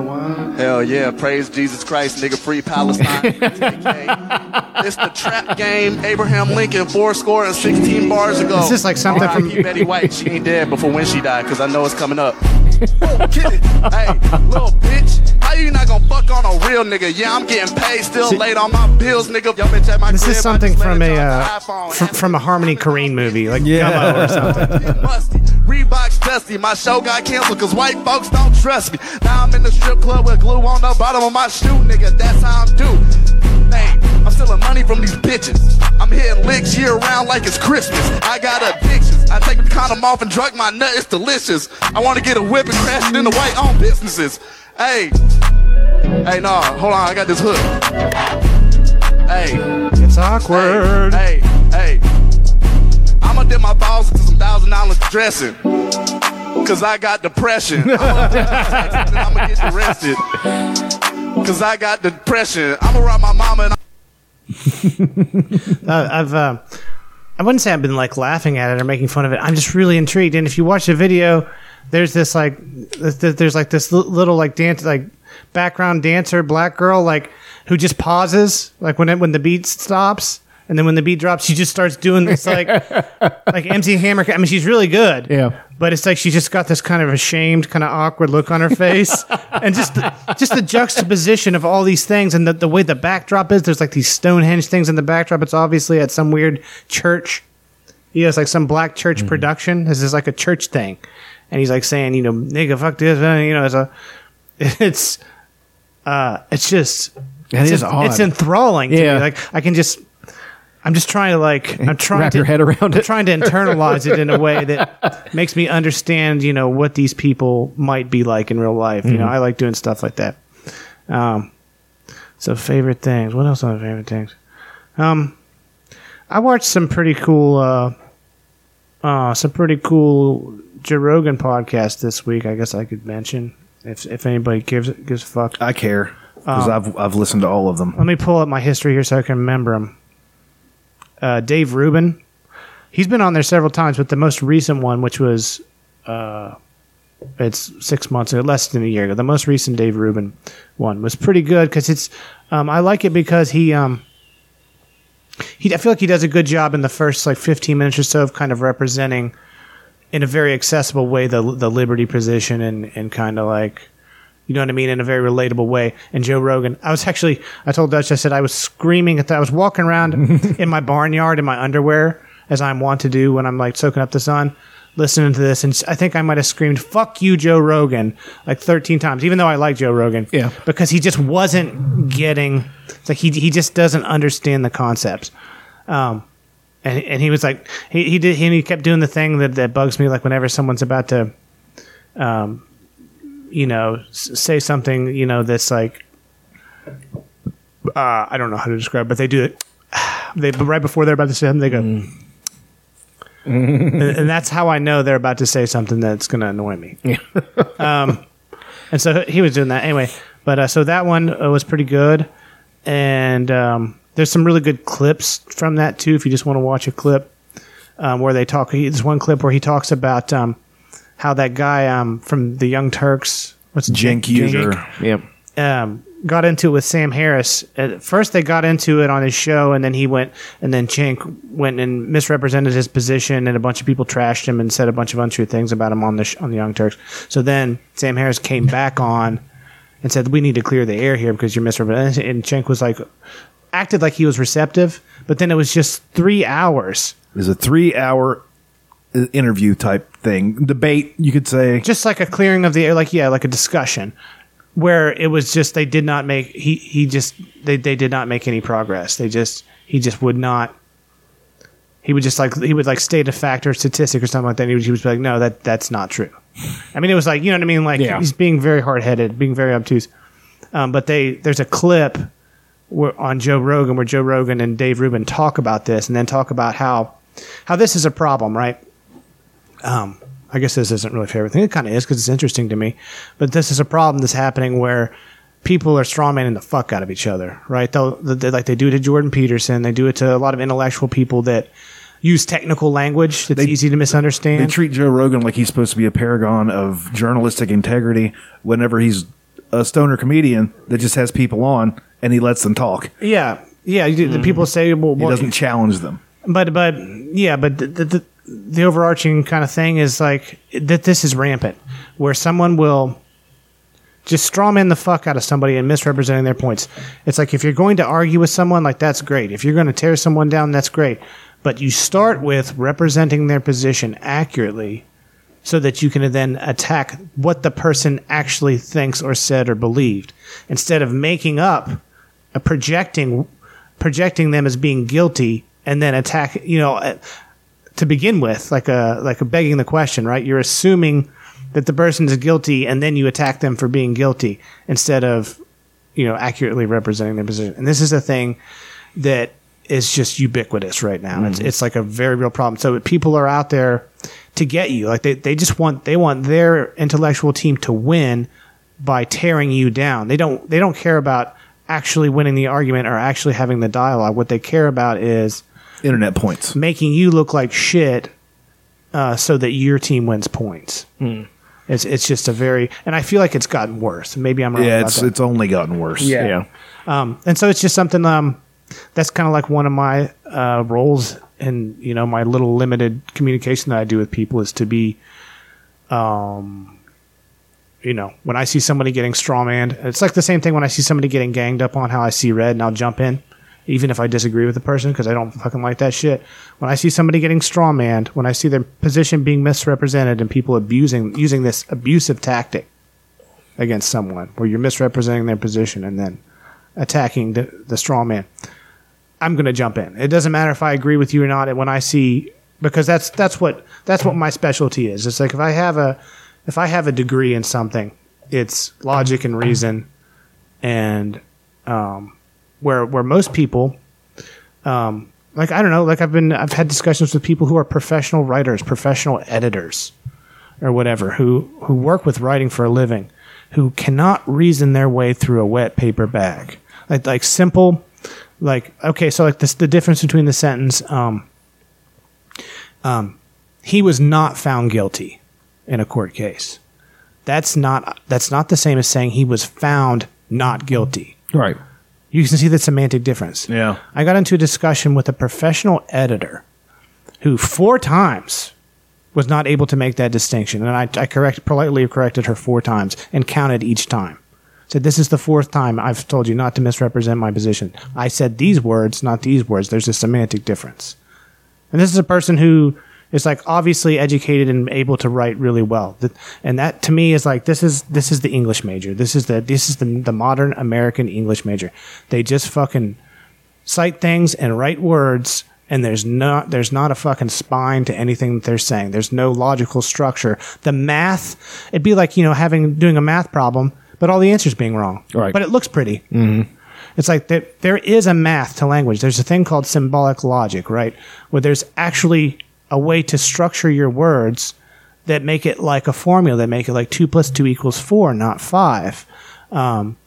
Speaker 10: Hell yeah, praise Jesus Christ, nigga, free Palestine. it's the trap game. Abraham Lincoln, four score and 16 bars ago.
Speaker 1: Is this like something from-
Speaker 10: R.I.P. Betty White? She ain't dead before when she died, because I know it's coming up. Kid it. Hey, little bitch, how you not gonna fuck on a real nigga? Yeah, I'm getting paid still late on my bills, nigga. Y'all bitch at my
Speaker 1: This
Speaker 10: crib,
Speaker 1: is
Speaker 10: I
Speaker 1: something
Speaker 10: just let
Speaker 1: from
Speaker 10: it
Speaker 1: a
Speaker 10: drop the
Speaker 1: uh,
Speaker 10: iPhone.
Speaker 1: from, from a Harmony Korine movie, like
Speaker 2: Yeah.
Speaker 1: Gummo or something.
Speaker 10: Busty, Reeboks dusty. My show got canceled cause white folks don't trust me. Now I'm in the strip club with glue on the bottom of my shoe, nigga. That's how I'm due. Hey, I'm stealing money from these bitches. I'm hitting licks year round like it's Christmas. I got addictions. I take the condom off and drug my nut. It's delicious. I want to get a whip and crash it into white owned businesses. Hey, hey, nah, hold on. I got this hook. Hey.
Speaker 1: It's awkward.
Speaker 10: Hey, hey, hey. I'ma dip my balls into some thousand dollars dressing. Cause I got depression. I'ma dip my taxes and I'ma get arrested. Cause I got depression. I'ma rob my mama and
Speaker 1: Uh, I've uh, I wouldn't say I've been like laughing at it or making fun of it. I'm just really intrigued. And if you watch the video, there's this like th- th- there's like this li- little like dance like background dancer black girl like who just pauses like when it, when the beat stops. And then when the beat drops, she just starts doing this like, like MC Hammer. I mean, she's really good.
Speaker 3: Yeah.
Speaker 1: But it's like she's just got this kind of ashamed, kind of awkward look on her face, and just the, just the juxtaposition of all these things, and the, the way the backdrop is. There's like these Stonehenge things in the backdrop. It's obviously at some weird church. You know, it's like some black church
Speaker 3: Mm-hmm.
Speaker 1: production. This is like a church thing, and he's like saying, you know, nigga, fuck this. uh, You know, it's a, it's, uh, it's just,
Speaker 3: That
Speaker 1: it's,
Speaker 3: is odd.
Speaker 1: it's enthralling. To
Speaker 3: Yeah.
Speaker 1: me. like I can just. I'm just trying to like I'm trying
Speaker 3: wrap
Speaker 1: to
Speaker 3: your head around
Speaker 1: I'm
Speaker 3: it.
Speaker 1: trying to internalize it in a way that makes me understand, you know, what these people might be like in real life.
Speaker 3: Mm-hmm.
Speaker 1: You know, I like doing stuff like that. Um, so favorite things. What else are my favorite things? Um, I watched some pretty cool, uh, uh, some pretty cool Joe Rogan podcast this week. I guess I could mention if if anybody gives gives a fuck.
Speaker 2: I care because
Speaker 1: Uh,
Speaker 2: I've I've listened to all of them.
Speaker 1: Let me pull up my history here so I can remember them. Uh, Dave Rubin. He's been on there several times, but the most recent one, which was uh, it's six months or less than a year ago, the most recent Dave Rubin one was pretty good because it's um, I like it because he um, he I feel like he does a good job in the first like fifteen minutes or so of kind of representing in a very accessible way the the liberty position and and kind of like you know what I mean? In a very relatable way. And Joe Rogan, I was actually, I told Dutch, I said I was screaming at that. I was walking around in my barnyard in my underwear, as I'm wont to do when I'm like soaking up the sun, listening to this. And I think I might have screamed, fuck you, Joe Rogan, like 13 times, even though I like Joe Rogan.
Speaker 3: Yeah.
Speaker 1: Because he just wasn't getting, it's like he, he just doesn't understand the concepts. Um, and, and he was like, he, he did, and he kept doing the thing that, that bugs me, like whenever someone's about to, you know, s- say something, you know, that's like, uh, I don't know how to describe, but they do it. They right before they're about to say something, they go, and, and that's how I know they're about to say something that's going to annoy me. um, And so he was doing that anyway. But uh, so that one uh, was pretty good, and um, there's some really good clips from that too. If you just want to watch a clip um, where they talk, he- there's one clip where he talks about um, how that guy um, from the Young Turks, what's his name?
Speaker 2: Jenk user.
Speaker 3: Yep.
Speaker 1: um, got into it with Sam Harris. At first, they got into it on his show, and then he went, and then Chink went and misrepresented his position, and a bunch of people trashed him and said a bunch of untrue things about him on the sh- on the Young Turks. So then Sam Harris came back on and said, "We need to clear the air here because you're misrepresenting." And Chink was like, acted like he was receptive, but then it was just three hours,
Speaker 2: Is a three hour interview type thing, debate, you could say.
Speaker 1: just like a clearing of the air, like yeah, like a discussion. Where it was just they did not make he he just they they did not make any progress. They just he just would not. He would just like he would like state a fact or statistic or something like that. And he would, he would be like, no, that that's not true. I mean, it was like you know what I mean. Like
Speaker 3: Yeah.
Speaker 1: he's being very hard headed, being very obtuse. Um, but they there's a clip where, on Joe Rogan where Joe Rogan and Dave Rubin talk about this and then talk about how how this is a problem, right? Um, I guess this isn't really fair. everything. It kind of is because it's interesting to me. But this is a problem that's happening where people are strawmanning the fuck out of each other, right? They'll, they, like they do to Jordan Peterson. They do it to a lot of intellectual people that use technical language that's easy to
Speaker 2: They
Speaker 1: misunderstand.
Speaker 2: treat Joe Rogan like he's supposed to be a paragon of journalistic integrity whenever he's a stoner comedian that just has people on and he lets them talk.
Speaker 1: yeah. Yeah. You do, The people say, well,
Speaker 2: Mm-hmm. He
Speaker 1: well,
Speaker 2: doesn't challenge them.
Speaker 1: but but yeah, but the, the, the, the overarching kind of thing is like that. This is rampant, where someone will just strawman the fuck out of somebody and misrepresenting their points. It's like if you're going to argue with someone, like that's great. If you're going to tear someone down, that's great. But you start with representing their position accurately, so that you can then attack what the person actually thinks or said or believed, instead of making up, uh, projecting projecting them as being guilty and then attack you know uh, to begin with like a like a begging the question right you're assuming that the person is guilty and then you attack them for being guilty instead of you know accurately representing their position and this is a thing that is just ubiquitous right now it's,
Speaker 2: Mm-hmm.
Speaker 1: it's like a very real problem so people are out there to get you like they, they just want they want their intellectual team to win by tearing you down. They don't they don't care about actually winning the argument or actually having the dialogue. What they care about is
Speaker 2: Internet points.
Speaker 1: making you look like shit uh, so that your team wins points.
Speaker 2: Hmm.
Speaker 1: It's it's just a very and I feel like it's gotten worse. Maybe I'm wrong.
Speaker 2: Yeah,
Speaker 1: about
Speaker 2: it's
Speaker 1: that.
Speaker 2: it's only gotten worse.
Speaker 3: Yeah.
Speaker 1: Um, and so it's just something um, that's kind of like one of my uh, roles in you know my little limited communication that I do with people is to be, um, you know, when I see somebody getting strawmanned, it's like the same thing when I see somebody getting ganged up on how I see red, and I'll jump in, even if I disagree with the person because I don't fucking like that shit. When I see somebody getting strawmanned, when I see their position being misrepresented and people abusing using this abusive tactic against someone where you're misrepresenting their position and then attacking the, the straw man, I'm going to jump in. It doesn't matter if I agree with you or not. And when I see, because that's that's what that's what my specialty is. It's like if I have a if I have a degree in something, it's logic and reason, and um, where where most people, um, like I don't know, like I've been I've had discussions with people who are professional writers, professional editors, or whatever who who work with writing for a living who cannot reason their way through a wet paper bag like like simple like okay so like this the difference between the sentence um um he was not found guilty in a court case that's not that's not the same as saying he was found not guilty
Speaker 3: Right.
Speaker 1: you can see the semantic difference.
Speaker 2: Yeah.
Speaker 1: I got into a discussion with a professional editor who four times was not able to make that distinction. And I, I correct, politely corrected her four times and counted each time. Said, This is the fourth time I've told you not to misrepresent my position. I said these words, not these words. There's a semantic difference. And this is a person who is like obviously educated and able to write really well. Th- And that to me is like this is this is the English major. This is the this is the the modern American English major. They just fucking cite things and write words and there's not there's not a fucking spine to anything that they're saying. There's no logical structure. The math it'd be like, you know, having doing a math problem, but all the answers being wrong.
Speaker 3: Right.
Speaker 1: But it looks pretty. It's like there, there is a math to language. There's a thing called symbolic logic, right? Where there's actually a way to structure your words that make it like a formula. They make it like two plus two equals four, not five. Um,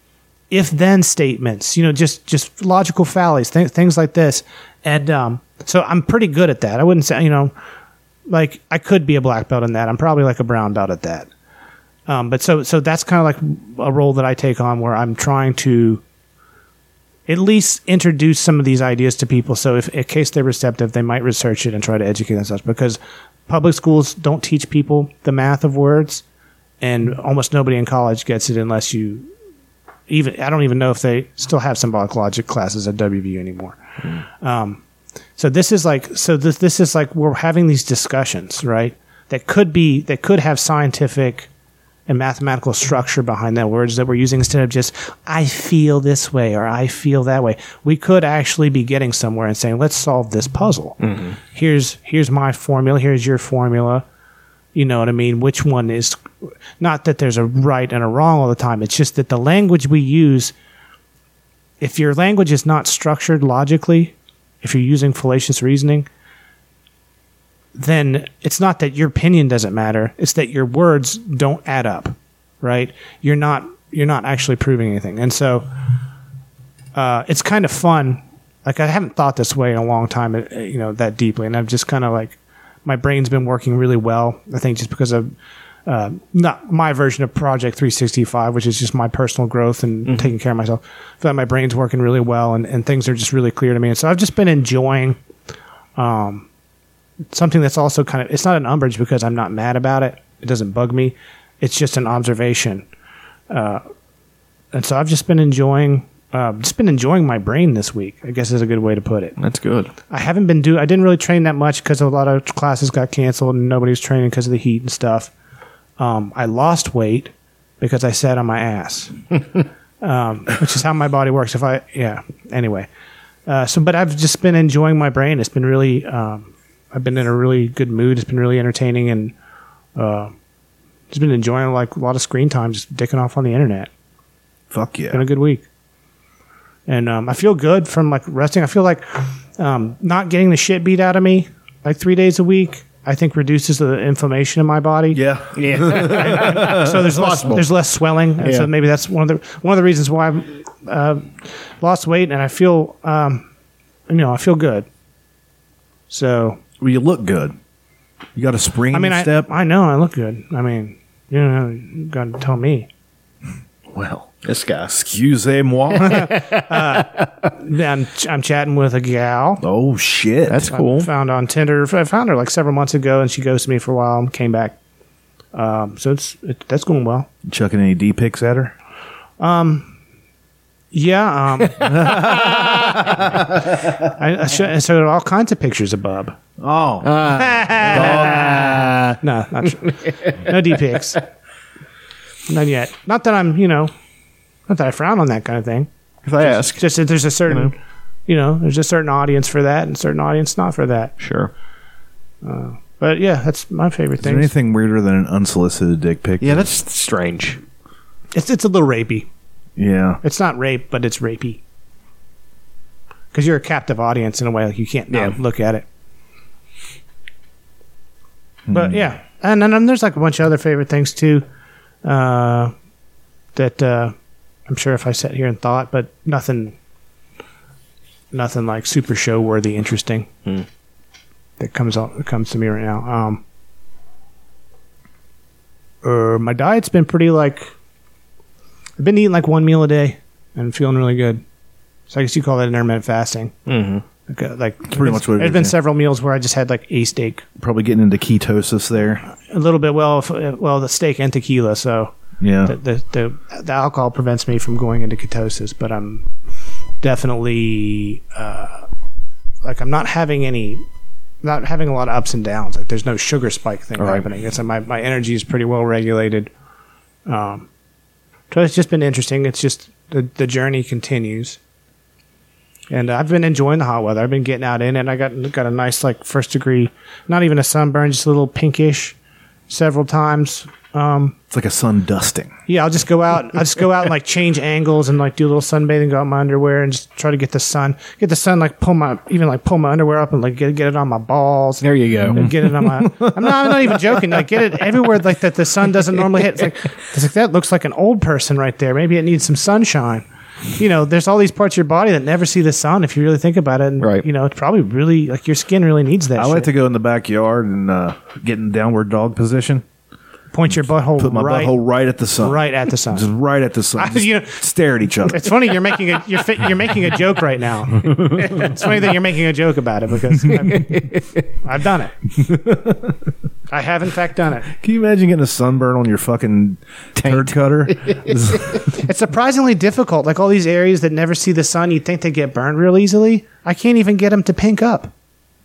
Speaker 1: if then statements, you know, just just logical fallacies, things things like this. And um, so I'm pretty good at that. I wouldn't say, you know, like I could be a black belt in that. I'm probably like a brown belt at that. Um, but so so that's kind of like a role that I take on where I'm trying to at least introduce some of these ideas to people. So if in case they're receptive, they might research it and try to educate themselves because public schools don't teach people the math of words, and almost nobody in college gets it unless you even I don't even know if they still have symbolic logic classes at WVU anymore. Um, so this is like so this this is like we're having these discussions, right? That could be that could have scientific and mathematical structure behind that words that we're using instead of just I feel this way or I feel that way. We could actually be getting somewhere and saying, let's solve this puzzle. Here's here's my formula, here's your formula. You know what I mean? Which one is not that there's a right and a wrong all the time. It's just that the language we use if your language is not structured logically, if you're using fallacious reasoning, then it's not that your opinion doesn't matter. It's that your words don't add up, right? You're not you're not actually proving anything, and so uh, it's kind of fun. Like I haven't thought this way in a long time, uh, you know, that deeply, and I've just kind of like my brain's been working really well. I think just because of uh, not my version of Project 365, which is just my personal growth and taking care of myself. I feel like my brain's working really well, and, and things are just really clear to me. And so I've just been enjoying um, something that's also kind of it's not an umbrage because I'm not mad about it. It doesn't bug me. It's just an observation. Uh, and so I've just been enjoying uh, just been enjoying my brain this week. I guess is a good way to put it.
Speaker 3: That's good.
Speaker 1: I haven't been do. I didn't really train that much because a lot of classes got canceled and nobody was training because of the heat and stuff. Um, I lost weight because I sat on my ass, um, which is how my body works. If I yeah. Anyway, uh, so but I've just been enjoying my brain. It's been really. Um, I've been in a really good mood. It's been really entertaining and. Uh, just been enjoying like a lot of screen time, just dicking off on the internet.
Speaker 2: Fuck yeah.
Speaker 1: Been a good week, and um, I feel good from like resting. I feel like um, not getting the shit beat out of me like three days a week. I think reduces the inflammation in my body.
Speaker 2: Yeah.
Speaker 1: so there's less there's less swelling, and
Speaker 3: Yeah.
Speaker 1: so maybe that's one of the one of the reasons why I've uh, lost weight and I feel um, you know I feel good. So
Speaker 2: Well, you look good. You got a spring
Speaker 1: I
Speaker 2: in
Speaker 1: mean
Speaker 2: your
Speaker 1: I
Speaker 2: step.
Speaker 1: I know I look good. I mean you know you gotta tell me.
Speaker 2: well,
Speaker 3: This guy.
Speaker 2: excusez-moi.
Speaker 1: I'm I'm chatting with a gal.
Speaker 2: oh shit.
Speaker 3: That's
Speaker 1: I
Speaker 3: cool.
Speaker 1: found on Tinder. I found her like several months ago, and she ghosted me for a while. and Came back. Um, so it's it, that's going well.
Speaker 2: chucking any D pics at her.
Speaker 1: Yeah. Um, I, I, sh- I showed her all kinds of pictures of Bub.
Speaker 2: Oh.
Speaker 1: No, not true. no D pics. None yet. Not that I'm, you know, not that I frown on that kind of thing.
Speaker 3: If I ask.
Speaker 1: Just that there's a certain, you know, there's a certain audience for that and certain audience not for that.
Speaker 3: Sure.
Speaker 1: But yeah, that's my favorite
Speaker 2: Is there
Speaker 1: thing.
Speaker 2: anything weirder than an unsolicited dick pic?
Speaker 3: Yeah, that's strange.
Speaker 1: It's it's a little rapey.
Speaker 2: Yeah.
Speaker 1: It's not rape, but it's rapey. Because you're a captive audience in a way, like you can't not look at it.
Speaker 2: Hmm.
Speaker 1: But yeah, and then and there's like a bunch of other favorite things too, uh, that uh, I'm sure if I sat here and thought, but nothing, nothing like super show worthy interesting
Speaker 2: Hmm.
Speaker 1: that comes out that comes to me right now. Um, uh, my diet's been pretty like I've been eating like one meal a day and feeling really good. So I guess you call that intermittent fasting. Mm-hmm. Okay, like
Speaker 2: pretty much what it
Speaker 1: There's
Speaker 2: is,
Speaker 1: been
Speaker 2: yeah.
Speaker 1: several meals where I just had like a steak,
Speaker 2: Probably getting into ketosis there.
Speaker 1: a little bit. Well, if, well, the steak and tequila. So
Speaker 2: Yeah.
Speaker 1: the, the the the alcohol prevents me from going into ketosis, but I'm definitely uh, like I'm not having any. Not having a lot of ups and downs. Like there's no sugar spike thing happening. It's my my energy is pretty well regulated. Um, so it's just been interesting. It's just the the journey continues, and I've been enjoying the hot weather. I've been getting out in, and I got got a nice like first degree, not even a sunburn, just a little pinkish, several times Um,
Speaker 2: It's like a sun dusting.
Speaker 1: yeah, I'll just go out. I'll just go out and like change angles and like do a little sunbathing, go out in my underwear and just try to get the sun, get the sun, like pull my, even like pull my underwear up and like get, get it on my balls. There
Speaker 3: you go.
Speaker 1: And get it on my, I'm not, I'm not even joking. Like get it everywhere like that the sun doesn't normally hit. It's like, it's like, that looks like an old person right there. Maybe it needs some sunshine. You know, there's all these parts of your body that never see the sun if you really think about it. And,
Speaker 3: Right.
Speaker 1: You know, it's probably really like your skin really needs that.
Speaker 2: I like to go in the backyard and uh, get in downward dog position.
Speaker 1: point your butthole
Speaker 2: Put my
Speaker 1: right,
Speaker 2: butthole right at the sun.
Speaker 1: right at the sun.
Speaker 2: Just right at the sun.
Speaker 1: I-
Speaker 2: Just
Speaker 1: you know-
Speaker 2: stare at each other.
Speaker 1: It's funny you're making a you're fi- you're making a joke right now. It's funny that you're making a joke about it because I've, I've done it. I have in fact done it.
Speaker 2: Can you imagine getting a sunburn on your fucking turd cutter?
Speaker 1: It's surprisingly difficult. Like all these areas that never see the sun, you'd think they get burned real easily. I can't even get them to pink up.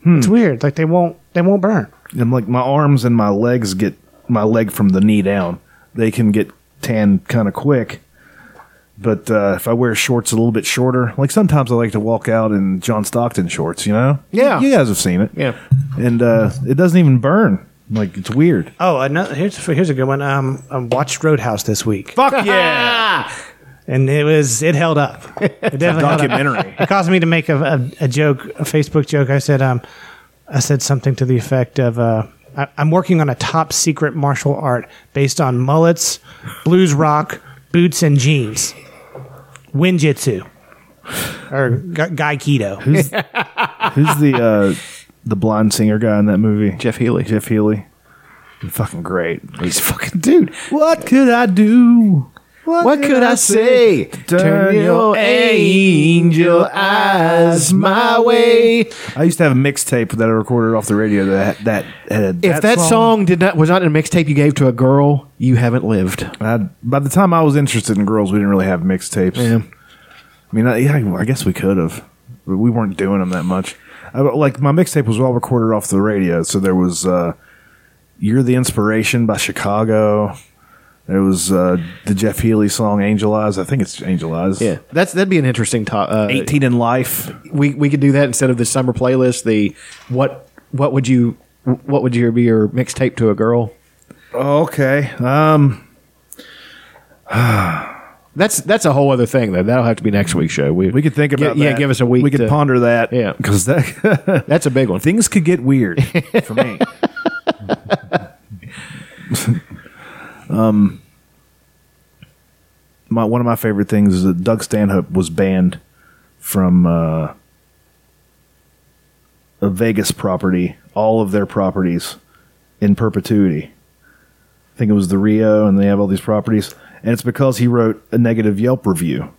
Speaker 1: It's weird. Like they won't they won't burn.
Speaker 2: I'm like my arms and my legs get my leg from the knee down. They can get tan kind of quick. But uh, if I wear shorts a little bit shorter, like sometimes I like to walk out in John Stockton shorts, you know?
Speaker 3: Yeah.
Speaker 2: You guys have seen it.
Speaker 3: Yeah.
Speaker 2: And uh, it doesn't even burn. Like it's weird.
Speaker 1: Oh, another here's here's a good one. Um, I watched Roadhouse this week,
Speaker 2: Fuck yeah.
Speaker 1: and it was it held up. It definitely held up.
Speaker 2: Documentary.
Speaker 1: it caused me to make a, a, a joke, a Facebook joke. I said, um, I said something to the effect of, uh, I, I'm working on a top secret martial art based on mullets, blues rock, boots, and jeans. Winjitsu. Or ga- Gaikido.
Speaker 2: Who's the uh, the blind singer guy in that movie?
Speaker 3: Jeff Healy.
Speaker 2: Jeff Healy. Fucking great.
Speaker 3: He's fucking dude.
Speaker 2: What could I do?
Speaker 3: What could I say? Turn your angel eyes my way.
Speaker 2: I used to have a mixtape that I recorded off the radio that that had
Speaker 3: If that, song, did not was not in a mixtape you gave to a girl, you haven't lived.
Speaker 2: I, by the time I was interested in girls, we didn't really have mixtapes. I mean, I, yeah, I guess we could have, but we weren't doing them that much. I, like my mixtape was all recorded off the radio, so there was uh, "You're the Inspiration" by Chicago. There was uh, the Jeff Healy song "Angel Eyes." I think it's "Angel Eyes."
Speaker 3: Yeah, that's that'd be an interesting top. Uh,
Speaker 2: eighteen in life.
Speaker 3: we we could do that instead of the summer playlist. The what what would you what would your be your mixtape to a girl?
Speaker 2: Okay, um,
Speaker 3: That's that's a whole other thing though. That'll have to be next week's show.
Speaker 2: we could think about.
Speaker 3: yeah,
Speaker 2: that.
Speaker 3: give us a week.
Speaker 2: We could
Speaker 3: to-
Speaker 2: ponder that.
Speaker 3: Yeah.
Speaker 2: because that
Speaker 3: That's a big one.
Speaker 2: things could get weird for me. um, Um, my one of my favorite things is that Doug Stanhope was banned from uh, a Vegas property, all of their properties in perpetuity. I think it was the Rio, and they have all these properties, and it's because he wrote a negative Yelp review.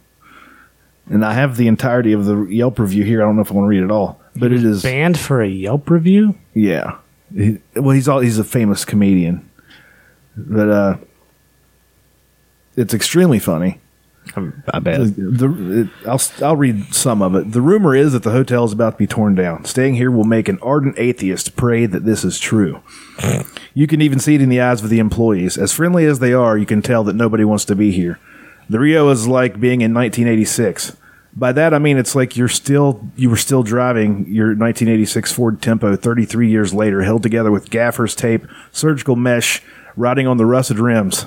Speaker 2: And I have the entirety of the Yelp review here. I don't know if I want to read it all, but it is
Speaker 1: Banned for a Yelp review?
Speaker 2: yeah. He, well, he's all he's a famous comedian, but uh, it's extremely funny.
Speaker 3: I bet.
Speaker 2: The, it, I'll I'll read some of it. The rumor is that the hotel is about to be torn down. Staying here will make an ardent atheist pray that this is true. you can even see it in the eyes of the employees. As friendly as they are, you can tell that nobody wants to be here. The Rio is like being in 1986. By that I mean it's like you're still you were still driving your 1986 Ford Tempo 33 years later, held together with gaffer's tape, surgical mesh, riding on the rusted rims.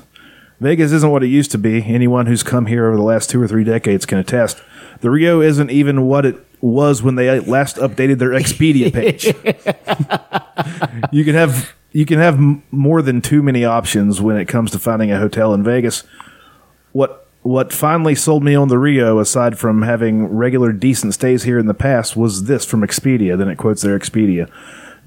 Speaker 2: Vegas isn't what it used to be. Anyone who's come here over the last two or three decades can attest. The Rio isn't even what it was when they last updated their Expedia page. you can have you can have m- more than too many options when it comes to finding a hotel in Vegas. What what finally sold me on the Rio, aside from having regular decent stays here in the past, was this from Expedia. Then it quotes their Expedia.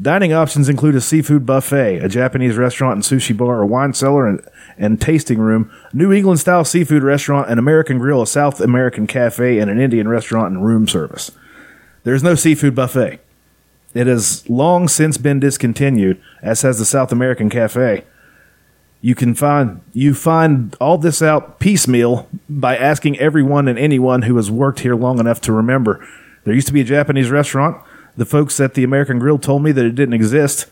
Speaker 2: Dining options include a seafood buffet, a Japanese restaurant and sushi bar, a wine cellar and, and tasting room, New England style seafood restaurant, an American grill, a South American cafe, and an Indian restaurant and room service. There's no seafood buffet. It has long since been discontinued, as has the South American cafe. You can find you find all this out piecemeal by asking everyone and anyone who has worked here long enough to remember. There used to be a Japanese restaurant. The folks at the American Grill told me that it didn't exist.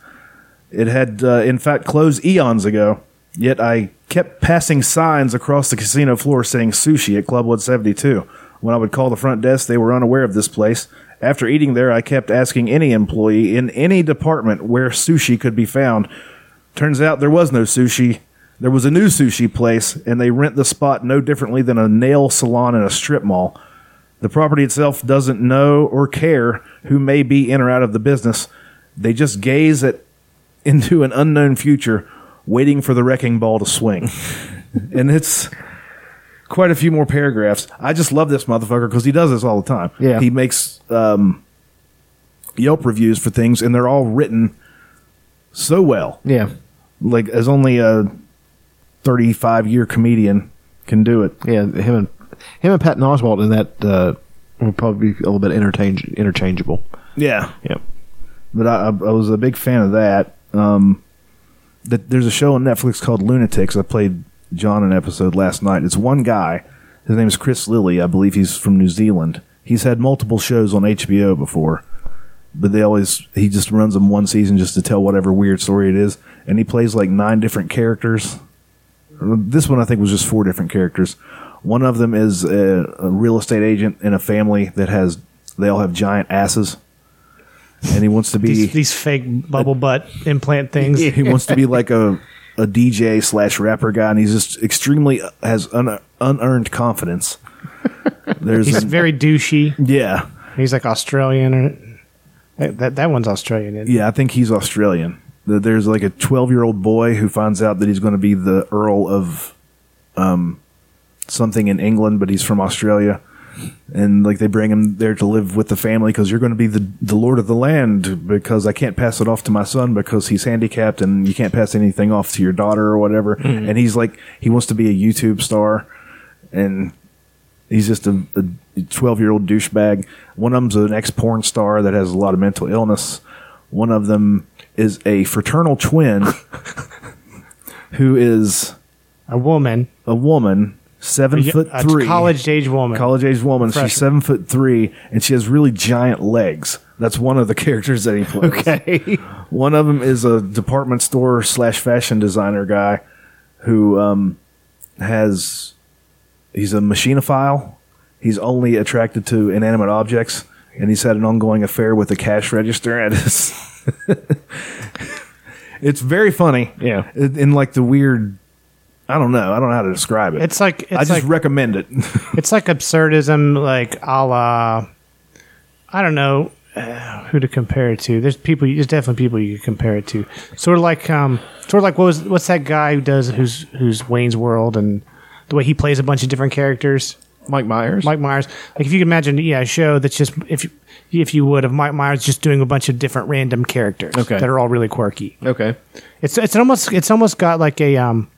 Speaker 2: It had, uh, in fact, closed eons ago. Yet I kept passing signs across the casino floor saying sushi at Clubwood 72. When I would call the front desk, they were unaware of this place. After eating there, I kept asking any employee in any department where sushi could be found. Turns out there was no sushi. There was a new sushi place, and they rent the spot no differently than a nail salon in a strip mall. The property itself doesn't know or care who may be in or out of the business. They just gaze at into an unknown future, waiting for the wrecking ball to swing. and it's quite a few more paragraphs. I just love this motherfucker because he does this all the time.
Speaker 3: Yeah.
Speaker 2: he makes um, Yelp reviews for things, and they're all written so well.
Speaker 3: Yeah.
Speaker 2: Like as only a thirty-five year comedian can do it.
Speaker 3: Yeah, him and him and Patton Oswalt in that uh, will probably be a little bit interchange, interchangeable.
Speaker 2: Yeah,
Speaker 3: Yeah.
Speaker 2: but I, I I was a big fan of that. Um, that there's a show on Netflix called Lunatics. I played John an episode last night. It's one guy. His name is Chris Lilly. I believe he's from New Zealand. He's had multiple shows on HBO before, but they always he just runs them one season just to tell whatever weird story it is, and he plays like nine different characters. This one I think was just four different characters. One of them is a, a real estate agent in a family that has they all have giant asses, and he wants to be
Speaker 1: These, these fake bubble butt implant things.
Speaker 2: he wants to be like a a DJ slash rapper guy, and he's just extremely has un, unearned confidence. There's
Speaker 1: He's
Speaker 2: an-
Speaker 1: very douchey.
Speaker 2: yeah,
Speaker 1: He's like Australian or that that, that one's Australian. Isn't it?
Speaker 2: yeah. I think he's Australian. Th- There's like a 12 year old boy who finds out that he's going to be the Earl of um something in England, but he's from Australia. And like they bring him there to live with the family because you're going to be the the lord of the land because I can't pass it off to my son because he's handicapped and you can't pass anything off to your daughter or whatever. And he's like he wants to be a YouTube star, and he's just a, a 12 year old douchebag. One of them's an ex porn star that has a lot of mental illness. One of them is a fraternal twin who is
Speaker 1: A woman,
Speaker 2: a woman, seven foot
Speaker 1: a
Speaker 2: three,
Speaker 1: college age woman.
Speaker 2: college age woman.
Speaker 1: Freshman.
Speaker 2: She's seven foot three, and she has really giant legs. That's one of the characters that he plays.
Speaker 3: Okay.
Speaker 2: One of them is a department store slash fashion designer guy who um, has he's a machinophile. He's only attracted to inanimate objects, and he's had an ongoing affair with the cash register at his. it's very funny.
Speaker 3: Yeah.
Speaker 2: in, in like the weird. I don't know. I don't know how to describe it.
Speaker 1: It's like it's
Speaker 2: I just
Speaker 1: like
Speaker 2: recommend it.
Speaker 1: it's like absurdism, like a la. I don't know uh, who to compare it to. There's people. There's definitely people you could compare it to. Sort of like um, sort of like what was what's that guy who does who's who's Wayne's World and the way he plays a bunch of different characters.
Speaker 3: Mike Myers.
Speaker 1: Mike Myers. Like if you can imagine, yeah, a show that's just if you- if you would of Mike Myers just doing a bunch of different random characters
Speaker 3: Okay.
Speaker 1: that are all really quirky.
Speaker 3: Okay.
Speaker 1: It's it's almost it's almost got like a um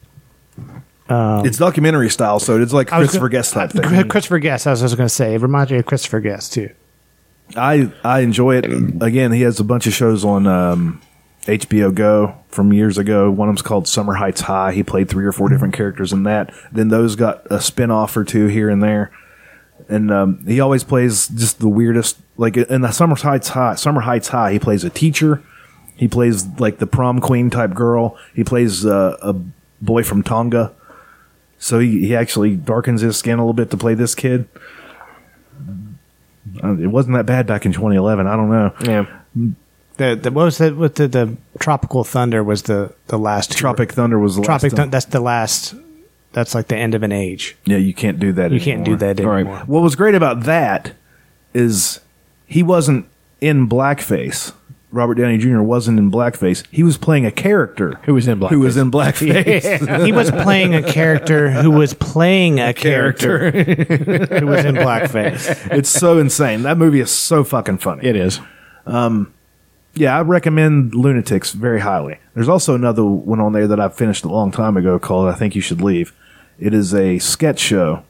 Speaker 2: it's documentary style, so it's like
Speaker 1: I was
Speaker 2: Christopher
Speaker 1: gonna-
Speaker 2: Guest type thing.
Speaker 1: Christopher Guest. I was just going to say it reminds me of Christopher Guest too.
Speaker 2: I I enjoy it. Again, he has a bunch of shows on um, HBO Go from years ago. One of them's called Summer Heights High. He played three or four different characters in that. Then those got a spin off or two here and there. And um, he always plays just the weirdest. Like in the Summer Heights High, Summer Heights High, he plays a teacher. He plays like the prom queen type girl. He plays uh, a boy from Tonga. So he, he actually darkens his skin a little bit to play this kid. Uh, It wasn't that bad back in 2011. I don't know.
Speaker 3: Yeah.
Speaker 1: The, the what was that with the, the tropical thunder was the the last
Speaker 2: Tropic Thunder was the
Speaker 1: tropic
Speaker 2: last
Speaker 1: thunder. That's the last. That's like the end of an age.
Speaker 2: Yeah, you can't do that.
Speaker 1: You can't do that
Speaker 3: All right.
Speaker 1: anymore.
Speaker 2: What was great about that is he wasn't in blackface. Robert Downey Jr. wasn't in blackface. He was playing a character
Speaker 3: Who was in
Speaker 2: Who was in blackface?
Speaker 1: He was playing a character who was playing a character who was in blackface.
Speaker 2: it's so insane. That movie is so fucking funny.
Speaker 3: It is.
Speaker 2: Yeah, I recommend Lunatics very highly. There's also another one on there that I finished a long time ago called I Think You Should Leave. It is a sketch show.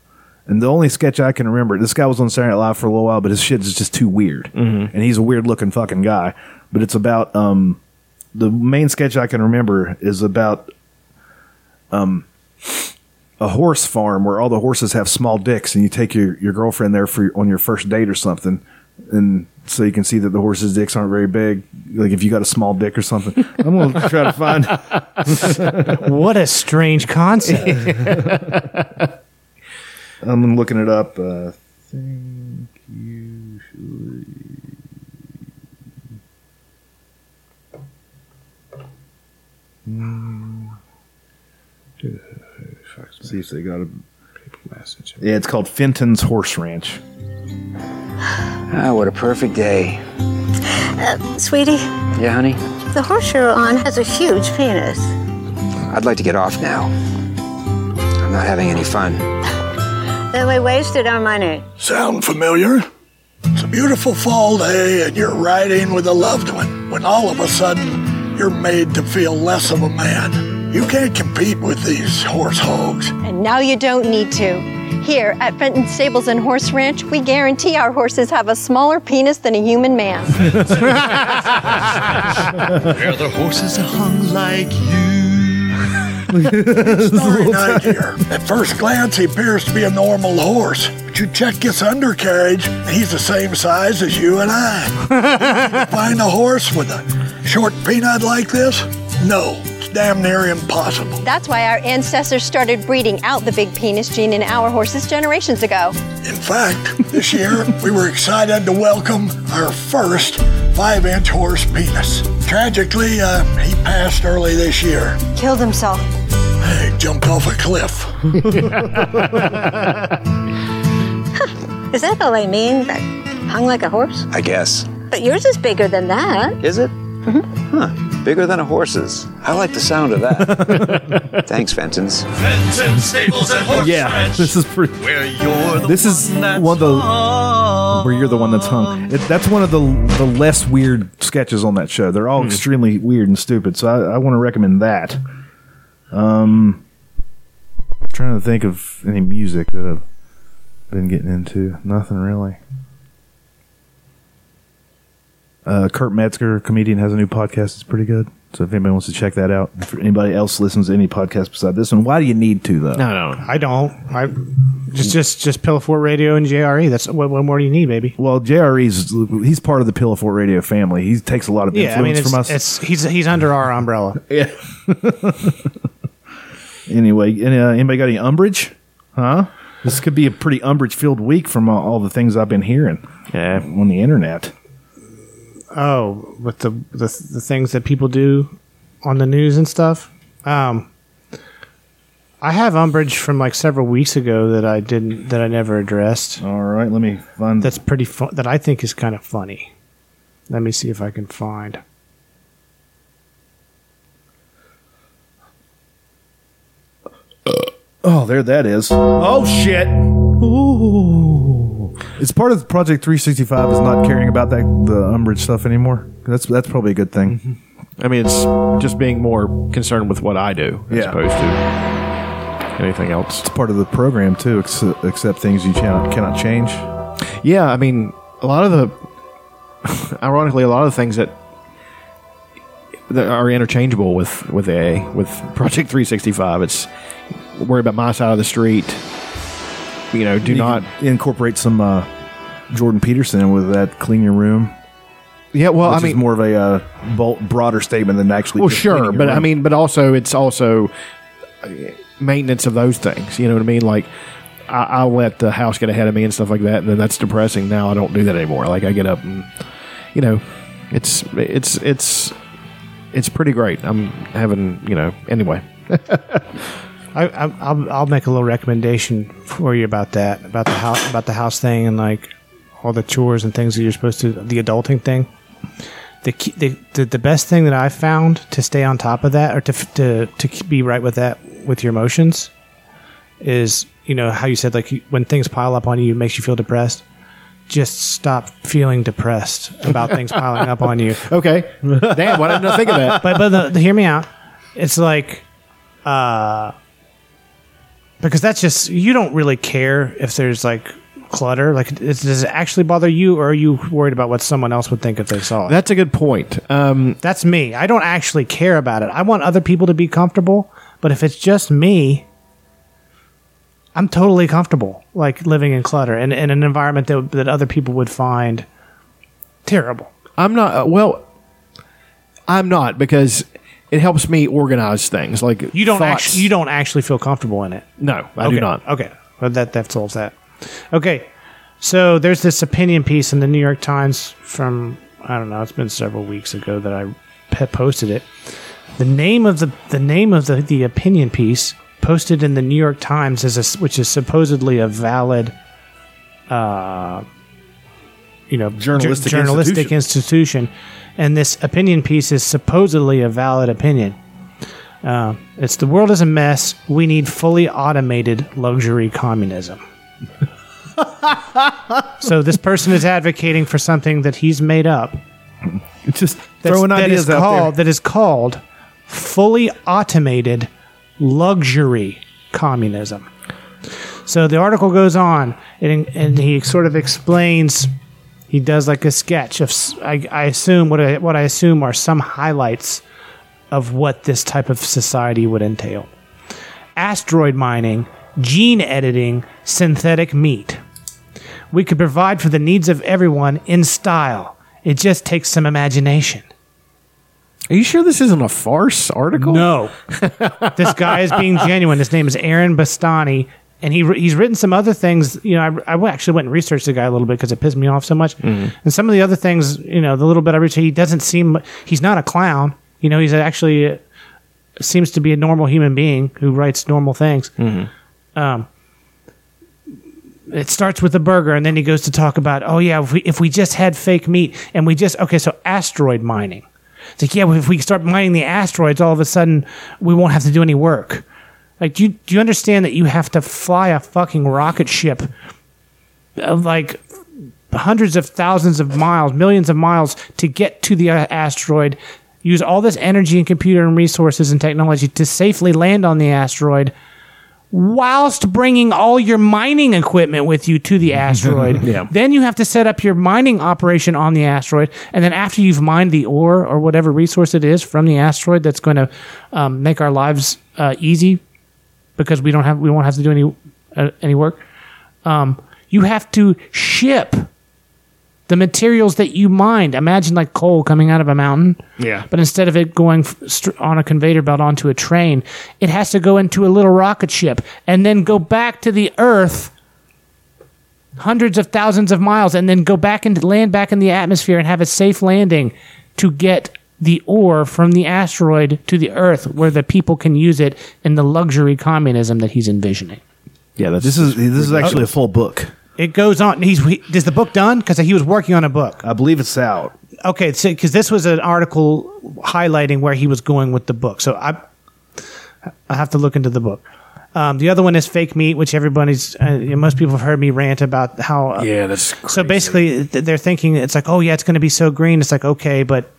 Speaker 2: And the only sketch I can remember, this guy was on Saturday Night Live for a little while, but his shit is just too weird. Mm-hmm. And he's a weird looking fucking guy. But it's about um, the main sketch I can remember is about um, a horse farm where all the horses have small dicks, and you take your, your girlfriend there for on your first date or something, and so you can see that the horse's dicks aren't very big. Like if you got a small dick or something, I'm gonna try to find.
Speaker 1: What a strange concept.
Speaker 2: I'm looking it up. Uh, think you Hmm. see if they got a message. Yeah, it's called Fenton's Horse Ranch.
Speaker 12: Ah, what a perfect day.
Speaker 11: Uh, sweetie,
Speaker 12: Yeah, honey?
Speaker 11: the horse you're on has a huge penis.
Speaker 12: I'd like to get off now. I'm not having any fun.
Speaker 11: Then we wasted our money.
Speaker 13: Sound familiar? It's a beautiful fall day, and you're riding with a loved one when all of a sudden you're made to feel less of a man. You can't compete with these horse hogs.
Speaker 14: And now you don't need to. Here at Fenton Stables and Horse Ranch, we guarantee our horses have a smaller penis than a human man.
Speaker 13: Where the horses are hung like you. Starry night here. At first glance, he appears to be a normal horse, but you check his undercarriage, and he's the same size as you and I. Find a horse with a short peanut like this? No, it's damn near impossible.
Speaker 14: That's why our ancestors started breeding out the big penis gene in our horses generations ago.
Speaker 13: In fact, this year we were excited to welcome our first five inch horse penis. Tragically, uh, he passed early this year.
Speaker 14: Killed himself.
Speaker 13: He jumped off a cliff.
Speaker 11: Is that all I mean? That hung like a horse?
Speaker 12: I guess.
Speaker 11: But yours is bigger than that.
Speaker 12: Is it? Huh. Bigger than a horse's. I like the sound of that. Thanks, Fenton's.
Speaker 4: Fenton Stables and Horse
Speaker 2: Yeah, this is pretty.
Speaker 4: Where you're the
Speaker 2: This is one of the where you're the one that's hung. It, that's one of the the less weird sketches on that show. They're all extremely weird and stupid. So I, I want to recommend that. Um, trying to think of any music that I've been getting into. Nothing really. Uh, Kurt Metzger, comedian, has a new podcast. It's pretty good. So if anybody wants to check that out, if anybody else listens to any podcast beside this one, why do you need to though?
Speaker 1: No, no, I don't. I just just just Pillafort Radio and JRE. That's what, what more do you need, baby?
Speaker 2: Well, JRE's he's part of the Pillowfort Radio family. He takes a lot of influence
Speaker 1: Yeah, I mean, it's,
Speaker 2: from us.
Speaker 1: it's he's he's under our umbrella.
Speaker 2: yeah. anyway, any, uh, anybody got any umbrage? Huh? This could be a pretty umbrage filled week from uh, all the things I've been hearing. Yeah. On the internet.
Speaker 1: Oh, with the, the the things that people do on the news and stuff. Um, I have umbrage from like several weeks ago that I didn't that I never addressed.
Speaker 2: All right, let me find.
Speaker 1: That's pretty fun. That I think is kind of funny. Let me see if I can find.
Speaker 2: Oh, there that is. Oh shit. Ooh. It's part of Project 365 is not caring about that the umbrage stuff anymore. That's that's probably a good thing.
Speaker 1: Mm-hmm.
Speaker 3: I mean, it's just being more concerned with what I do as
Speaker 2: Yeah.
Speaker 3: opposed to anything else.
Speaker 2: It's part of the program too, ex- except things you cannot, cannot change.
Speaker 3: Yeah, I mean, a lot of the, ironically, a lot of the things that that are interchangeable with with AA with Project 365. It's worry about my side of the street. You know, do
Speaker 2: You
Speaker 3: not.
Speaker 2: could incorporate some uh, Jordan Peterson with that clean your room.
Speaker 3: Yeah, well,
Speaker 2: which
Speaker 3: I mean,
Speaker 2: is more of a uh, bol- broader statement than actually.
Speaker 3: well,
Speaker 2: just cleaning
Speaker 3: sure,
Speaker 2: your
Speaker 3: but I
Speaker 2: room.
Speaker 3: mean, but also it's also uh, maintenance of those things. You know what I mean? Like I, I let the house get ahead of me and stuff like that, and then that's depressing. Now I don't do that anymore. Like I get up and you know, it's it's it's it's pretty great. I'm having you know anyway.
Speaker 1: I, I I'll I'll make a little recommendation for you about that about the house about the house thing and like all the chores and things that you're supposed to the adulting thing. The key, the, the the best thing that I've found to stay on top of that or to f- to to keep- be right with that with your emotions is you know how you said like you- when things pile up on you it makes you feel depressed. Just stop feeling depressed about things piling up on you.
Speaker 3: Okay, damn, why didn't I think of that?
Speaker 1: But but the, the- hear me out. It's like, uh, because that's just you don't really care if there's like clutter. Like, it's, does it actually bother you, or are you worried about what someone else would think if they saw it?
Speaker 3: That's a good point. Um,
Speaker 1: that's me. I don't actually care about it. I want other people to be comfortable, but if it's just me, I'm totally comfortable like living in clutter and in an environment that that other people would find terrible.
Speaker 3: I'm not. Uh, well, I'm not because it helps me organize things. Like
Speaker 1: You don't
Speaker 3: thoughts.
Speaker 1: actually you don't actually feel comfortable in it.
Speaker 3: No, I
Speaker 1: okay.
Speaker 3: do not.
Speaker 1: Okay, well, that that solves that. Okay, so there's this opinion piece in the New York Times from I don't know. It's been several weeks ago that I pe- posted it. The name of the the name of the, the opinion piece posted in the New York Times as a s which is supposedly a valid, uh, you know, jour-
Speaker 2: Journalistic
Speaker 1: journalistic institution. and this opinion piece is supposedly a valid opinion. Uh, it's the world is a mess. We need fully automated luxury communism. so this person is advocating for something that he's made up.
Speaker 2: Just
Speaker 1: throwing ideas that is called, That is called fully automated luxury communism. So the article goes on, and, and he sort of explains. He does like a sketch of, s- I, I assume what I, what I assume are some highlights of what this type of society would entail: asteroid mining, gene editing, synthetic meat. We could provide for the needs of everyone in style. It just takes some imagination.
Speaker 3: Are you sure this isn't a farce article?
Speaker 1: No. this guy is being genuine. His name is Aaron Bastani, and he he's written some other things. You know, I, I actually went and researched the guy a little bit because it pissed me off so much. And some of the other things, you know, the little bit I read, he doesn't seem he's not a clown. You know, he's actually uh, seems to be a normal human being who writes normal things. Um, it starts with a burger, and then he goes to talk about, oh yeah, if we if we just had fake meat, and we just okay, so asteroid mining. It's like, yeah, well, if we start mining the asteroids, all of a sudden we won't have to do any work. Like, do you, do you understand that you have to fly a fucking rocket ship, uh, like hundreds of thousands of miles, millions of miles to get to the uh, asteroid? Use all this energy and computer and resources and technology to safely land on the asteroid, whilst bringing all your mining equipment with you to the asteroid.
Speaker 2: Yeah.
Speaker 1: Then you have to set up your mining operation on the asteroid, and then after you've mined the ore or whatever resource it is from the asteroid, that's going to um, make our lives uh, easy because we don't have we won't have to do any uh, any work. Um, you have to ship the materials that you mined. Imagine like coal coming out of a mountain.
Speaker 2: Yeah.
Speaker 1: But instead of it going f- str- on a conveyor belt onto a train, it has to go into a little rocket ship and then go back to the Earth hundreds of thousands of miles and then go back and land back in the atmosphere and have a safe landing to get the ore from the asteroid to the Earth where the people can use it in the luxury communism that he's envisioning.
Speaker 3: Yeah, that's,
Speaker 2: this is this is actually a full book.
Speaker 1: It goes on. He's he, is the book done? Because he was working on a book.
Speaker 2: I believe it's out.
Speaker 1: Okay, so because this was an article highlighting where he was going with the book, so I I have to look into the book. Um, the other one is fake meat, which everybody's uh, most people have heard me rant about how. uh,
Speaker 2: Yeah, that's
Speaker 1: so. Basically, th- they're thinking it's like, oh yeah, it's going to be so green. It's like okay, but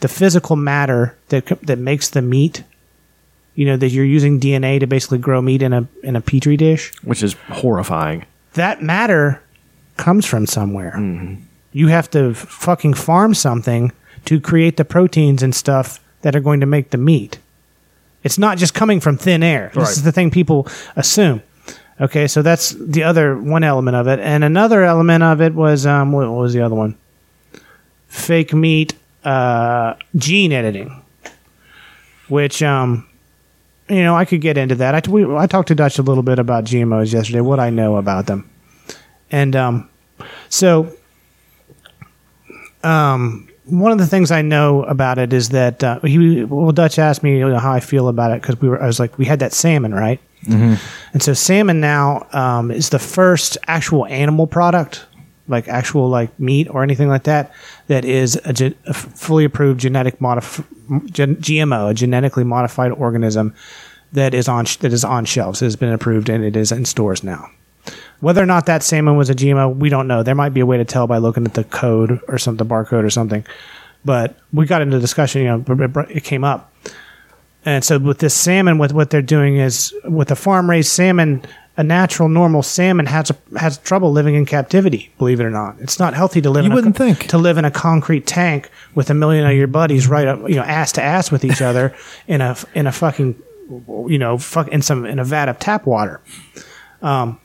Speaker 1: the physical matter that c- that makes the meat, you know, that you're using DNA to basically grow meat in a in a petri dish
Speaker 3: which is horrifying.
Speaker 1: that matter comes from somewhere. You have to f- fucking farm something to create the proteins and stuff that are going to make the meat. It's not just coming from thin air.
Speaker 2: Right.
Speaker 1: This is the thing people assume. Okay, so that's the other one element of it, and another element of it was um, what what was the other one? Fake meat, uh, gene editing, which um, you know, I could get into that. I, t- we, I talked to Dutch a little bit about GMOs yesterday, what I know about them. And um, so, um, one of the things I know about it is that uh, he, well, Dutch asked me you know, how I feel about it because we were, I was like, we had that salmon, right? And so, salmon now um, is the first actual animal product, like actual like meat or anything like that, that is a, ge- a f- fully approved genetic modif- gen- GMO, a genetically modified organism that is on sh- that is on shelves. It has been approved and it is in stores now. Whether or not that salmon was a GMO, we don't know. There might be a way to tell by looking at the code or something, barcode or something. But we got into discussion. You know, br- br- it came up, and so with this salmon, with what they're doing is with a farm raised salmon, a natural normal salmon has a, has trouble living in captivity. Believe it or not, it's not healthy to live.
Speaker 2: You
Speaker 1: in
Speaker 2: wouldn't
Speaker 1: a, think to live in a concrete tank with a million of your buddies right up, you know, ass to ass with each other in a in a fucking, you know, fuck in some in a vat of tap water. Um,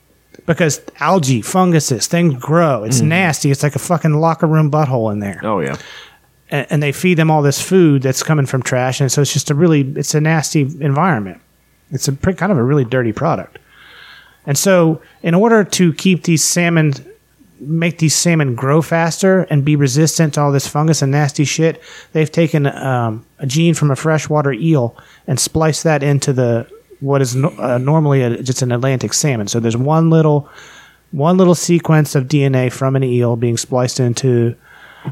Speaker 1: because algae, funguses, things grow. It's nasty. It's like a fucking locker room butthole in there.
Speaker 3: Mm-hmm. Oh yeah.
Speaker 1: And, and they feed them all this food that's coming from trash, and so it's just a really it's a nasty environment. It's a pretty, kind of a really dirty product. And so, in order to keep these salmon, make these salmon grow faster and be resistant to all this fungus and nasty shit, they've taken um, a gene from a freshwater eel and spliced that into the what is no, uh, normally a, just an Atlantic salmon. So there's one little one little sequence of DNA from an eel being spliced into.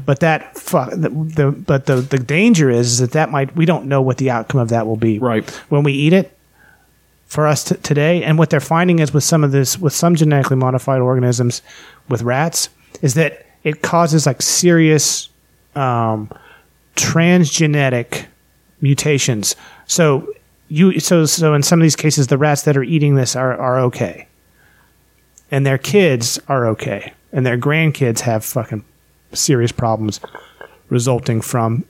Speaker 1: But that fuck the, the but the the danger is that that might we don't know what the outcome of that will be. Right when we eat it, for us t- today. And what they're finding is with some of this, with some genetically modified organisms, with rats, is that it causes like serious um, transgenetic mutations. So you, so so in some of these cases, the rats that are eating this are are okay, and their kids are okay, and their grandkids have fucking serious problems resulting from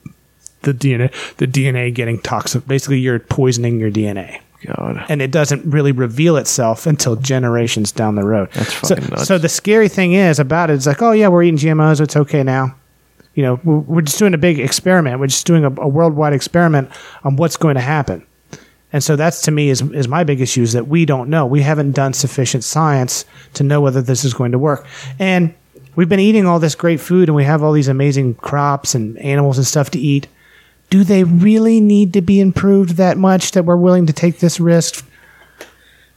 Speaker 1: the DNA the DNA getting toxic. Basically, you're poisoning your DNA. God. And it doesn't really reveal itself until generations down the road. That's
Speaker 3: fucking
Speaker 1: so,
Speaker 3: nuts.
Speaker 1: So the scary thing is about it is like, oh yeah, we're eating GMOs. It's okay now. You know, we're, we're just doing a big experiment. We're just doing a, a worldwide experiment on what's going to happen. And so that's to me is is my big issue is that we don't know. We haven't done sufficient science to know whether this is going to work. And we've been eating all this great food and we have all these amazing crops and animals and stuff to eat. Do they really need to be improved that much that we're willing to take this risk?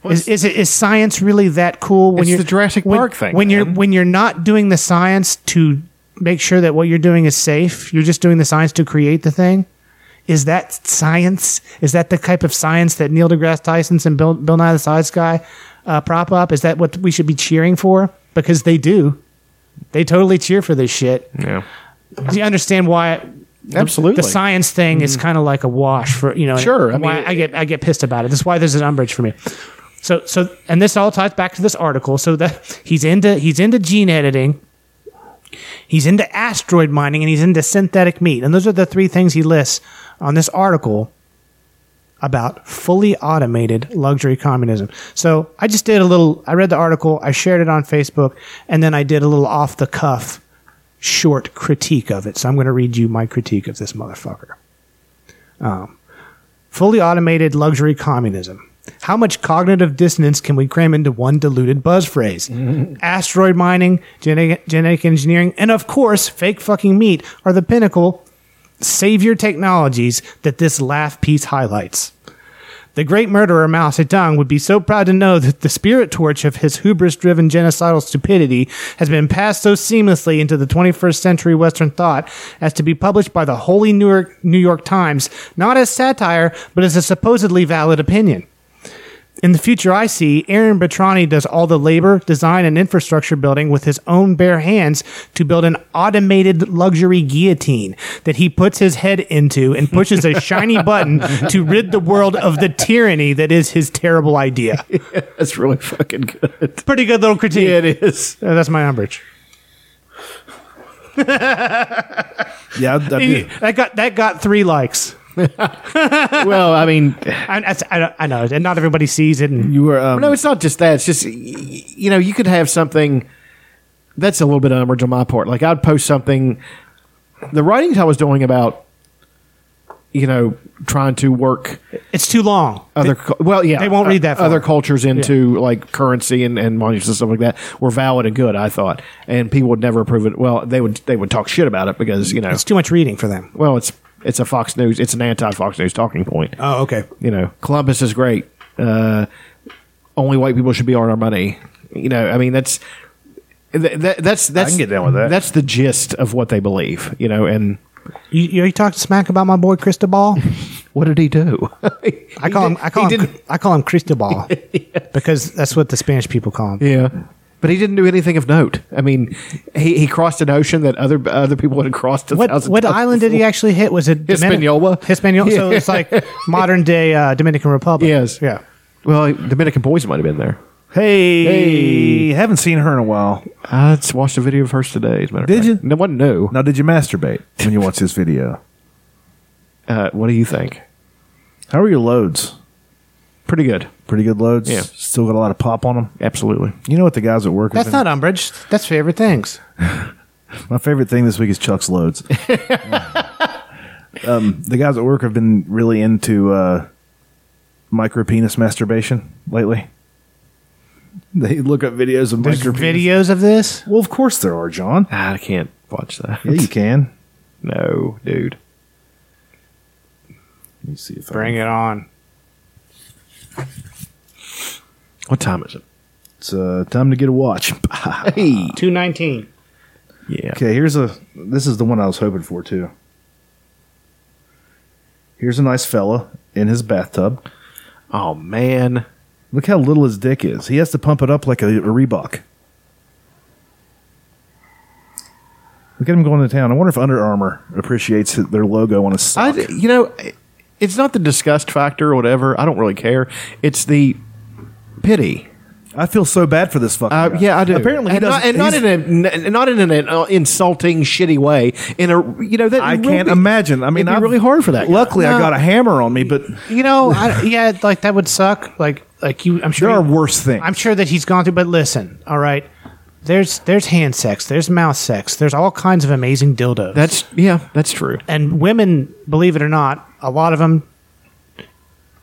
Speaker 1: Is, is, it, is science really that cool when
Speaker 3: It's
Speaker 1: you're
Speaker 3: the Jurassic
Speaker 1: when-
Speaker 3: Park thing,
Speaker 1: When you're
Speaker 3: man.
Speaker 1: when you're not doing the science to make sure that what you're doing is safe, you're just doing the science to create the thing. Is that science? Is that the type of science that Neil deGrasse Tyson's and Bill, Bill Nye the Science Guy uh, prop up? Is that what we should be cheering for? Because they do, they totally cheer for this shit. Yeah. Do you understand why? the-
Speaker 3: Absolutely. Mm-hmm.
Speaker 1: The science thing is kind of like a wash for you know.
Speaker 3: Sure, I
Speaker 1: why
Speaker 3: mean-
Speaker 1: I get I get pissed about it. That's why there's an umbrage for me. So so and this all ties back to this article. So that he's into he's into gene editing. He's into asteroid mining and he's into synthetic meat. And those are the three things he lists on this article about fully automated luxury communism. So I just did a little, I read the article, I shared it on Facebook, and then I did a little off the cuff short critique of it. So I'm going to read you my critique of this motherfucker. Um, fully automated luxury communism. How much cognitive dissonance can we cram into one diluted buzz phrase? Asteroid mining, genetic, genetic engineering, and of course, fake fucking meat are the pinnacle savior technologies that this laugh piece highlights. The great murderer Mao Zedong would be so proud to know that the spirit torch of his hubris driven genocidal stupidity has been passed so seamlessly into the 21st century Western thought as to be published by the Holy New York, New York Times, not as satire, but as a supposedly valid opinion. In the future I see, Aaron Batrani does all the labor, design, and infrastructure building with his own bare hands to build an automated luxury guillotine that he puts his head into and pushes a shiny button to rid the world of the tyranny that is his terrible idea.
Speaker 3: That's really fucking good.
Speaker 1: Pretty good little critique. it is. that's my umbrage.
Speaker 2: Yeah, I, I do.
Speaker 1: That got that got three likes.
Speaker 3: well, I mean,
Speaker 1: I, I, I know, and not everybody sees it. And
Speaker 2: you were um,
Speaker 3: no, it's not just that. It's just y- y- you know, you could have something that's a little bit of umbrage on my part. Like I'd post something. The writings I was doing about, you know, trying to work.
Speaker 1: It's too long.
Speaker 3: Other cu- well, yeah,
Speaker 1: they won't read that far.
Speaker 3: Other cultures into like currency and, and monuments and stuff like that were valid and good. I thought, and people would never approve it. Well, they would they would talk shit about it because you know
Speaker 1: it's too much reading for them.
Speaker 3: Well, it's it's a Fox News. It's an anti Fox News talking point.
Speaker 1: Oh, okay.
Speaker 3: You know, Columbus is great. Uh, only white people should be on our money. You know, I mean that's that, that, that's that's
Speaker 2: get down with that.
Speaker 3: That's the gist of what they believe. You know, and
Speaker 1: You, you, you talked smack about my boy Cristobal.
Speaker 3: what did he do?
Speaker 1: I call him. I call him. I call him Cristobal because that's what the Spanish people call him.
Speaker 3: Yeah. But he didn't do anything of note. I mean, he, he crossed an ocean that other other people had crossed. A
Speaker 1: What,
Speaker 3: thousand
Speaker 1: what
Speaker 3: times
Speaker 1: island did he
Speaker 3: before.
Speaker 1: actually hit? Was it Dominican-
Speaker 3: Hispaniola?
Speaker 1: Hispaniola. So
Speaker 3: Yeah.
Speaker 1: it's like modern day uh, Dominican Republic.
Speaker 3: Yes.
Speaker 1: Yeah.
Speaker 3: Well, Dominican boys might have been there.
Speaker 2: Hey, haven't seen her in a while.
Speaker 3: I just watched a video of hers today. As a matter
Speaker 2: Did
Speaker 3: of
Speaker 2: you?
Speaker 3: fact. No one knew.
Speaker 2: Now, did you masturbate when you watched this video?
Speaker 3: Uh, what do you think?
Speaker 2: How are your loads?
Speaker 3: Pretty good.
Speaker 2: Pretty good loads.
Speaker 3: Yeah.
Speaker 2: Still got a lot of pop on them.
Speaker 3: Absolutely.
Speaker 2: You know what the guys at work. have
Speaker 1: That's
Speaker 2: been-
Speaker 1: not umbrage. That's favorite things.
Speaker 2: My favorite thing this week is Chuck's loads. um, the guys at work have been really into uh, micro penis masturbation lately. They look up videos of
Speaker 1: There's
Speaker 2: micro
Speaker 1: videos of this.
Speaker 2: Well, of course there are, John.
Speaker 3: I can't watch that.
Speaker 2: Yeah, you can.
Speaker 3: No, dude.
Speaker 2: Let me see if I
Speaker 1: Bring it on.
Speaker 2: What time is it? It's uh, time to get a watch. hey.
Speaker 1: 219.
Speaker 2: Yeah. Okay, here's a. This is the one I was hoping for too. Here's a nice fella in his bathtub. Oh man, look how little his dick is. He has to pump it up like a, a Reebok. Look at him going to town. I wonder if Under Armour appreciates their logo on his sock.
Speaker 3: I, you know, it's not the disgust factor or whatever. I don't really care. It's the pity.
Speaker 2: I feel so bad for this fucker.
Speaker 3: Uh, yeah, I do.
Speaker 2: Apparently he
Speaker 3: and not,
Speaker 2: doesn't-
Speaker 3: and not
Speaker 2: he's-
Speaker 3: in a n- not in an uh, insulting, shitty way. In a you know that
Speaker 2: I
Speaker 3: would
Speaker 2: can't
Speaker 3: be-
Speaker 2: imagine. I mean,
Speaker 3: it'd be
Speaker 2: I've-
Speaker 3: really hard for that. guy.
Speaker 2: Luckily, I
Speaker 3: No.
Speaker 2: got a hammer on me, but
Speaker 1: You know, I, yeah, like that would suck. Like, like you, I'm sure
Speaker 2: there
Speaker 1: you-
Speaker 2: are worse things.
Speaker 1: I'm sure that he's gone through. But listen, all right. There's there's hand sex. There's mouth sex. There's all kinds of amazing dildos.
Speaker 3: That's yeah, that's true.
Speaker 1: and women, believe it or not, a lot of them.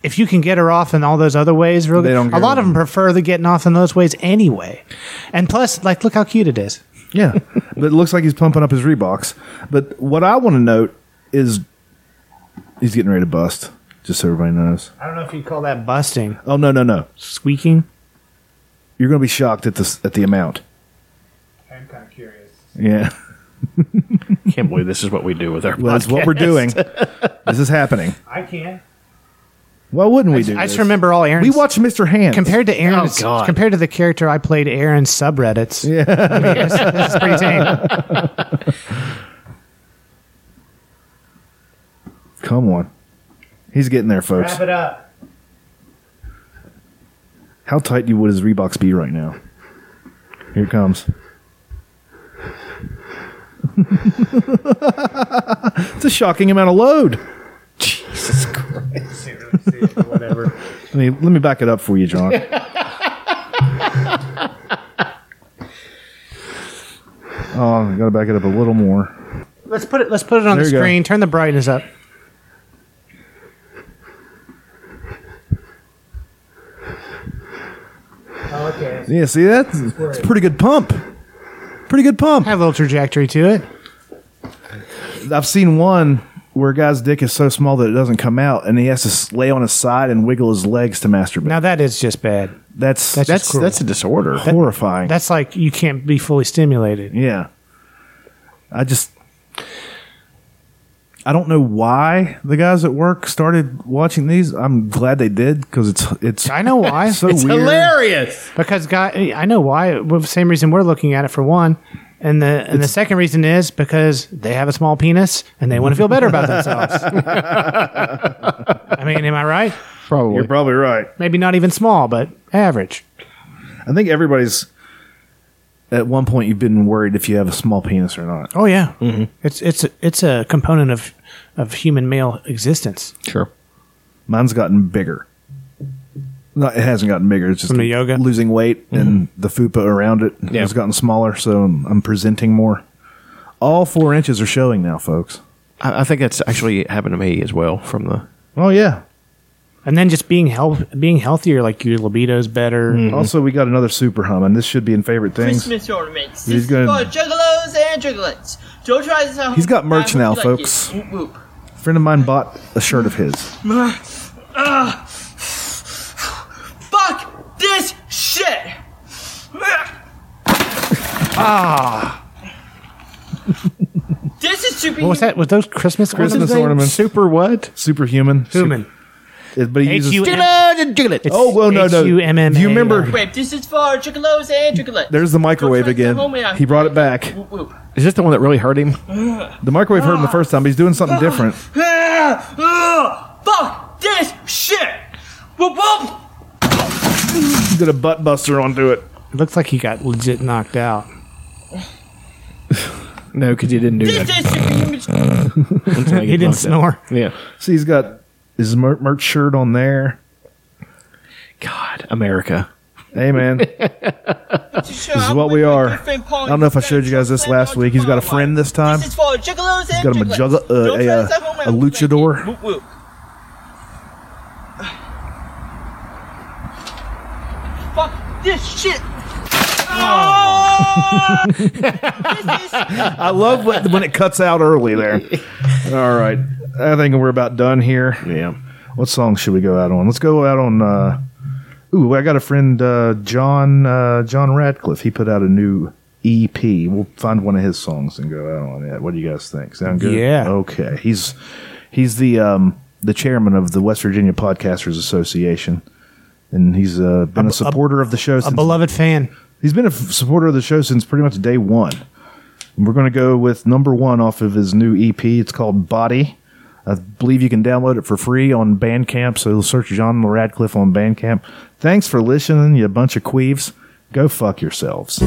Speaker 1: If you can get her off in all those other ways, really,
Speaker 2: They don't
Speaker 1: a
Speaker 2: get
Speaker 1: lot
Speaker 2: it.
Speaker 1: of them prefer the getting off in those ways anyway. And plus, like, look how cute it is.
Speaker 2: Yeah, but it looks like he's pumping up his Reeboks. But what I want to note is he's getting ready to bust. Just so everybody knows.
Speaker 1: I don't know if you call that busting,
Speaker 2: Oh no no no!
Speaker 1: squeaking.
Speaker 2: You're going to be shocked at this at the amount.
Speaker 1: I'm kind of curious.
Speaker 2: Yeah,
Speaker 3: Can't believe this is what we do with our.
Speaker 2: well, that's what we're
Speaker 3: podcast.
Speaker 2: doing. this is happening.
Speaker 1: I can.
Speaker 2: Why wouldn't we
Speaker 1: I,
Speaker 2: do?
Speaker 1: I just
Speaker 2: this?
Speaker 1: remember all Aaron's.
Speaker 2: We watched Mr. Hands
Speaker 1: compared to Aaron's.
Speaker 2: Oh, God.
Speaker 1: compared to the character I played, Aaron's subreddits. Yeah, this, this is pretty tame.
Speaker 2: Come on, he's getting there, folks.
Speaker 1: it up.
Speaker 2: How tight you would his Reeboks be right now? Here it comes. it's a shocking amount of load.
Speaker 4: Jesus Christ. Whatever.
Speaker 2: Let me let me back it up for you, John. oh, I gotta back it up a little more.
Speaker 1: Let's put it. Let's put it on
Speaker 2: There
Speaker 1: the
Speaker 2: you go.
Speaker 1: screen. Turn the brightness up.
Speaker 2: Yeah, see that? It's a pretty good pump. Pretty good pump.
Speaker 1: Have a little trajectory to it.
Speaker 2: I've seen one where a guy's dick is so small that it doesn't come out, and he has to s- lay on his side and wiggle his legs to masturbate.
Speaker 1: Now that is just bad.
Speaker 2: That's
Speaker 1: That's
Speaker 2: that's
Speaker 1: just
Speaker 2: that's,
Speaker 1: cruel.
Speaker 2: a disorder. Horrifying.
Speaker 1: That's like you can't be fully stimulated.
Speaker 2: yeah. I just I don't know why the guys at work started watching these. I'm glad they did because it's it's
Speaker 1: I know why.
Speaker 2: so weird.
Speaker 3: hilarious.
Speaker 1: Because guy, I know why. Well, the same reason we're looking at it for one, and the and the second reason is because they have a small penis and they want to feel better about themselves. I mean, am I right?
Speaker 3: Probably.
Speaker 2: You're probably right.
Speaker 1: Maybe not even small, but average.
Speaker 2: I think everybody's at one point you've been worried if you have a small penis or not.
Speaker 1: Oh yeah,
Speaker 2: Mm-hmm.
Speaker 1: it's it's it's a component of of human male existence
Speaker 3: Sure.
Speaker 2: Mine's gotten bigger. No, it hasn't gotten bigger. It's just
Speaker 1: From the yoga?
Speaker 2: losing weight and the fupa around it
Speaker 3: Yeah.
Speaker 2: has gotten smaller, so I'm, I'm presenting more. All four inches are showing now, folks.
Speaker 3: I, I think that's actually happened to me as well. From the
Speaker 2: Oh yeah.
Speaker 1: and then just being health being healthier, like your libido's better. Oh,
Speaker 2: Also, we got another super hum, and this should be in favorite things.
Speaker 15: Christmas ornaments.
Speaker 2: He's
Speaker 15: This is for
Speaker 2: gonna-
Speaker 15: juggalos and jugglets. Joe tries to.
Speaker 2: He's got merch
Speaker 15: I
Speaker 2: now,
Speaker 15: hope you like
Speaker 2: folks.
Speaker 15: it. Whoop, whoop.
Speaker 2: A friend of mine bought a shirt of his.
Speaker 15: Ah, ah. fuck this shit.
Speaker 1: Ah,
Speaker 15: This is super.
Speaker 1: what was that? Was those Christmas
Speaker 2: Christmas
Speaker 1: ornaments?
Speaker 2: ornaments.
Speaker 3: Super what?
Speaker 2: Superhuman.
Speaker 1: Human.
Speaker 2: Super- it- but he uses.
Speaker 1: H-U-M- It's
Speaker 2: Oh well, no, no.
Speaker 1: H-U-M-M-A-R.
Speaker 2: You remember?
Speaker 15: Wait, this is for juggalos and jugglets.
Speaker 2: There's the microwave again. He brought it back.
Speaker 15: Whoop, whoop.
Speaker 3: Is this the one that really hurt him?
Speaker 15: Ah,
Speaker 2: The microwave hurt him the first time, but he's doing something different.
Speaker 15: ah, fuck this shit. Whoop whoop.
Speaker 2: He did a butt buster onto it.
Speaker 1: Looks like he got legit knocked out.
Speaker 3: No, because you didn't do
Speaker 15: This
Speaker 3: that.
Speaker 15: is superhuman.
Speaker 1: he didn't snore.
Speaker 3: Yeah.
Speaker 2: See, he's got his mer- merch shirt on there.
Speaker 3: God, America.
Speaker 2: Hey, man. this is what we are. I don't know if I showed you guys this last week. He's got a friend this time.
Speaker 15: This is for juggalos and
Speaker 2: He's got him a,
Speaker 15: jugglets.
Speaker 2: jugga- uh,
Speaker 15: Joe
Speaker 2: a,
Speaker 15: tries to
Speaker 2: uh,
Speaker 15: home
Speaker 2: a
Speaker 15: run.
Speaker 2: luchador.
Speaker 15: Whoop whoop. Fuck this shit.
Speaker 2: Oh.
Speaker 15: Oh!
Speaker 2: I love when, when it cuts out early there. All right. I think we're about done here.
Speaker 3: Yeah.
Speaker 2: What song should we go out on? Let's go out on. Uh, ooh, I got a friend, uh, John uh, John Radcliffe. He put out a new EP. We'll find one of his songs and go out on it. What do you guys think? Sound good?
Speaker 1: Yeah.
Speaker 2: Okay. He's he's the um, the chairman of the West Virginia Podcasters Association, and he's uh, been a, supporter of the show. Since, a beloved fan. He's been a f- supporter of the show since pretty much day one. We're going to go with number one off of his new EP. It's called Body. I believe you can download it for free on Bandcamp. So search John Radcliffe on Bandcamp. Thanks for listening, you bunch of queeves. Go fuck yourselves.